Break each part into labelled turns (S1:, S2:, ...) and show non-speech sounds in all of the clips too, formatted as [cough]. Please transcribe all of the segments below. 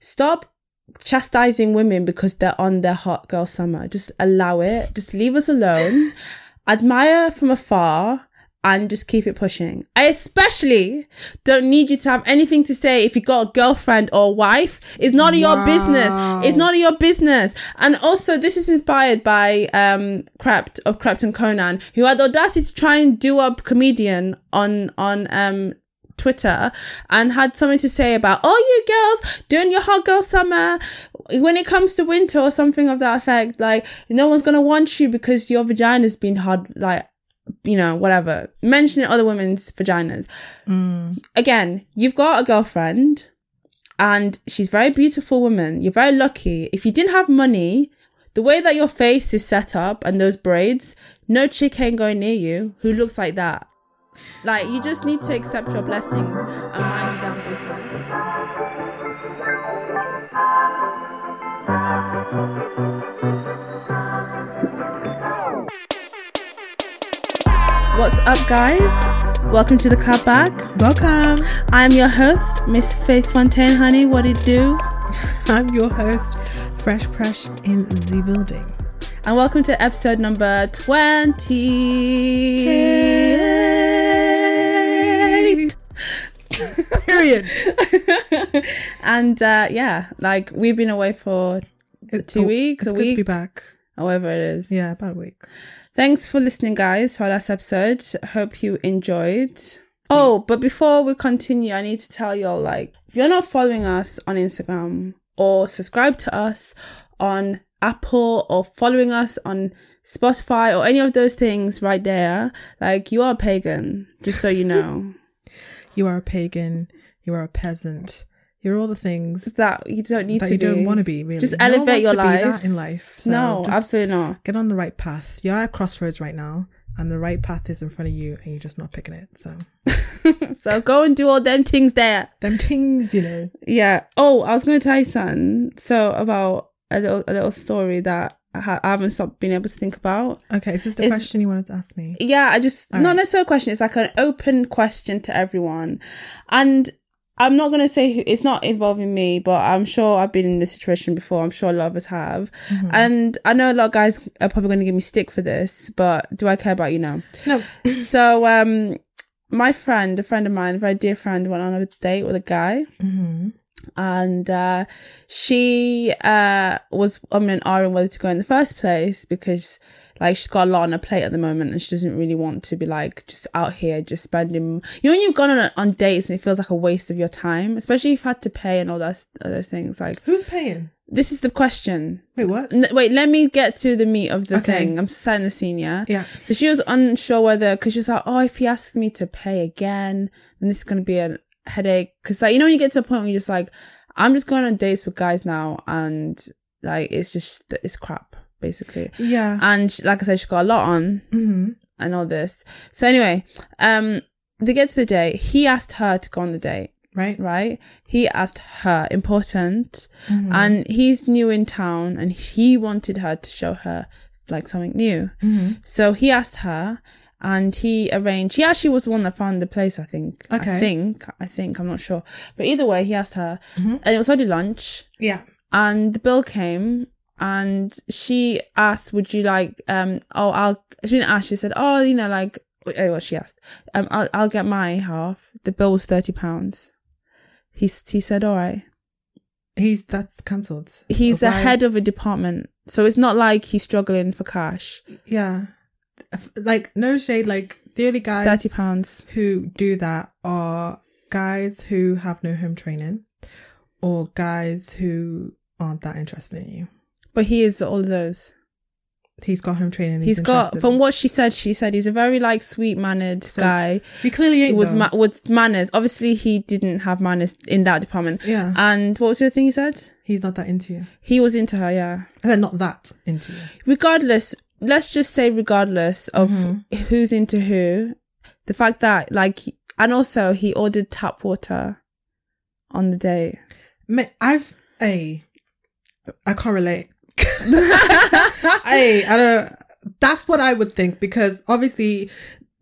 S1: Stop chastising women because they're on their hot girl summer. Just allow it. Just leave us alone. Admire from afar and just keep it pushing. I especially don't need you to have anything to say if you got a girlfriend or a wife. It's none of your business. It's none of your business. And also, this is inspired by um Krept of Krept and Conan, who had the audacity to try and do up comedian on on um Twitter and had something to say about, oh, you girls doing your hot girl summer. When it comes to winter or something of that effect, like no one's gonna want you because your vagina's been hard, like you know, whatever. Mentioning other women's vaginas. Again, you've got a girlfriend and she's a very beautiful woman. You're very lucky. If you didn't have money, the way that your face is set up and those braids, no chick ain't going near you who looks like that. Like you just need to accept your blessings and mind your damn business. What's up, guys? Welcome to the Club Bag.
S2: Welcome.
S1: I'm your host, Miss Faith Fontaine, honey. What it do?
S2: I'm your host, Fresh Presh in the building.
S1: And welcome to episode number 20.
S2: [laughs] Period.
S1: And uh, yeah, like we've been away for
S2: It-
S1: two
S2: oh,
S1: weeks, a
S2: It's good to be
S1: week,
S2: back.
S1: however it is.
S2: Yeah, about a week.
S1: Thanks for listening, guys, to our last episode. Hope you enjoyed. Oh, but before we continue, I need to tell y'all like, if you're not following us on Instagram or subscribe to us on Apple or following us on Spotify or any of those things right there, like, you are a pagan, just so you know.
S2: [laughs] You are a pagan. You are a peasant. You're all the things
S1: that you don't need
S2: that
S1: to
S2: you don't
S1: be.
S2: want to be. Really,
S1: Just
S2: No one
S1: elevate
S2: wants
S1: your
S2: to be that
S1: life.
S2: in life. So
S1: no,
S2: just
S1: absolutely not.
S2: Get on the right path. You're at a crossroads right now, and the right path is in front of you, and you're just not picking it. So
S1: So go and do all them things there.
S2: them things, you know.
S1: Yeah. Oh, I was going to tell you something. So about a little a little story that I, ha- I haven't stopped being able to think about.
S2: Okay, is this the
S1: It's-
S2: question you wanted to ask me?
S1: Yeah, I just
S2: All
S1: not
S2: right.
S1: necessarily a question. It's like an open question to everyone, and I'm not going to say who, it's not involving me, but I'm sure I've been in this situation before. I'm sure a lot of us have,
S2: Mm. Mm-hmm.
S1: and I know a lot of guys are probably going to give me stick for this, but do I care about you now?
S2: No.
S1: so um my friend a friend of mine a very dear friend went on a date with a guy
S2: hmm
S1: and uh she uh was on an iron whether to go in the first place because like she's got a lot on her plate at the moment and she doesn't really want to be like just out here just spending you know when you've gone on, on dates and it feels like a waste of your time especially if you've had to pay and all those all those things like
S2: Who's paying?
S1: this is the question
S2: Wait, what?
S1: N- wait let me get to the meat of the
S2: Okay.
S1: thing i'm setting the scene yeah
S2: Yeah.
S1: so she was unsure whether, because she was like, oh, if he asks me to pay again, then this is going to be a headache. Because, like, you know, when you get to a point where you're just like, I'm just going on dates with guys now, and like, it's just, it's crap, basically.
S2: Yeah.
S1: And she, like I said, she got a lot on
S2: hmm
S1: and all this. So, anyway, um, they get to the date. He asked her to go on the date,
S2: Right.
S1: right? He asked her, important.
S2: Mhm.
S1: And he's new in town, and he wanted her to show her like something new.
S2: Mhm.
S1: So he asked her and he arranged, he actually was the one that found the place, I think. I
S2: Okay.
S1: think, I think, I'm not sure. But either way, he asked her and it was already lunch
S2: Yeah.
S1: and the bill came and she asked, would you like, um, oh, I'll, she didn't ask, she said, oh, you know, like, oh, well, she asked, um, I'll, I'll get my half. The bill was 30 pounds. He, s- he said, all right.
S2: He's that's cancelled.
S1: He's the
S2: Why-
S1: head of a department. So it's not like he's struggling for cash.
S2: Yeah. F- Like no shade. Like the only guys
S1: 30 pounds.
S2: who do that are guys who have no home training, or guys who aren't that interested in you.
S1: But he is all of those.
S2: He's got home training.
S1: he's got
S2: interested.
S1: from what she said she said he's a very like sweet mannered guy
S2: He clearly ain't
S1: with
S2: though.
S1: ma- with manners obviously he didn't have manners in that department
S2: yeah.
S1: and what was the thing he said
S2: He's not that into you.
S1: he was into her yeah
S2: I said not that into you.
S1: regardless let's just say regardless of
S2: Mm-hmm.
S1: who's into who the fact that like and also he ordered tap water on the day
S2: Ma- I've a. I can't relate. [laughs] Hey, I don't. That's what I would think because obviously,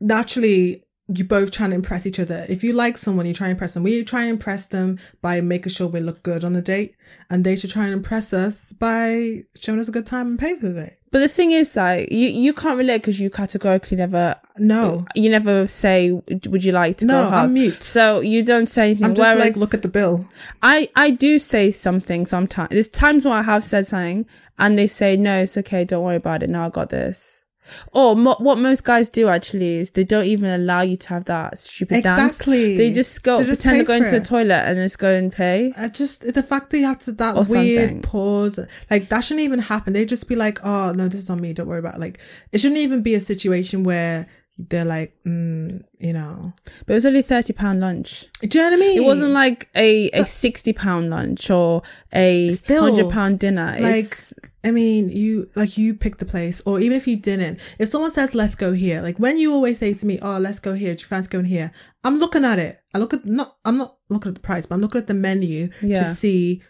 S2: naturally, you both trying to impress each other. If you like someone, you try and impress them. We try and impress them by making sure we look good on the date, and they should try and impress us by showing us a good time and paying for it.
S1: But the thing is, like, you, you can't relate because you categorically never,
S2: No,
S1: you never say, would you like to
S2: no,
S1: go half?
S2: I'm mute.
S1: so you don't say anything.
S2: I'm just
S1: Whereas
S2: like look at the bill.
S1: I, I do say something sometimes. There's times when I have said something and they say, no, it's okay. Don't worry about it. Now I got this. Or mo- what most guys do actually is they don't even allow you to have that stupid dance.
S2: Exactly.
S1: They just go
S2: They just
S1: pretend
S2: pay
S1: they're going
S2: for
S1: to a
S2: it.
S1: toilet and just go and pay.
S2: I just the fact that you have to that
S1: Or
S2: weird
S1: something.
S2: pause, like that shouldn't even happen. They just be like, "Oh no, this is on me. Don't worry about." It. Like it shouldn't even be a situation where they're like, mm, you know,
S1: But it was only thirty pound lunch.
S2: do you know what I mean?
S1: It wasn't like a, a sixty pound lunch or a
S2: Still,
S1: hundred pound dinner.
S2: like
S1: It's-
S2: I mean, you like you pick the place, or even if you didn't, if someone says, "Let's go here," like when you always say to me, "Oh, let's go here," do you fancy going here? I'm looking at it. I look at not. I'm not looking at the price, but I'm looking at the menu
S1: Yeah.
S2: to see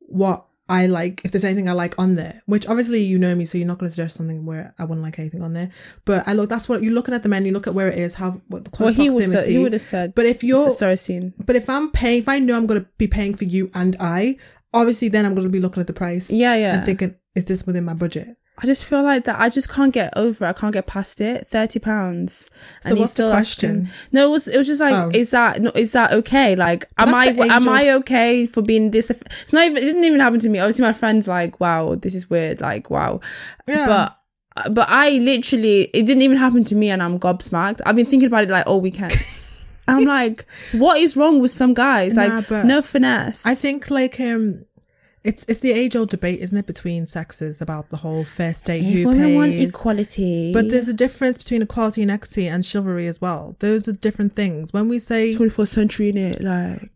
S2: what I like. If there's anything I like on there, which obviously you know me, so you're not going to suggest something where I wouldn't like anything on there. But I look. That's what you're looking at the menu. Look at where it is. How what the close
S1: well, he would
S2: proximity.
S1: sa- he would have said.
S2: but if
S1: it's
S2: you're
S1: a sorry scene.
S2: but if I'm paying, if I know I'm going to be paying for you and I, obviously then I'm going to be looking at the price
S1: Yeah, yeah.
S2: and thinking, is this within my budget?
S1: I just feel like that. I just can't get over. it. I can't get past it. Thirty pounds.
S2: So what's the question?
S1: No, it was it was just like,
S2: Oh.
S1: is that no, is that okay? Like, am I
S2: That's the
S1: am
S2: age
S1: I okay for being this? off- It's not even. It didn't even happen to me. Obviously, my friends like, wow, this is weird. Like, wow.
S2: Yeah.
S1: But but I literally, it didn't even happen to me, and I'm gobsmacked. I've been thinking about it like all
S2: [laughs]
S1: weekend. I'm like, what is wrong with some guys?
S2: Nah,
S1: Like,
S2: but
S1: no finesse.
S2: I think like um, it's it's the age old debate, isn't it, between sexes about the whole first date
S1: If
S2: who
S1: women
S2: pays.
S1: want equality,
S2: but there's a difference between equality and equity and chivalry as well. Those are different things. When we say
S1: 21st century in it, like.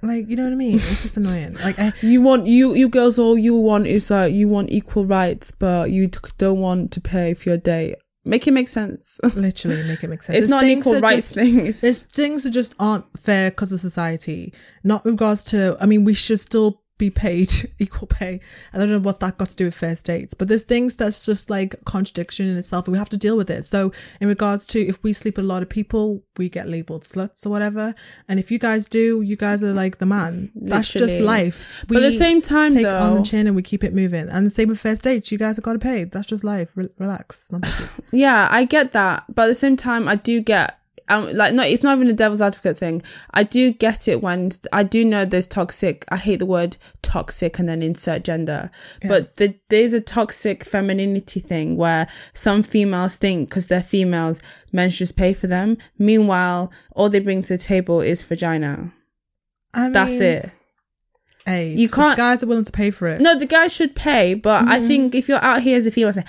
S2: like, you know what I mean? It's just annoying. Like I,
S1: You want you you girls all you want is like you want equal rights, but you t- don't want to pay for your date. Make it make sense. [laughs] it's
S2: literally make it make sense. There's
S1: not an
S2: things
S1: equal
S2: that
S1: rights
S2: just-
S1: thing. It's-
S2: There's things that just aren't fair because of society. Not in regards to, I mean, we should still be paid [laughs] equal pay. I don't know what's that got to do with first dates, but there's things that's just like contradiction in itself, and we have to deal with it. So, in regards to if we sleep with a lot of people, we get labeled sluts or whatever, and if you guys do, you guys are like the man. That's just
S1: Literally.
S2: life.
S1: but at the same time,
S2: take it on
S1: though,
S2: the chin and we keep it moving. And the same with first dates, you guys have got to pay. That's just life. Re- relax. It's not that deep.
S1: yeah, I get that. But at the same time, I do get um like no, it's not even a devil's advocate thing. I do get it when I do know there's toxic. I hate the word toxic and then insert gender, but the, there's a toxic femininity thing where some females think because they're females, men should just pay for them. Meanwhile, all they bring to the table is vagina.
S2: I
S1: That's
S2: mean,
S1: it.
S2: Hey,
S1: You
S2: the
S1: can't-
S2: Guys are willing to pay for it.
S1: No, the guy should pay, but I
S2: Mm-hmm.
S1: think if you're out here as a female saying,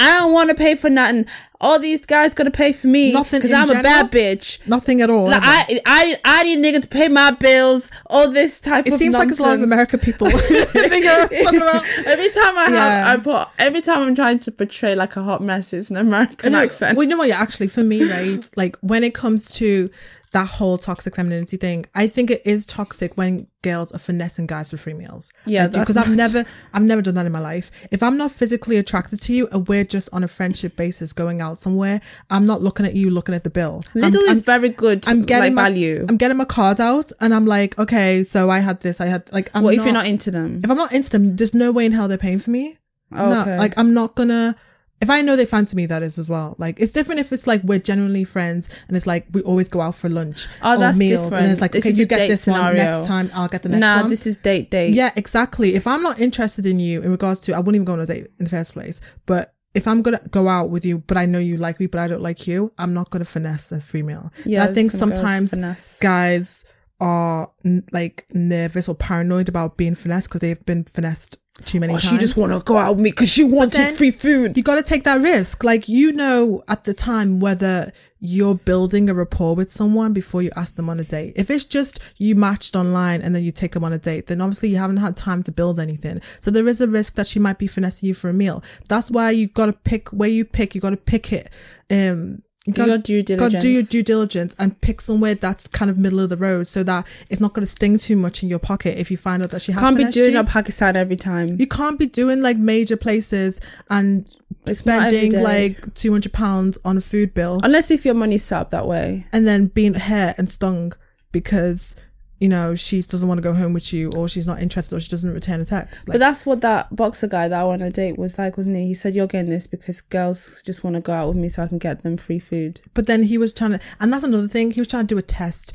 S1: I don't want to pay for nothing. All these guys gotta pay for me
S2: Nothing
S1: because
S2: in
S1: I'm a bad
S2: general?
S1: bitch.
S2: Nothing at all.
S1: Like,
S2: ever.
S1: I, I, I need niggas to pay my bills. All this type
S2: it
S1: of
S2: seems like it's a lot of
S1: nonsense.
S2: American people. [laughs] They go, "Fucking around."
S1: [laughs] every time I have,
S2: Yeah.
S1: I put. Every time I'm trying to portray like a hot mess, it's an American
S2: No,
S1: accent.
S2: Well, you know what? Yeah, actually, for me, right? Like when it comes to that whole toxic femininity thing, I think it is toxic when girls are finessing guys for free meals.
S1: Yeah, that's
S2: because I've
S1: mad.
S2: never, I've never done that in my life. If I'm not physically attracted to you and we're just on a friendship basis going out somewhere, I'm not looking at you, looking at the bill. I'm-
S1: Lidl
S2: I'm
S1: is very good.
S2: I'm
S1: like,
S2: getting my,
S1: value.
S2: I'm getting my cards out, and I'm like, okay, so I had this, I had like. I'm
S1: what if you're not into them?
S2: If I'm not into them, there's no way in hell they're paying for me.
S1: Mm. Okay.
S2: No, like I'm not gonna. If I know they fancy me, that is as well. Like it's different if it's like we're genuinely friends and it's like we always go out for lunch
S1: Oh, that's
S2: meals, and
S1: different.
S2: it's like
S1: This
S2: okay,
S1: is
S2: you
S1: a date
S2: get this
S1: scenario.
S2: one next time, I'll get the next
S1: nah,
S2: one.
S1: this is date date.
S2: yeah, exactly. If I'm not interested in you in regards to, I wouldn't even go on a date in the first place. But if I'm gonna go out with you, but I know you like me, but I don't like you, I'm not gonna finesse a female.
S1: yeah.
S2: I think
S1: some girls
S2: sometimes
S1: finesse.
S2: guys are n- like nervous or paranoid about being finessed because they've been finessed too many
S1: Oh,
S2: times.
S1: she just want to go out with me because she wanted
S2: then-
S1: free food.
S2: you got to take that risk. Like, you know, at the time, whether you're building a rapport with someone before you ask them on a date. If it's just you matched online and then you take them on a date, then obviously you haven't had time to build anything. So there is a risk that she might be finessing you for a meal. That's why you got to pick where you pick. You got to pick it. Um, you
S1: Do
S2: gotta-
S1: your due
S2: gotta do your
S1: diligence.
S2: due diligence and pick somewhere that's kind of middle of the road so that it's not going to sting too much in your pocket if you find out that she has
S1: Can't be
S2: finessed
S1: doing
S2: you.
S1: up Pakistan every time.
S2: You can't be doing like major places and
S1: It's not every
S2: spending
S1: day.
S2: like two hundred pounds on a food bill
S1: Unless if your money's set up that way.
S2: and then being hurt and stung because you know she doesn't want to go home with you or she's not interested or she doesn't return a text.
S1: But
S2: Like,
S1: that's what that boxer guy that I want to date was like, wasn't he? He said, You're getting this because girls just want to go out with me so I can get them free food.
S2: but then he was trying to, and that's another thing. He was trying to do a test.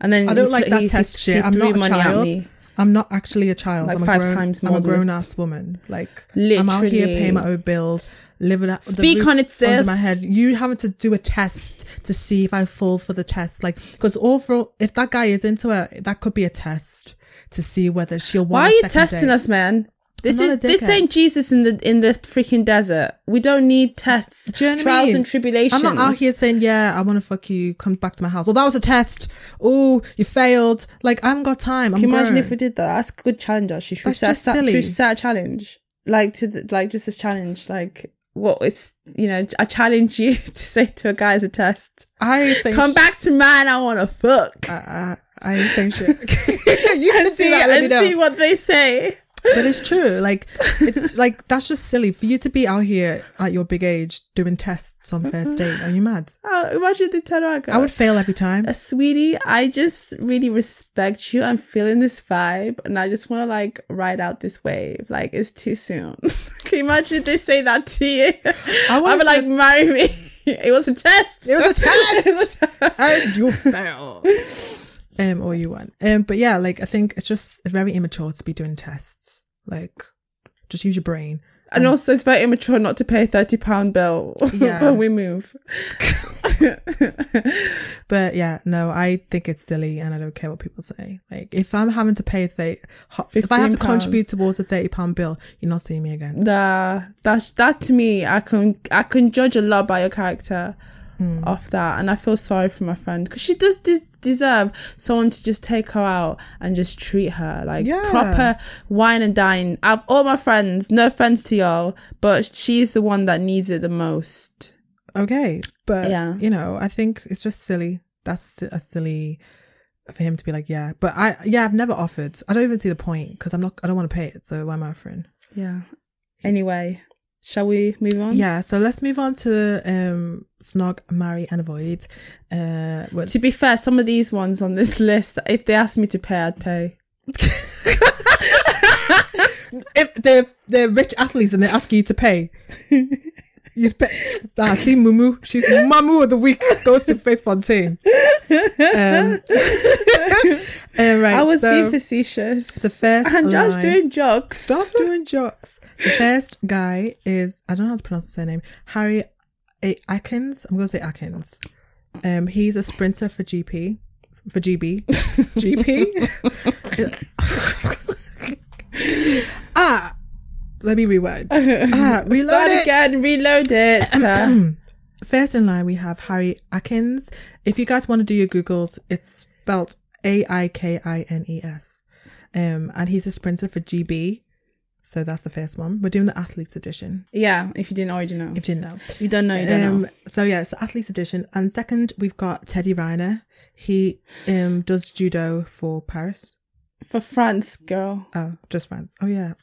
S1: And then
S2: I don't
S1: he-
S2: like that
S1: he-
S2: test
S1: he-
S2: shit.
S1: he
S2: I'm
S1: threw
S2: not a
S1: money at
S2: child.
S1: me.
S2: I'm not actually a child.
S1: Like
S2: I'm a
S1: five
S2: grown,
S1: times
S2: I'm
S1: more
S2: a
S1: than-
S2: grown ass woman. Like I'm out here
S1: Literally.
S2: paying my own bills, living out
S1: Speak on it, sis.
S2: under my head. You having to do a test to see if I fall for the test, like because all for if that guy is into it, that could be a test to see whether she'll.
S1: Why are
S2: want a
S1: you
S2: second
S1: testing
S2: date.
S1: us, man? This
S2: I'm
S1: is
S2: not a
S1: this
S2: dickhead.
S1: ain't Jesus in the in the freaking desert. We don't need tests,
S2: Do you know what I
S1: trials,
S2: mean?
S1: and tribulations.
S2: I'm not out here saying, yeah, I want to fuck you. Come back to my house. Oh, that was a test. Oh, you failed. Like I haven't got time. I'm
S1: Can you imagine
S2: grown.
S1: if we did that? That's a good challenge. Actually, should we
S2: That's
S1: set, a
S2: just
S1: sta- should we
S2: silly.
S1: set a challenge like to the, like just a challenge like what it's you know I challenge you [laughs] to say to a guy as a test,
S2: I think
S1: come back to mine. I want to fuck
S2: I, I, I think shit. [laughs] you
S1: [laughs] and
S2: can Uh, see
S1: see
S2: that. Let me
S1: and
S2: know.
S1: see what they say.
S2: but it's true. Like it's like that's just silly for you to be out here at your big age doing tests on first date. Are you mad?
S1: Oh, imagine they turn around. and go,
S2: I would fail every time.
S1: [laughs] Uh, sweetie, I just really respect you. I'm feeling this vibe and I just want to like ride out this wave. Like, it's too soon. [laughs] Can you imagine if they say that to you? [laughs]
S2: I
S1: I
S2: wanted
S1: would
S2: to-
S1: like, marry me. [laughs] it was a test.
S2: [laughs] It was a
S1: [laughs]
S2: test.
S1: It was a-
S2: and you fail. Um, or you won. Um, but yeah, like I think it's just very immature to be doing tests. Like, just use your brain.
S1: and also, it's very immature not to pay a £30 bill [laughs]
S2: Yeah.
S1: when we move.
S2: But yeah, no, I think it's silly, and I don't care what people say. Like, if I'm having to pay thirty, if I have to
S1: £15.
S2: contribute towards a thirty pound bill, you're not seeing me again.
S1: Nah, that's that to me. I can I can judge a lot by your character
S2: Hmm.
S1: off that, and I feel sorry for my friend because she does de- deserve someone to just take her out and just treat her like
S2: Yeah.
S1: proper wine and dine. Out of all my friends, no offense to y'all, but she's the one that needs it the most.
S2: okay but
S1: Yeah.
S2: you know i think it's just silly that's a silly for him to be like yeah but i yeah i've never offered i don't even see the point because i'm not i don't want to pay it so why am i offering
S1: Yeah. Anyway, shall we move on?
S2: yeah so let's move on to um snog marry and avoid uh what-
S1: To be fair, some of these ones on this [laughs] list, if they asked me to pay, I'd pay.
S2: if they're they're rich athletes and they ask you to
S1: [laughs]
S2: pay you pay ah, see mumu she's mamu of the week goes to faith
S1: [laughs]
S2: fontaine um, [laughs] uh, right
S1: I was
S2: so
S1: being facetious.
S2: the
S1: [laughs]
S2: first
S1: I'm just
S2: line-
S1: doing jokes.
S2: Stop doing jokes. The first guy is I don't know how to pronounce his surname. Harry A- Atkins. I'm gonna say Atkins. Um, he's a sprinter for GP, for GB, GP. ah, let me rewind. Ah, reload
S1: Start
S2: it.
S1: again, reload it. Uh,
S2: [clears throat] First in line, we have Harry Atkins. If you guys want to do your Googles, it's spelt A I K I N E S. Um, and he's a sprinter for GB. So that's the first one. We're doing the athletes edition,
S1: yeah, if you didn't already know.
S2: if you didn't know.
S1: You don't know, you don't know.
S2: Um, so yeah, it's athletes edition. And second, we've got Teddy Reiner. He um does judo for Paris.
S1: For France, girl.
S2: Oh, just France.
S1: [laughs]
S2: Oh yeah.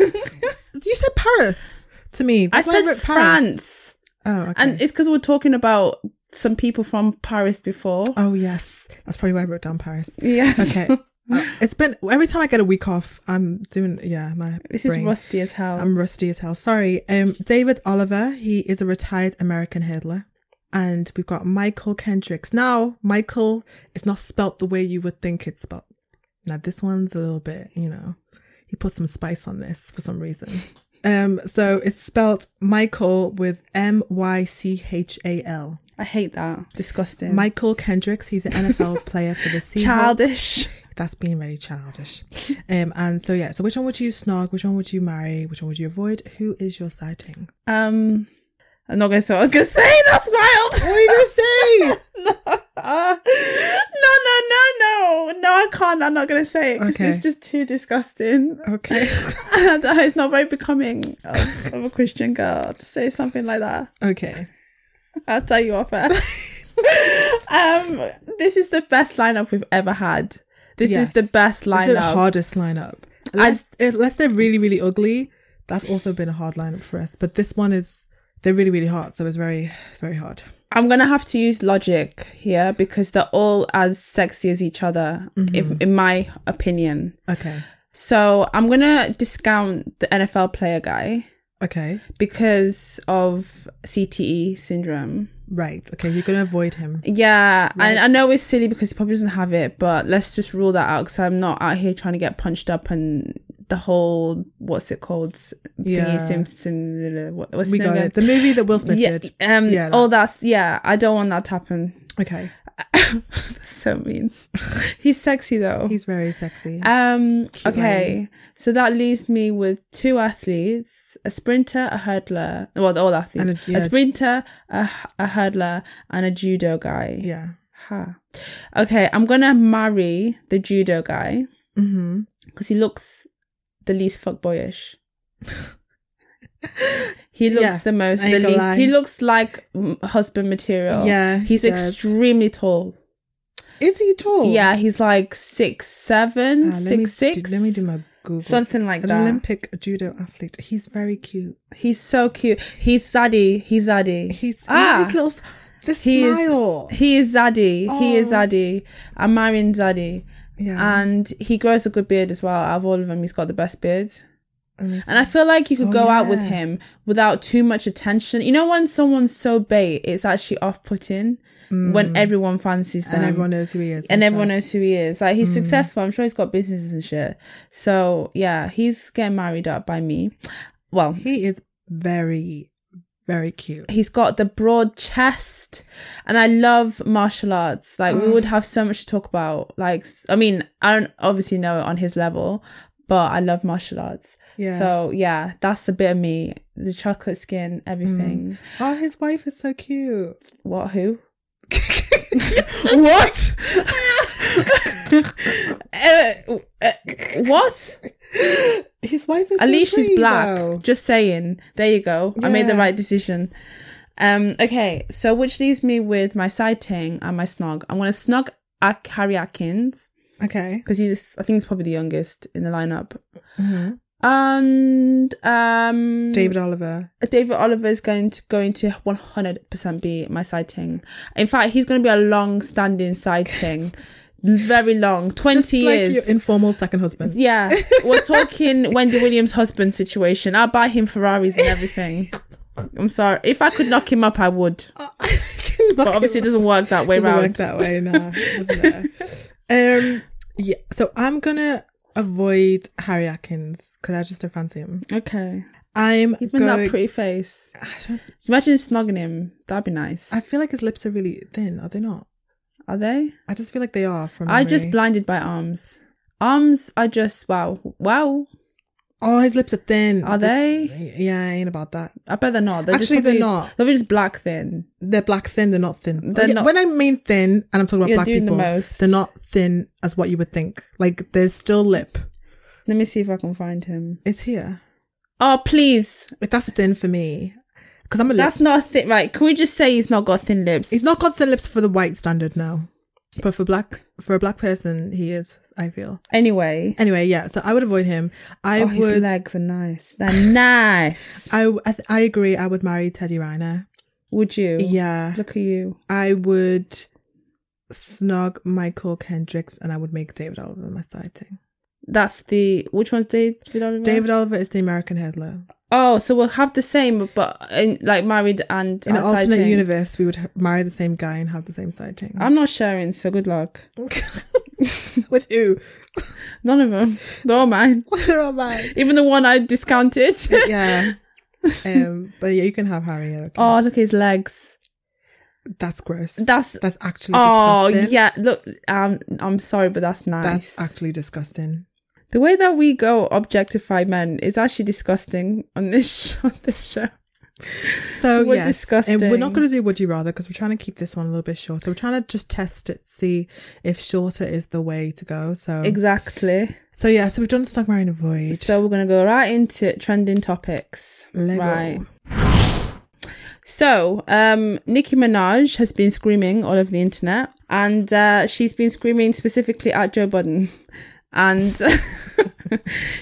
S2: you said Paris to me.
S1: I
S2: That's why
S1: said
S2: wrote Paris.
S1: France.
S2: Oh, okay.
S1: And it's because we're talking about some people from Paris before.
S2: oh yes, that's probably why I wrote down Paris.
S1: yes.
S2: Okay. Uh, it's been every time I get a week off, I'm doing yeah, my
S1: [laughs] This is
S2: brain. Um,
S1: rusty as hell.
S2: I'm rusty as hell. Sorry. Um David Oliver, he is a retired American hurdler. And we've got Michael Kendricks. Now, Michael is not spelt the way you would think it's spelt. Now this one's a little bit, you know. He put some spice on this for some reason. Um, so it's spelt Michael with M Y C H A L.
S1: I hate that. Disgusting.
S2: Michael Kendricks, he's an NFL
S1: [laughs]
S2: player for the Seahawks.
S1: Childish.
S2: That's being very
S1: [laughs]
S2: childish. Um, and so yeah, so which one would you snog? Which one would you marry? Which one would you avoid? Who is
S1: [laughs]
S2: your sighting?
S1: Um, I'm not going to say what I was going to say. [laughs] That's wild.
S2: What are you gonna say?
S1: Uh, no, no, no, no. No, I can't. I'm not going to say it because
S2: Okay.
S1: it's just too disgusting. [laughs]
S2: okay,
S1: that it's not very becoming of, of a Christian girl to say something like that.
S2: okay.
S1: I'll tell you off air. [laughs] um, this is the best lineup we've ever had. This
S2: Yes.
S1: is the best
S2: This is the
S1: lineup.
S2: hardest lineup. Unless, unless they're really really ugly, That's also been a hard lineup for us. But this one is they're really, really hard. So it's very it's very hard.
S1: I'm gonna have to use logic here because they're all as sexy as each other, if, in my opinion.
S2: Okay.
S1: So I'm gonna discount the NFL player guy
S2: Okay.
S1: because of CTE syndrome.
S2: Right. Okay. You're gonna avoid him.
S1: Yeah, and I know it's silly because he probably doesn't have it, but let's just rule that out because I'm not out here trying to get punched up and the whole what's it called?
S2: Yeah.
S1: Thingy Simpson. What, what's
S2: We
S1: the name
S2: got
S1: again?
S2: it. The movie that Will Smith
S1: Yeah,
S2: did.
S1: um,
S2: Yeah,
S1: all that's yeah. I don't want that to happen. [laughs]
S2: Okay.
S1: so
S2: [laughs]
S1: mean. He's sexy though.
S2: He's very sexy.
S1: um
S2: Cute
S1: okay. So that leaves me with two athletes, a sprinter, a hurdler. Well, all athletes.
S2: And a-
S1: a,
S2: yeah.
S1: sprinter, a, a hurdler, and a judo guy.
S2: yeah.
S1: Ha. Okay, I'm going to marry the judo guy
S2: Mm-hmm.
S1: cuz he looks the least fuckboyish. he looks
S2: [laughs] Yeah,
S1: the most
S2: I ain't
S1: the
S2: gonna
S1: least.
S2: lie.
S1: He looks like mm, husband material.
S2: Yeah, he
S1: He's
S2: does.
S1: extremely tall.
S2: Is he tall?
S1: Yeah, he's like six
S2: Uh,
S1: seven,
S2: let me
S1: six six,
S2: do- let me do my Google.
S1: something like
S2: An
S1: that.
S2: Olympic judo athlete. He's very cute.
S1: He's so cute. He's zaddy. He's zaddy.
S2: He's ah,
S1: ah.
S2: his little s- the
S1: He is-
S2: smile.
S1: he is zaddy. He is
S2: Oh.
S1: zaddy. I'm marrying zaddy,
S2: yeah.
S1: and he grows a good beard as well. Out of all of them, he's got the best beard.
S2: And,
S1: And I feel like you could
S2: Oh,
S1: go out with
S2: yeah.
S1: him without too much attention. You know, when someone's so bait, it's actually off putting when everyone fancies them.
S2: Mm. and everyone knows Mm. who he is.
S1: and
S2: that's
S1: everyone
S2: right.
S1: knows who he is. Like he's successful. I'm sure he's got businesses and shit. So yeah, he's getting married up by me. Well,
S2: He is very, very cute.
S1: he's got the broad chest, and I love martial arts. Like we
S2: Mm.
S1: would have so much to talk about. Like s- I mean, I don't obviously know it on his level, but I love martial arts.
S2: Yeah.
S1: So yeah, that's a bit of me. The chocolate skin, everything.
S2: Oh, his wife is
S1: [laughs]
S2: so cute.
S1: What? Who?
S2: what?
S1: Uh, uh,
S2: [laughs]
S1: what?
S2: His wife is
S1: At
S2: so
S1: least she's
S2: pretty,
S1: black.
S2: though.
S1: Just saying. There you go. I made the
S2: Yeah.
S1: right decision. Um, okay, so which leaves me with my side ting and my snog. I'm gonna snog Ak- Harry Atkins
S2: Okay.
S1: because he's I think he's probably the youngest in the lineup.
S2: Mhm.
S1: And um
S2: David Oliver.
S1: David Oliver is going to going to 100% be my side ting. In fact, he's going to be a long standing side
S2: [laughs]
S1: ting. Very long, 20
S2: like
S1: years.
S2: your informal second husband.
S1: Yeah, we're
S2: [laughs]
S1: talking Wendy Williams' husband situation. I'll buy him Ferraris and everything. I'm sorry. If I could knock him up, I would.
S2: [laughs]
S1: But obviously, it doesn't work that way
S2: doesn't work
S1: round.
S2: that way, nah. doesn't
S1: [laughs]
S2: it? um, yeah. So I'm gonna avoid Harry Atkins because I just don't fancy him.
S1: Okay.
S2: I'm
S1: Even
S2: going.
S1: that pretty face.
S2: I, don't,
S1: Imagine snogging him. That'd be nice.
S2: I feel like his lips are really thin. Are they not?
S1: Are they?
S2: I just feel like they are. From
S1: I just
S2: memory.
S1: blinded by arms. Arms are just wow. Wow.
S2: oh, his lips are thin.
S1: Are they?
S2: Yeah, I ain't about that.
S1: I bet they're not. They're
S2: Actually,
S1: just
S2: they're
S1: probably-
S2: not.
S1: They're just black thin.
S2: They're black thin. They're not thin.
S1: They're
S2: Like,
S1: not-
S2: when I mean thin, and I'm talking about
S1: You're
S2: black
S1: doing the
S2: people,
S1: most.
S2: they're not thin as what you would think. Like there's still lip.
S1: Let me see if I can find him.
S2: It's here.
S1: Oh, please.
S2: Like, that's thin for me because I'm a lip.
S1: That's not a thin. Right. Can we just say he's not got thin lips?
S2: He's not got thin lips for the white standard now, but for black for a black person, he is. I feel
S1: Anyway.
S2: anyway. Yeah, so I would avoid him. I
S1: Oh, his
S2: would.
S1: legs are nice. They're [laughs] nice.
S2: I I, th- I agree. I would marry Teddy Reiner.
S1: Would you?
S2: Yeah,
S1: Look at you.
S2: I would snog Michael Kendricks, and I would make David Oliver my side thing.
S1: That's the which one's David Oliver?
S2: David Oliver is the American hurdler.
S1: Oh, so we'll have the same, but in, like married and
S2: In an
S1: outside
S2: alternate
S1: thing.
S2: universe, we would h- marry the same guy and have the same side thing. [laughs]
S1: I'm not sharing, so good luck.
S2: With who? [laughs]
S1: None of them. [laughs] They're all mine.
S2: Where am I?
S1: Even the one I discounted.
S2: [laughs] Yeah. Um, but yeah, you can have Harry. Okay.
S1: [laughs] oh, look at his legs.
S2: That's gross.
S1: That's
S2: That's actually
S1: oh
S2: disgusting.
S1: yeah. Look, um, I'm sorry, but that's nice.
S2: That's uh, actually disgusting.
S1: the way that we go objectify men is actually disgusting on this [laughs] sh- on this show.
S2: So
S1: We're
S2: yes, And we're
S1: disgusting.
S2: not going to do would you rather because we're trying to keep this one a little bit shorter. We're trying to just test it, see if shorter is the way to go. So
S1: Exactly.
S2: so yeah, so we've done stock marine avoid.
S1: So we're gonna go right into trending topics.
S2: Lego.
S1: Right. So, um, Nicki Minaj has been screaming all over the internet, and [laughs] uh, she's been screaming specifically at Joe Budden, and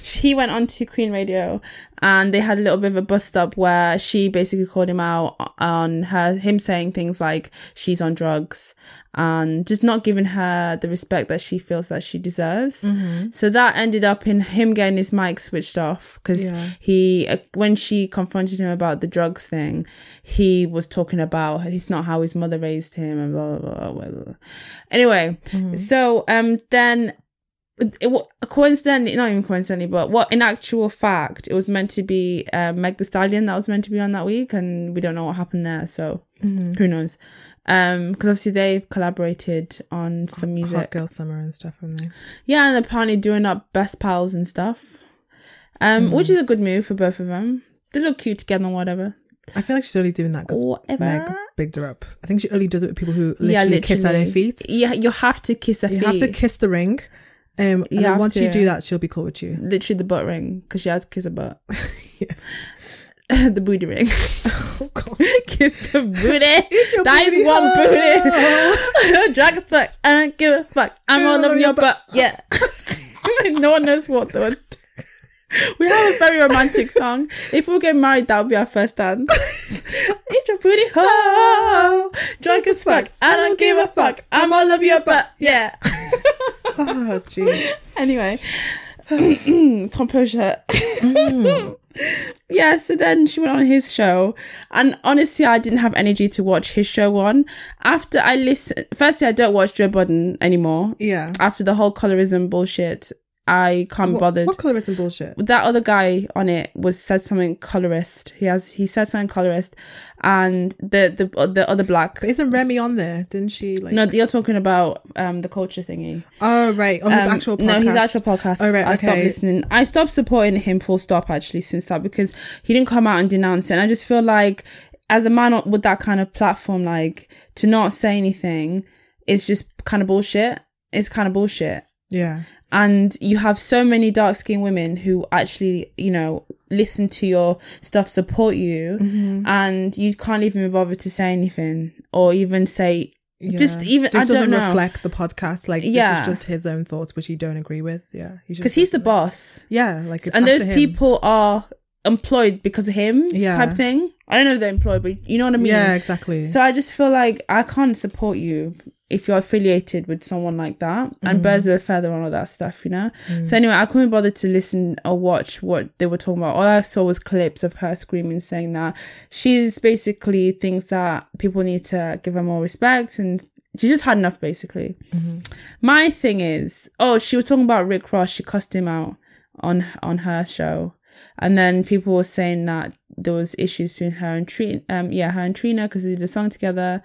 S1: he went on to Queen Radio and they had a little bit of a bust up where she basically called him out on her him saying things like she's on drugs and just not giving her the respect that she feels that she deserves.
S2: Mm-hmm.
S1: So that ended up in him getting his mic switched off because
S2: Yeah.
S1: he uh, when she confronted him about the drugs thing, he was talking about it's not how his mother raised him and blah blah blah. blah, blah. Anyway,
S2: Mm-hmm.
S1: so um then it, wa- coincidentally, not even coincidentally, but what in actual fact, it was meant to be uh, Meg the Stallion that was meant to be on that week, and we don't know what happened there, so
S2: Mm-hmm.
S1: who knows? Um, because obviously they've collaborated on some
S2: Hot
S1: music,
S2: girl summer and stuff from there.
S1: yeah, and apparently doing up best pals and stuff, um,
S2: Hmm.
S1: which is a good move for both of them. They look cute together, and whatever,
S2: I feel like she's only doing that because
S1: whatever.
S2: Meg bigged her up. I think she only does it with people who literally, kiss at her
S1: literally.
S2: feet.
S1: Yeah, you have to kiss her
S2: You
S1: feet.
S2: have to kiss the ring. Um,
S1: You
S2: and then
S1: have
S2: once you
S1: to.
S2: do that, she'll be cool
S1: [laughs]
S2: with you. [laughs]
S1: literally the butt ring because she has to kiss her butt. [laughs]
S2: Yeah.
S1: the booty ring.
S2: Oh God.
S1: kiss the [laughs] booty.
S2: Eat your
S1: That is
S2: booty
S1: one
S2: hole.
S1: booty. [laughs] Drag as fuck. I don't give a fuck. I'm all over your butt. Yeah. [laughs] no one knows what the. [laughs] We have a very romantic song. If we get married, that would be our first dance. Eat your booty [laughs] hole. Drunk as fuck. I don't give a fuck. I'm all over your butt. Yeah. [laughs]
S2: Oh, jeez.
S1: Anyway, [clears throat] composure.
S2: Mm.
S1: [laughs] yeah, so then she went on his show, and honestly, I didn't have energy to watch his show on. After I listen, firstly, I don't watch Joe Budden anymore.
S2: Yeah.
S1: After the whole colorism bullshit, I can't be
S2: What-
S1: bothered.
S2: What colorism bullshit?
S1: that other guy on it was said something colorist. He has he said something colorist, and the the the other black.
S2: But isn't Remy on there? Didn't she like?
S1: No, you're talking about um the culture thingy.
S2: Oh right. On his
S1: Um,
S2: actual podcast.
S1: No, his actual podcast.
S2: Oh, right,
S1: I stopped
S2: okay.
S1: listening. I stopped supporting him full stop actually since that because he didn't come out and denounce it. And I just feel like as a man on- with that kind of platform, like to not say anything is just kind of bullshit. It's kind of bullshit.
S2: Yeah.
S1: And you have so many dark skinned women who actually, you know, listen to your stuff, support you,
S2: Mm-hmm.
S1: and you can't even be bothered to say anything or even say,
S2: Yeah.
S1: Just even-
S2: this
S1: I don't
S2: doesn't
S1: know.
S2: reflect the podcast. Like
S1: Yeah.
S2: this is just his own thoughts, which you don't agree with. Yeah,
S1: because he's the boss.
S2: yeah, like it's
S1: and
S2: up to
S1: those
S2: him.
S1: people are employed because of him
S2: Yeah.
S1: type thing i don't know if they're employed but you know what i mean
S2: Yeah, exactly.
S1: so i just feel like i can't support you if you're affiliated with someone like that
S2: Mm.
S1: and birds of a feather and all that stuff you know so anyway i couldn't bother to listen or watch what they were talking about all i saw was clips of her screaming saying that she's basically thinks that people need to give her more respect and she just had enough basically
S2: Mm-hmm.
S1: my thing is, oh, she was talking about Rick Ross. She cussed him out on on her show, and then people were saying that there was issues between her and Trina. Um, yeah, her and Trina because they did a song together.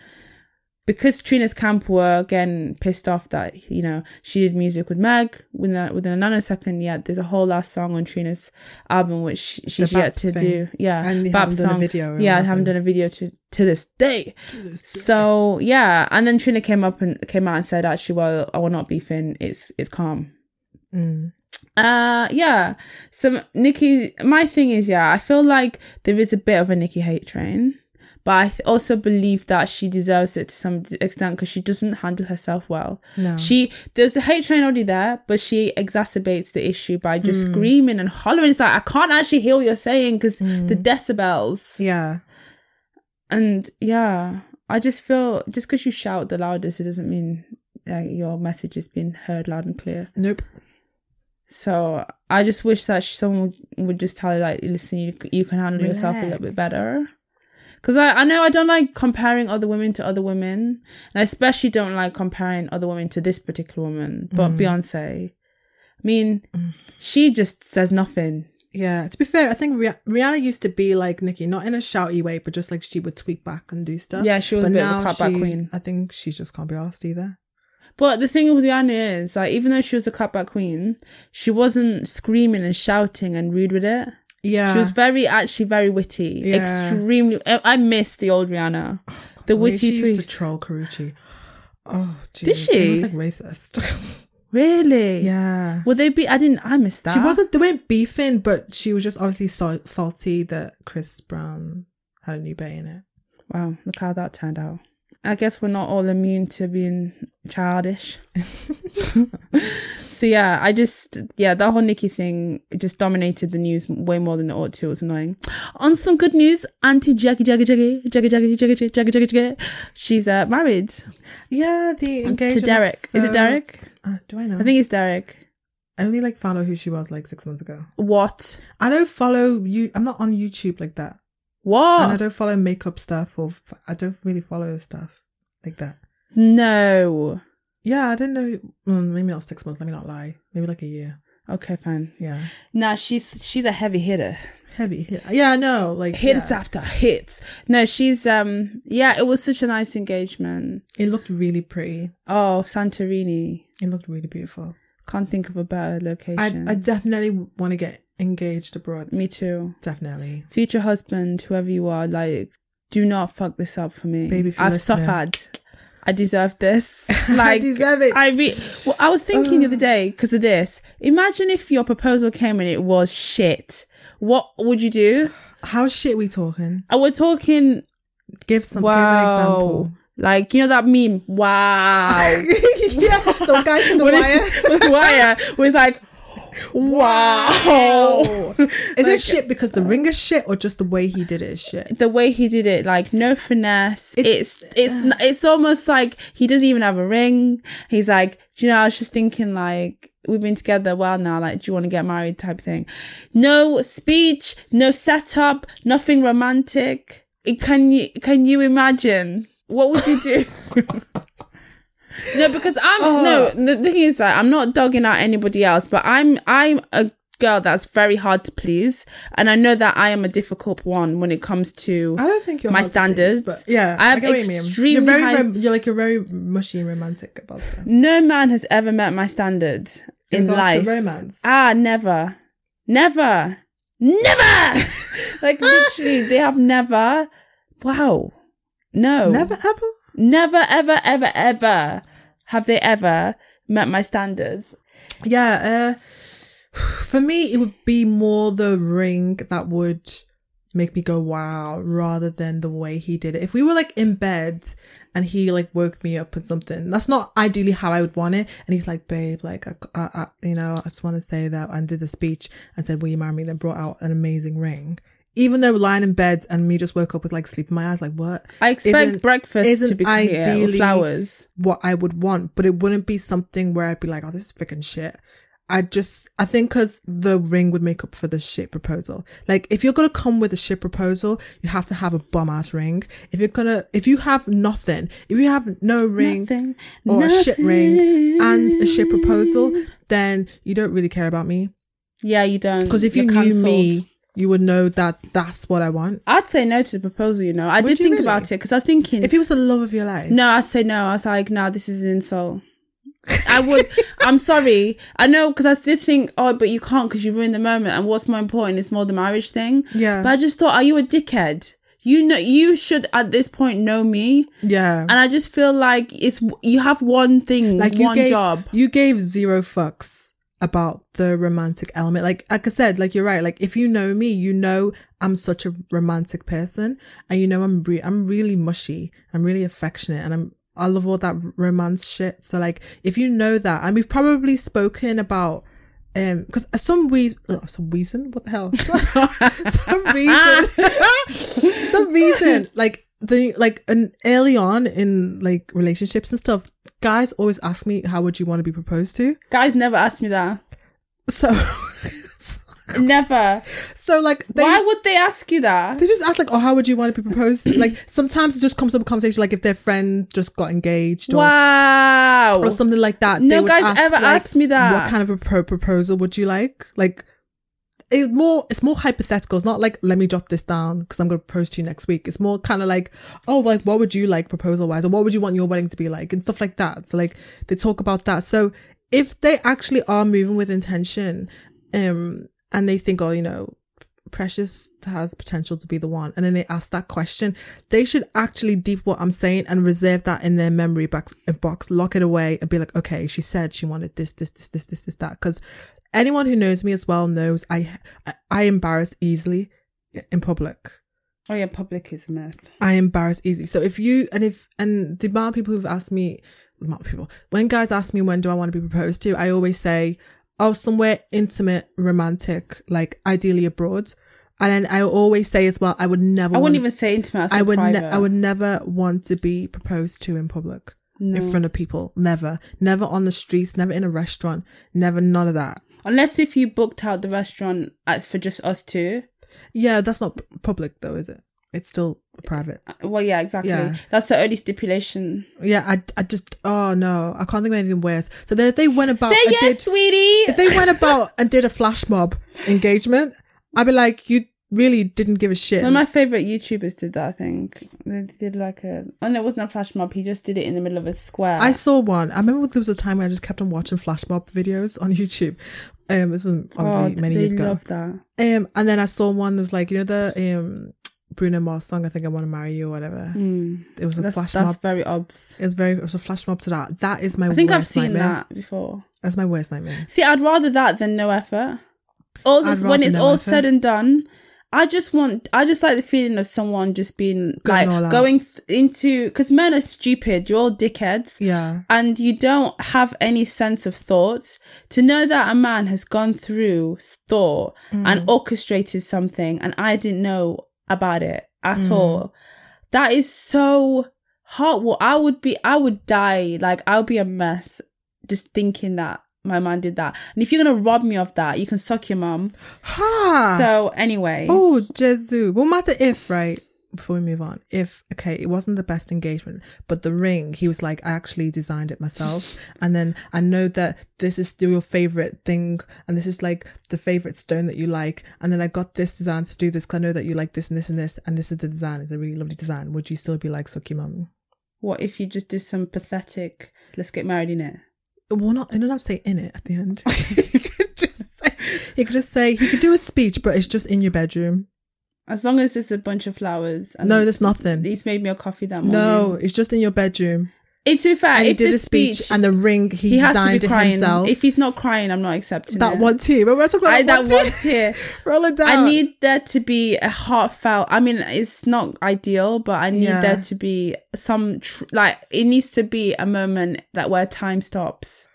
S1: Because Trina's camp were again pissed off that you know she did music with Meg within a, within a nanosecond. Yet there's a whole last song on Trina's album which she, she's yet
S2: Baps
S1: to
S2: thing.
S1: do. Yeah,
S2: And they
S1: Bap
S2: haven't done a video or
S1: Yeah, I haven't
S2: nothing.
S1: done a video to to this day. So yeah, and then Trina came up and came out and said, actually, well, I will not be Finn. It's it's calm.
S2: Mm.
S1: Uh, yeah. So Nikki, my thing is, yeah, I feel like there is a bit of a Nikki hate train, but I th- also believe that she deserves it to some d- extent because she doesn't handle herself well.
S2: No.
S1: She there's the hate train already there, but she exacerbates the issue by just screaming and hollering. It's like I can't actually hear what you're saying because
S2: Hmm.
S1: the decibels.
S2: Mm, Yeah,
S1: And yeah, I just feel just because you shout the loudest, it doesn't mean like your message is being heard loud and clear.
S2: nope.
S1: So I just wish that sh- someone would, would just tell you, like, listen, you, c- you can handle yourself a little bit
S2: Relax.
S1: better. Because I, I know I don't like comparing other women to other women. And I especially don't like comparing other women to this particular woman, but
S2: Mm.
S1: Beyonce. I mean, she just says nothing.
S2: Yeah, to be fair, I think Rih- Rihanna used to be like Nicki, not in a shouty way, but just like she would tweak back and do stuff.
S1: Yeah, she was
S2: but
S1: a bit of
S2: now
S1: a clapback
S2: she-
S1: queen.
S2: I think she just can't be asked either.
S1: But the thing with Rihanna is, like, even though she was a clapback queen, she wasn't screaming and shouting and rude with it.
S2: Yeah,
S1: She was very, actually, very witty.
S2: Ah. Yeah. Oh,
S1: Extremely. I I miss the old Rihanna. The
S2: way
S1: witty
S2: she used to
S1: tweet.
S2: troll Carucci. Oh, geez. It
S1: she?
S2: was like racist. [laughs]
S1: Really?
S2: yeah.
S1: Will they be? I didn't. I missed that.
S2: She wasn't. They weren't beefing, but she was just obviously sal- salty that Chris Brown had a new bay in it.
S1: Wow. Look how that turned out. I guess we're not all immune to being
S2: [laughs]
S1: childish. so yeah, I just yeah that whole Nikki thing just dominated the news way more than it ought to. It was annoying. On some good news, Auntie Jaggy Jaggy Jaggy Jaggy Jaggy Jaggy Jaggy Jaggy Jaggy Jaggy, she's uh, married
S2: Yeah, the engagement.
S1: to Derek. Is
S2: so-
S1: it Derek?
S2: Uh, do I know?
S1: I think it's Derek.
S2: I only like follow who she was like six months ago.
S1: What?
S2: I don't follow you. I'm not on YouTube like that, and I
S1: What?
S2: don't follow makeup stuff or f- I don't really follow stuff like that.
S1: No.
S2: Yeah, I didn't know. Well, maybe not six months. Let me not lie. Maybe like a year.
S1: Okay, fine.
S2: Yeah,
S1: Nah, she's she's a heavy hitter.
S2: heavy hit. Yeah, I know. Like
S1: Hits
S2: yeah.
S1: after hits. No, she's um yeah, it was such a nice engagement.
S2: It looked really pretty.
S1: Oh, Santorini.
S2: It looked really beautiful.
S1: Can't think of a better
S2: I
S1: location.
S2: I definitely want to get engaged abroad.
S1: Me too.
S2: definitely.
S1: Future husband, whoever you are, like, do not fuck this up for me.
S2: Baby, if you're
S1: I've
S2: listening.
S1: suffered. I deserve this.
S2: [laughs] I
S1: Like,
S2: deserve it.
S1: I re- well, I was thinking the other day because of this. Imagine if your proposal came and it was shit. What would you do?
S2: How shit we talking?
S1: And we're talking,
S2: Give some.
S1: wow.
S2: Give
S1: Like, you know that meme? Wow.
S2: an example. [laughs] yeah, the guy from the
S1: When
S2: wire.
S1: it's- [laughs] with wire was like,
S2: [laughs]
S1: wow.
S2: Is it shit because the ring is shit or just the way he did it is shit?
S1: the way he did it, like no finesse. It's
S2: It's-
S1: it's n it's almost like he doesn't even have a ring. He's like, do you know, I was just thinking like we've been together a while now. Like, do you want to get married? Type thing. No speech, no setup, nothing romantic. It- Can you can you imagine what would you do? No, because I'm
S2: Oh.
S1: no. The thing is, like, I'm not dogging out anybody else, but I'm I'm a girl that's very hard to please, and I know that I am a difficult one when it comes to
S2: I don't think you're
S1: my
S2: hard to please,
S1: standards.
S2: but yeah,
S1: I have
S2: get what you mean.
S1: extremely
S2: You're very,
S1: high-
S2: rom- you're like you're very mushy and romantic about stuff.
S1: No man has ever met my standard in
S2: regards
S1: life.
S2: to romance.
S1: Ah, never, never, never. [laughs] like literally, they have never. Wow, no,
S2: Never ever.
S1: never, ever, ever, ever have they ever met my standards.
S2: Yeah. Uh, for me, it would be more the ring that would make me go wow rather than the way he did it. If we were like in bed and he like woke me up with something, that's not ideally how I would want it. And he's like, babe, like, I, I, I- you know, I just want to say that and did the speech and said, will you marry me? Then brought out an amazing ring. Even though lying in bed and me just woke up with like sleep in my eyes, like what?
S1: I expect
S2: Isn't-
S1: breakfast to
S2: isn't
S1: be clear with
S2: ideally-
S1: flowers.
S2: what I would want, but it wouldn't be something where I'd be like, oh, this is freaking shit. I just, I think because the ring would make up for the shit proposal. Like, if you're going to come with a shit proposal, you have to have a bum ass ring. If you're going to, if you have nothing, if you have no ring
S1: Nothing,
S2: or a shit ring and a shit
S1: nothing.
S2: proposal, then you don't really care about me.
S1: Yeah, you don't.
S2: Because if you
S1: You're
S2: knew
S1: cancelled.
S2: me, you would know that that's what I want.
S1: I'd say no to the proposal. You know, I did
S2: you
S1: think
S2: really?
S1: about it because I was thinking.
S2: If he was the love of your life,
S1: no, I said no. I was like, nah, this is an insult. I
S2: [laughs]
S1: would. I'm sorry. I know because I did think, oh, but you can't because you ruined the moment. And what's more important is more the marriage thing.
S2: Yeah.
S1: But I just thought, are you a dickhead? You know, you should at this point know me.
S2: yeah.
S1: And I just feel like it's you have one thing,
S2: like
S1: like
S2: you
S1: one
S2: gave,
S1: job.
S2: You gave zero fucks about the romantic element. Like like I said, like you're right. Like if you know me, you know I'm such a romantic person, and you know I'm re- I'm really mushy. I'm really affectionate, and I'm I love all that romance shit. So like if you know that, and we've probably spoken about. Um, because some reason, some reason, what the hell? [laughs] some
S1: [laughs]
S2: reason, some reason, like the like an early on in like relationships and stuff, guys always ask me how would you want to be proposed to.
S1: Guys never asked me that.
S2: So, [laughs]
S1: Never.
S2: so like they
S1: Why would they ask you that?
S2: they just ask like, oh, how would you want to be proposed? to? like sometimes it just comes up a conversation like if their friend just got engaged or.
S1: Wow.
S2: Or something like that.
S1: No
S2: they would
S1: guys ever asked me that.
S2: What kind of a pro- proposal would you like? Like, it's more. It's more hypothetical. It's not like let me jot this down because I'm going to propose to you next week. It's more kind of like, oh, like what would you like proposal wise, or what would you want your wedding to be like, and stuff like that. So like they talk about that. So if they actually are moving with intention, um, and they think, oh, you know. Precious has potential to be the one, and then they ask that question. They should actually deep what I'm saying and reserve that in their memory box, uh, box, lock it away, and be like, okay, she said she wanted this, this, this, this, this, this, that. Because anyone who knows me as well knows I I embarrass easily in public.
S1: Oh yeah, public is a myth.
S2: I embarrass easily. So if you and if and the amount of people who've asked me, the amount of people when guys ask me when do I want to be proposed to, I always say, oh, somewhere intimate, romantic, like ideally abroad. And then I always say as well, I would never.
S1: I
S2: want-
S1: wouldn't even say intimate.
S2: I would. Ne-
S1: Private.
S2: I would never want to be proposed to in public,
S1: No.
S2: in front of people. Never. Never on the streets. Never in a restaurant. Never none of that.
S1: Unless if you booked out the restaurant as for just us two.
S2: Yeah, that's not p- public though, is it? It's still private.
S1: Uh, Well, yeah, exactly.
S2: Yeah.
S1: That's the only stipulation.
S2: Yeah, I, I just oh no, I can't think of anything worse. So then if they went about
S1: Say
S2: and
S1: yes,
S2: did-
S1: sweetie.
S2: if they went about and did a flash mob engagement, I'd be like, you really didn't give a shit.
S1: One of my favorite YouTubers did that. I think they did like a. Oh no, it wasn't a flash mob. He just did it in the middle of a square.
S2: I saw one. I remember there was a time when I just kept on watching flash mob videos on [laughs] YouTube. Um, this was obviously
S1: oh,
S2: many
S1: they
S2: years ago.
S1: love that.
S2: Um, and then I saw one that was like, you know, the um Bruno Mars song, I think I want to marry you or whatever.
S1: Mm.
S2: It was a
S1: That's
S2: flash
S1: that's
S2: mob.
S1: very obs.
S2: It was very. It was a flash mob to that. That is my.
S1: I think
S2: worst
S1: I've seen
S2: nightmare.
S1: that before.
S2: That's my worst nightmare.
S1: See, I'd rather that than no effort. All
S2: I'd
S1: this, when
S2: rather
S1: it's
S2: no
S1: all
S2: effort.
S1: said and done, I just want, I just like the feeling of someone just being
S2: Going all
S1: like
S2: out.
S1: going th- into, because men are stupid, you're all dickheads,
S2: Yeah.
S1: and you don't have any sense of thought. To know that a man has gone through s- thought
S2: Mm.
S1: and orchestrated something, and I didn't know about it at
S2: Mm.
S1: all, that is so hot. Well, I would be, I would die. Like, I would be a mess just thinking that my man did that. And if you're going to rob me of that, you can suck your mum.
S2: Ha.
S1: So, anyway.
S2: oh, Jesu. Well, matter if right. Before we move on, if okay, it wasn't the best engagement, but the ring, he was like, I actually designed it myself, and then I know that this is still your favorite thing, and this is like the favorite stone that you like, and then I got this design to do this because I know that you like this and this and this, and this is the design. It's a really lovely design. Would you still be like, suck your mum?
S1: What if you just did some pathetic, let's get married in it?
S2: Well, not. I don't have to say in it at the end. [laughs] he could just say he could just say he could do a speech, but it's just in your bedroom.
S1: As long as there's a bunch of flowers. And
S2: No, there's nothing.
S1: He's made me a coffee that morning.
S2: No, it's just in your bedroom.
S1: It's too fair.
S2: And he
S1: If
S2: did
S1: the
S2: a speech,
S1: speech,
S2: and the ring he,
S1: he has to
S2: designed
S1: be
S2: it
S1: crying.
S2: himself.
S1: If he's not crying, I'm not accepting
S2: that
S1: it.
S2: one too. Remember I talked about
S1: I,
S2: that,
S1: that
S2: one
S1: one
S2: too?
S1: tear.
S2: [laughs] Roll it down.
S1: I need there to be a heartfelt. I mean, it's not ideal, but I need
S2: Yeah.
S1: there to be some tr- like it needs to be a moment that where time stops.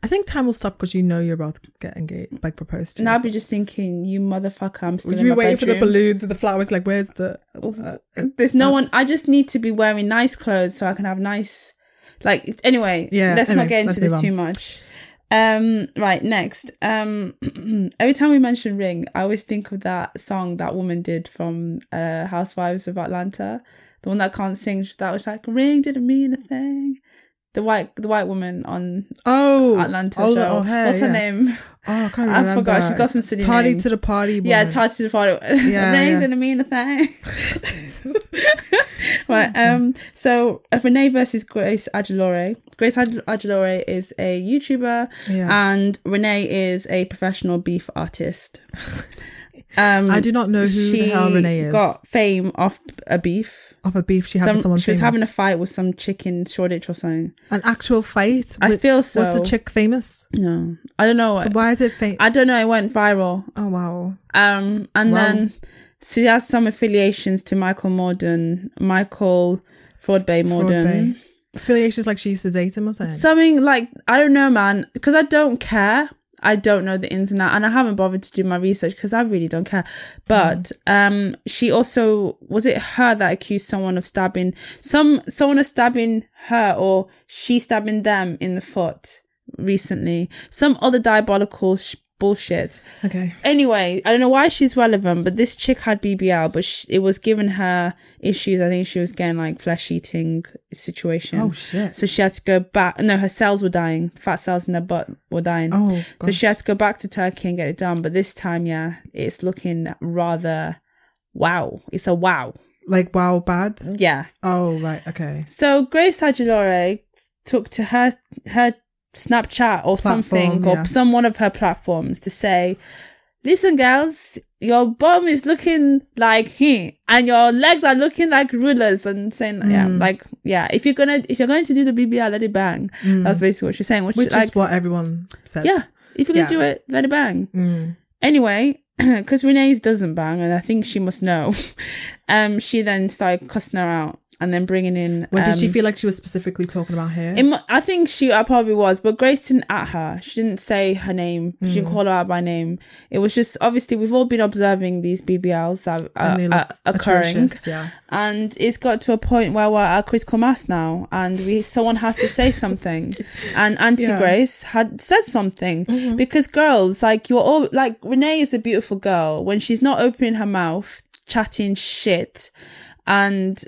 S2: I think time will stop because you know you're about to get engaged, like proposed to.
S1: And I'll
S2: so-
S1: be just thinking, you motherfucker, I'm still
S2: Would
S1: in
S2: you
S1: my
S2: be waiting for the
S1: bedroom.
S2: balloons and the flowers? Like, where's the? uh,
S1: There's no one. I just need to be wearing nice clothes so I can have nice. Like anyway,
S2: Yeah,
S1: Let's
S2: anyway,
S1: not get
S2: let's
S1: into this
S2: move
S1: too
S2: on.
S1: much. Um. Right. Next. Um. [clears throat] every time we mention Ring, I always think of that song that woman did from uh Housewives of Atlanta, the one that can't sing. That was like Ring didn't mean a thing. The white, the white woman on
S2: Oh,
S1: Atlanta.
S2: Oh,
S1: show.
S2: oh, hey,
S1: What's
S2: yeah.
S1: her name?
S2: Oh, I can't
S1: I
S2: remember.
S1: forgot. She's got some silly
S2: Tardy
S1: name.
S2: to the party. Woman.
S1: Yeah, tied to the photo. [laughs]
S2: Yeah,
S1: Rain
S2: yeah.
S1: didn't mean a thing. [laughs]
S2: [laughs]
S1: right. Um. So uh, Renee versus Grace Aguilera. Grace Ag- Aguilera is a YouTuber,
S2: Yeah.
S1: and Renee is a professional beef
S2: [laughs]
S1: artist. Um,
S2: I do not know who the hell Renee is.
S1: got fame off a beef.
S2: of a beef she had
S1: Some,
S2: with
S1: she
S2: someone
S1: was
S2: famous.
S1: having a fight with some chick in Shoreditch or something.
S2: an actual fight.
S1: I
S2: with-
S1: feel so.
S2: Was the chick famous?
S1: No, I don't know.
S2: So why is it famous?
S1: I don't know. It went viral.
S2: oh wow.
S1: Um, and
S2: Wow.
S1: then she has some affiliations to Michael Morden, Michael Fraudbay Morden.
S2: Broadway. Affiliations like she used to date him or something.
S1: Something like, I don't know, man, because I don't care. I don't know the internet and I haven't bothered to do my research because I really don't care. But um she also was it her that accused someone of stabbing some someone of stabbing her or she stabbing them in the foot recently. Some other diabolical sh- bullshit
S2: okay.
S1: anyway, I don't know why she's relevant, but this chick had BBL, but sh it was giving her issues. I think she was getting like flesh eating situation.
S2: Oh shit.
S1: So she had to go back. No, her cells were dying. Fat cells in her butt were dying.
S2: oh.
S1: so
S2: gosh.
S1: she had to go back to Turkey and get it done. But this time, yeah, it's looking rather wow. It's a wow.
S2: like wow bad.
S1: Yeah.
S2: Oh right. Okay.
S1: So Grace Aguilera took to her her Snapchat or something or
S2: yeah.
S1: some one of her platforms to say, "Listen, girls, your bum is looking like he, and your legs are looking like rulers," and saying, "Yeah,
S2: Mm.
S1: like yeah, if you're gonna if you're going to do the BBL, let it bang." That's basically what she's saying, which,
S2: Mm. Which
S1: is like
S2: is what everyone says.
S1: yeah, if you're gonna
S2: yeah.
S1: do it, let it bang.
S2: Mm.
S1: Anyway, [clears throat] because Renee's doesn't bang, and I think she must know. [laughs] um, she then started cussing her out, and then bringing in.
S2: Well, did she
S1: um,
S2: feel like she was specifically talking about her?
S1: it mu- I think she I probably was, but Grace didn't at her. She didn't say her name. She
S2: Mm.
S1: didn't call her out by name. It was just obviously we've all been observing these BBLs that
S2: And they
S1: are,
S2: look
S1: are uh, occurring,
S2: atrocious, yeah.
S1: and it's got to a point where we're at critical mass now, and we someone has to say something. and Auntie
S2: Yeah.
S1: Grace had said something because girls like you're all like Renee is a beautiful girl when she's not opening her mouth, chatting shit, and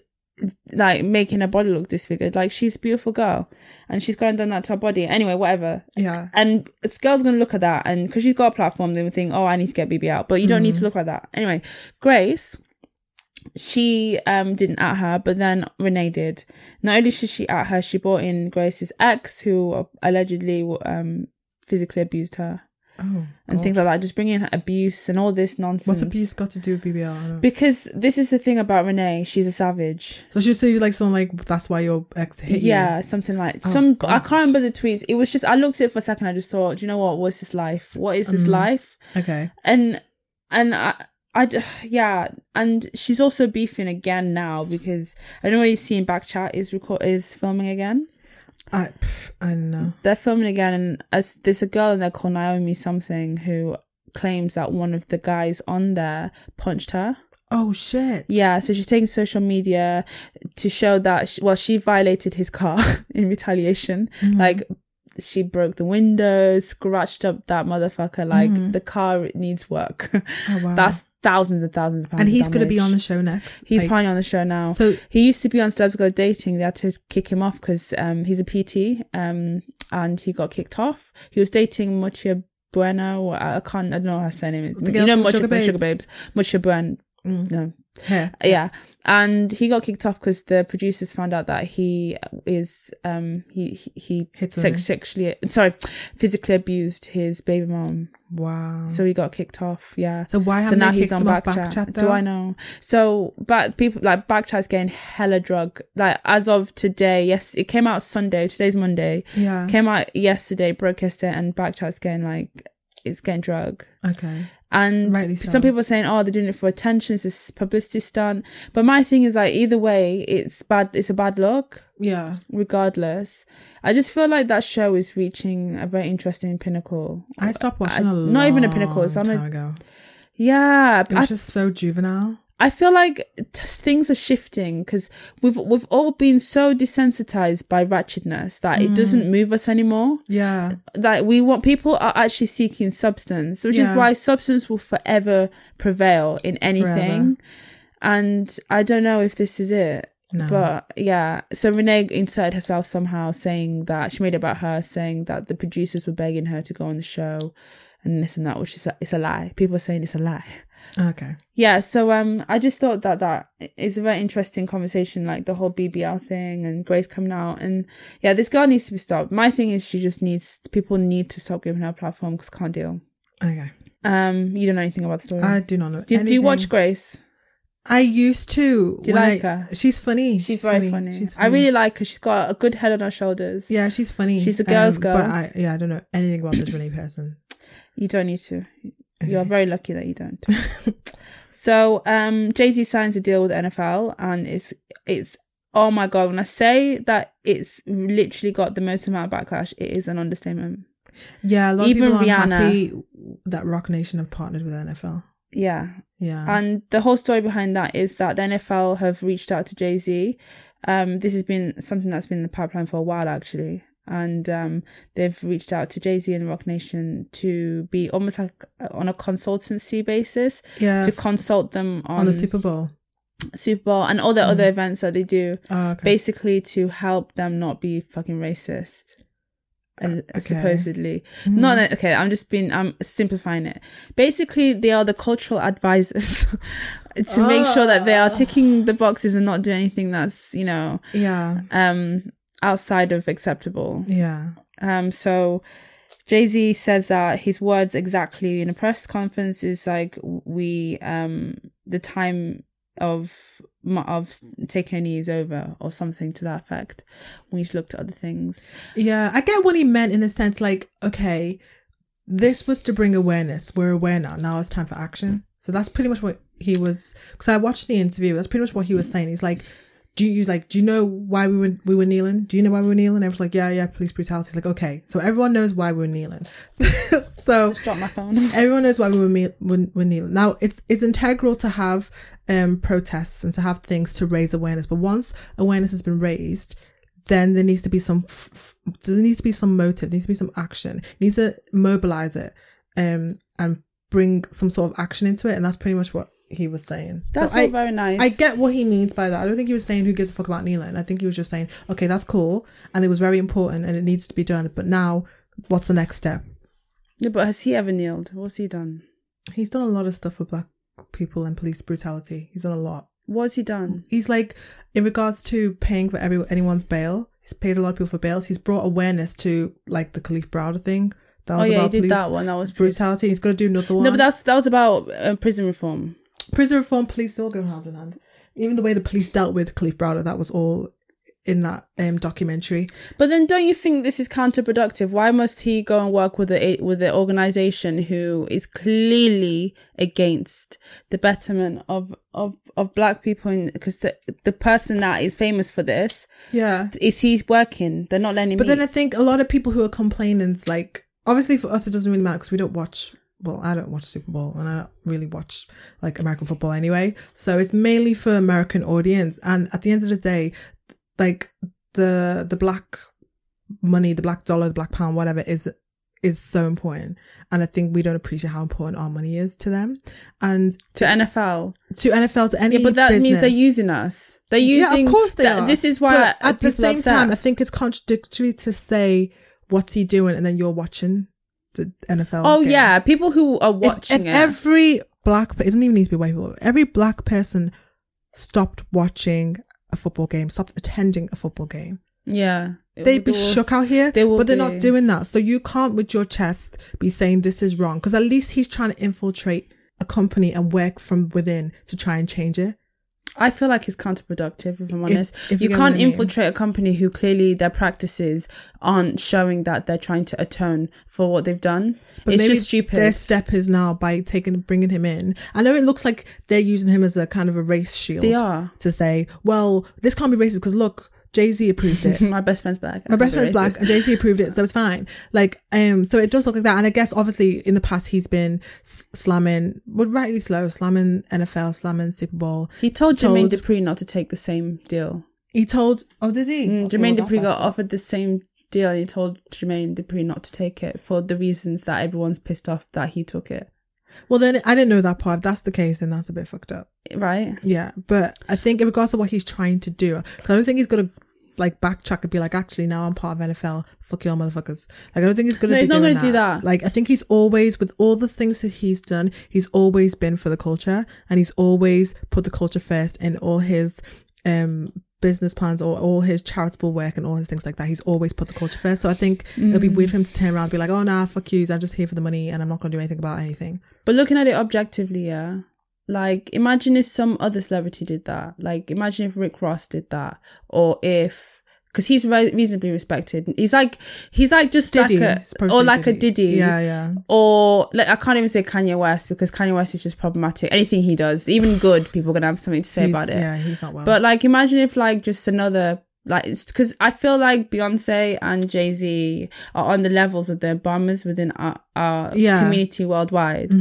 S1: like making her body look disfigured. Like she's a beautiful girl, and she's gone and done that to her body. Anyway, whatever.
S2: Yeah.
S1: And this girl's gonna look at that, and because she's got a platform, they would think, "Oh, I need to get BB out," but you don't need
S2: Mm.
S1: to look like that. Anyway, Grace, she um didn't at her, but then Renee did. Not only should she at her, she brought in Grace's ex, who uh, allegedly um physically abused her
S2: Oh.
S1: and
S2: God.
S1: things like that. Just bringing abuse and all this nonsense.
S2: What's abuse got to do with BBL? I don't know.
S1: Because this is the thing about Renee, she's a savage.
S2: So she say like something like that's why your ex hit
S1: yeah,
S2: you.
S1: something like
S2: Oh,
S1: some. I
S2: God.
S1: can't remember the tweets. It was just I looked at it for a second. I just thought, "Do you know what? What's this life? What is this
S2: Mm.
S1: life?
S2: Okay.
S1: And and I, I d- yeah. And she's also beefing again now because I know what you see in back chat is record is filming again.
S2: I pff, I don't know.
S1: They're filming again, and as there's a girl in there called Naomi something who claims that one of the guys on there punched her.
S2: Oh shit.
S1: Yeah, so she's taking social media to show that she, well, she violated his car [laughs] in retaliation. Like she broke the windows, scratched up that motherfucker. Like the car needs work. [laughs]
S2: Oh, wow.
S1: That's thousands and thousands of pounds.
S2: and
S1: of
S2: he's gonna be
S1: damage.
S2: on the show next.
S1: He's
S2: Like,
S1: probably on the show now.
S2: So-
S1: So he used to be on Celebs Go Dating. They had to kick him off because um, he's a PT um, and he got kicked off. He was dating Mucha Bueno. or I I can't. I don't know her surname is.
S2: The girl
S1: You know
S2: from
S1: Mucha
S2: Sugar
S1: from Sugar
S2: Babes?
S1: Babes. Mucha Bueno. No,
S2: yeah.
S1: yeah and he got kicked off because the producers found out that he is um he he, he
S2: Hits
S1: sex-
S2: women.
S1: sexually sorry physically abused his baby mom
S2: Wow. So,
S1: so he got kicked off yeah
S2: why haven't they kicked him off back chat though?
S1: do i know so but people like backchat's getting hella drug like as of today yes it came out sunday today's monday
S2: Yeah.
S1: came out yesterday broadcast it and backchat's getting like it's getting drug
S2: okay.
S1: and
S2: Rightly so.
S1: some people are saying, oh, they're doing it for attention. It's this publicity stunt. But my thing is like, either way, it's bad. It's a bad look,
S2: Yeah.
S1: regardless. I just feel like that show is reaching a very interesting pinnacle.
S2: I stopped watching a
S1: not even a pinnacle, it's
S2: long
S1: on a-
S2: time ago.
S1: Yeah,
S2: It
S1: I,
S2: was just so juvenile.
S1: I feel like t- things are shifting because we've we've all been so desensitized by ratchetness that it
S2: Mm.
S1: doesn't move us anymore. Uh,
S2: Yeah.
S1: like we want people are actually seeking substance which
S2: Yeah.
S1: is why substance will forever prevail in anything and i don't know if this is it
S2: No.
S1: but yeah so renee inserted herself somehow saying that she made it about her saying that the producers were begging her to go on the show and this and that which is a, it's a lie people are saying it's a lie
S2: Okay.
S1: yeah so um i just thought that that is a very interesting conversation like the whole bbl thing and grace coming out and yeah this girl needs to be stopped my thing is she just needs people need to stop giving her a platform because can't deal
S2: Okay.
S1: um you don't know anything about the story
S2: I do not know.
S1: do, do you
S2: anything.
S1: watch grace
S2: I used to.
S1: Do you
S2: when
S1: like
S2: I-
S1: her?
S2: She's funny.
S1: she's, very funny.
S2: She's
S1: i really like her she's got a good head on her shoulders
S2: Yeah, she's funny. Um,
S1: She's a girl's girl.
S2: But I, yeah, I don't know anything about this Renee person.
S1: you don't need to you're very lucky that you don't so um jay-z signs a deal with nfl and it's it's oh my god when i say that it's literally got the most amount of backlash it is an understatement
S2: Yeah, a lot
S1: Even
S2: of people are
S1: Rihanna.
S2: happy that Rock Nation have partnered with NFL.
S1: yeah
S2: Yeah.
S1: and the whole story behind that is that the nfl have reached out to jay-z um this has been something that's been in the pipeline for a while actually and um they've reached out to jay-z and rock nation to be almost like on a consultancy basis
S2: yeah.
S1: to consult them on,
S2: on the Super Bowl.
S1: Super Bowl and all the other events that they do,
S2: Oh, Mm-hmm. okay.
S1: basically to help them not be fucking racist. And
S2: okay. Mm-hmm.
S1: supposedly not that- okay i'm just being i'm simplifying it basically they are the cultural advisors [laughs] to make sure that they are
S2: Ah.
S1: ticking the boxes and not doing anything that's you know
S2: yeah.
S1: um outside of acceptable
S2: Yeah.
S1: um, so Jay Z says that his words exactly in a press conference is like we um the time of m- of taking a knee is over or something to that effect. We need to look to other things.
S2: Yeah. I get what he meant in the sense like, okay, this was to bring awareness. We're aware now. Now it's time for action. So that's pretty much what he was. Because I watched the interview. That's pretty much what he was saying. He's like, "Do you like? Do you know why we were we were kneeling? Do you know why we were kneeling?" Everyone's like, "Yeah, yeah, police brutality." He's like, "Okay, so everyone knows why we were kneeling." [laughs] so
S1: Drop my phone.
S2: [laughs] everyone knows why we were, me- were, were kneeling. Now it's it's integral to have um protests and to have things to raise awareness. But once awareness has been raised, then there needs to be some f- f- there needs to be some motive, there needs to be some action, you need to mobilize it, um, and bring some sort of action into it. And that's pretty much what he was saying. So
S1: That's
S2: I-
S1: all very nice.
S2: I get what he means by that. I don't think he was saying who gives a fuck about kneeling. I think he was just saying, okay, that's cool, and it was very important, and it needs to be done. But now, what's the next step?
S1: No, but has he ever kneeled? What's he done?
S2: He's done a lot of stuff for black people and police brutality. He's done a lot.
S1: What's he done?
S2: He's like, in regards to paying for every, anyone's bail, he's paid a lot of people for bails. He's brought awareness to like the Khalif Browder thing. That
S1: Oh
S2: was
S1: yeah, he
S2: about
S1: did
S2: police
S1: that one. That was pretty-
S2: brutality. He's going to do another one.
S1: No, but that's that was about uh, prison reform.
S2: prison reform, police, they all go hand in hand. Even the way the police dealt with Khalif Browder, that was all in that um, documentary.
S1: But then, don't you think this is counterproductive? Why must he go and work with a with an organization who is clearly against the betterment of of of black people? Because the the person that is famous for this
S2: Yeah.
S1: is he working? They're not letting.
S2: But
S1: him
S2: then I think a lot of people who are complaining, it's like obviously for us it doesn't really matter because we don't watch. Well, I don't watch Super Bowl, and I don't really watch like American football anyway. So it's mainly for American audience. And at the end of the day, like the the black money, the black dollar, the black pound, whatever is is so important. And I think we don't appreciate how important our money is to them and
S1: to NFL.
S2: to NFL to any.
S1: Yeah, but that means
S2: business.
S1: they're using us. They're using.
S2: Yeah, of course they
S1: that-
S2: are.
S1: This is why
S2: But at
S1: people
S2: the
S1: are
S2: same
S1: upset.
S2: time, I think it's contradictory to say what's he doing and then you're watching the NFL.
S1: Oh
S2: game.
S1: yeah, people who are
S2: If-
S1: watching
S2: if,
S1: it.
S2: every black it doesn't even need to be white people. if Every black person stopped watching a football game, stopped attending a football game.
S1: yeah, It
S2: They'd be
S1: would all-
S2: shook out here,
S1: they will
S2: but they're
S1: be.
S2: not doing that. So you can't, with your chest, be saying this is wrong because at least he's trying to infiltrate a company and work from within to try and change it.
S1: I feel like it's counterproductive, if I'm honest.
S2: if
S1: you
S2: you get
S1: can't
S2: what I mean.
S1: infiltrate a company who clearly their practices aren't showing that they're trying to atone for what they've done. it's
S2: maybe
S1: just
S2: Their
S1: stupid.
S2: step is now by taking bringing him in. I know it looks like they're using him as a kind of a race shield.
S1: They are. [laughs]
S2: to say, well, this can't be racist because look, Jay Z approved
S1: [laughs]
S2: it.
S1: My best friend's black. I
S2: My best
S1: can't
S2: friend's
S1: be
S2: black,
S1: racist.
S2: and Jay Z approved it, so it's fine. Like, um, so it does look like that. And I guess obviously in the past he's been s- slamming, well, rightly slow, slamming NFL, slamming Super Bowl.
S1: He told Jermaine
S2: Told-
S1: Dupri not to take the same deal.
S2: He told, oh, did he?
S1: Mm,
S2: Okay,
S1: Jermaine
S2: well,
S1: Dupri
S2: that's-
S1: got offered the same deal and he told Jermaine Dupri not to take it for the reasons that everyone's pissed off that he took it.
S2: Well, then I didn't know that part. If that's the case, then that's a bit fucked up.
S1: Right?
S2: Yeah, but I think in regards to what he's trying to do, 'cause I don't think he's gonna like backtrack and be like, actually, now I'm part of NFL. Fuck y'all, motherfuckers. Like, I don't think he's gonna.
S1: No,
S2: be
S1: he's not
S2: doing
S1: gonna do that.
S2: Like, I think he's always with all the things that he's done. He's always been for the culture, and he's always put the culture first in all his um business plans or all his charitable work and all his things like that. He's always put the culture first. So I think it'll be
S1: Mm.
S2: weird for him to turn around and be like, oh nah, fuck yous. I'm just here for the money, and I'm not gonna do anything about anything.
S1: But looking at it objectively, yeah. Like, imagine if some other celebrity did that. Like, imagine if Rick Ross did that, or if because he's re- reasonably respected. He's like he's like just
S2: Diddy,
S1: like
S2: it's
S1: a
S2: supposed to
S1: or
S2: be
S1: like a Diddy,
S2: Yeah, yeah.
S1: Or like I can't even say Kanye West because Kanye West is just problematic. Anything he does, even good, people are gonna have something to say
S2: He's-
S1: about it.
S2: Yeah, he's not well.
S1: But like, imagine if like just another like, because I feel like Beyonce and Jay Z are on the levels of the Obamas within our, our
S2: Yeah. Mm-hmm.
S1: community worldwide.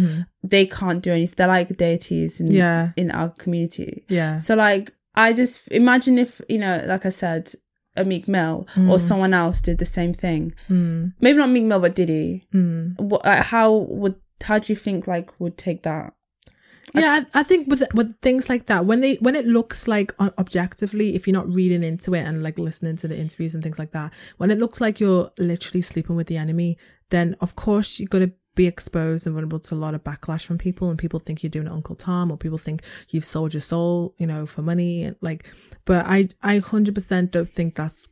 S1: They can't do anything. They're like deities in
S2: Yeah.
S1: in our community.
S2: yeah.
S1: So like, I just imagine if you know, like I said, a Meek Mill or someone else did the same thing.
S2: Mm,
S1: Maybe not Meek Mill, but Diddy.
S2: mm.
S1: What, like, how would how do you think like would take that?
S2: Yeah, I, I think with with things like that, when they when it looks like uh, objectively, if you're not reading into it and like listening to the interviews and things like that, when it looks like you're literally sleeping with the enemy, then of course you're gonna be exposed and vulnerable to a lot of backlash from people, and people think you're doing it Uncle Tom, or people think you've sold your soul, you know, for money. And like, but I I hundred percent don't think that's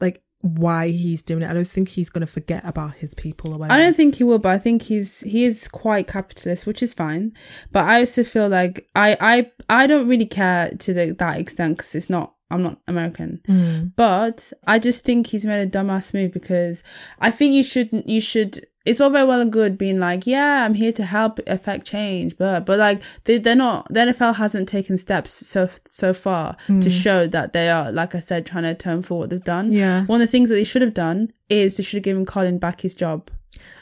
S2: like why he's doing it. I don't think he's gonna forget about his people or whatever.
S1: I don't think he will, but I think he's he is quite capitalist, which is fine. But I also feel like I I I don't really care to the, that extent because it's not I'm not American.
S2: Mm.
S1: But I just think he's made a dumbass move because I think you shouldn't, you should, it's all very well and good being like, yeah, I'm here to help affect change, but, but like, they, they're not, the NFL hasn't taken steps so, so far to show that they are, like I said, trying to atone for what they've done.
S2: Yeah.
S1: One of the things that they should have done is they should have given Colin back his job.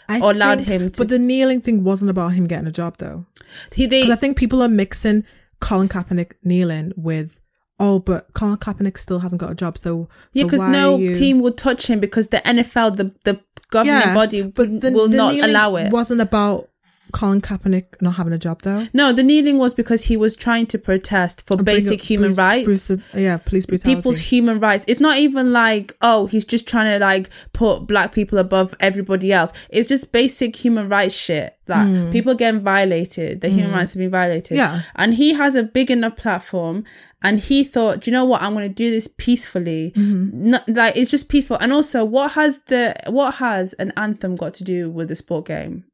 S2: I
S1: Or allowed him to-
S2: But the kneeling thing wasn't about him getting a job though.
S1: He, they,
S2: 'Cause I think people are mixing Colin Kaepernick kneeling with oh, but Colin Kaepernick still hasn't got a job, so
S1: Yeah,
S2: so
S1: because
S2: why
S1: no
S2: are you-
S1: team would touch him because the NFL, the the governing body,
S2: the-
S1: will
S2: the
S1: not
S2: kneeling
S1: allow it.
S2: Wasn't about Colin Kaepernick not having a job though.
S1: no, the kneeling was because he was trying to protest for
S2: Bring
S1: basic
S2: up
S1: human
S2: police-
S1: rights,
S2: police- yeah, police brutality.
S1: people's human rights. It's not even like oh, he's just trying to like put black people above everybody else. It's just basic human rights shit that people getting violated. Their human rights are being violated.
S2: Hmm. Yeah.
S1: and he has a big enough platform. And he thought, do you know what? I'm going to do this peacefully.
S2: Mm-hmm.
S1: Not, like it's just peaceful. And also, what has the what has an anthem got to do with the sport game?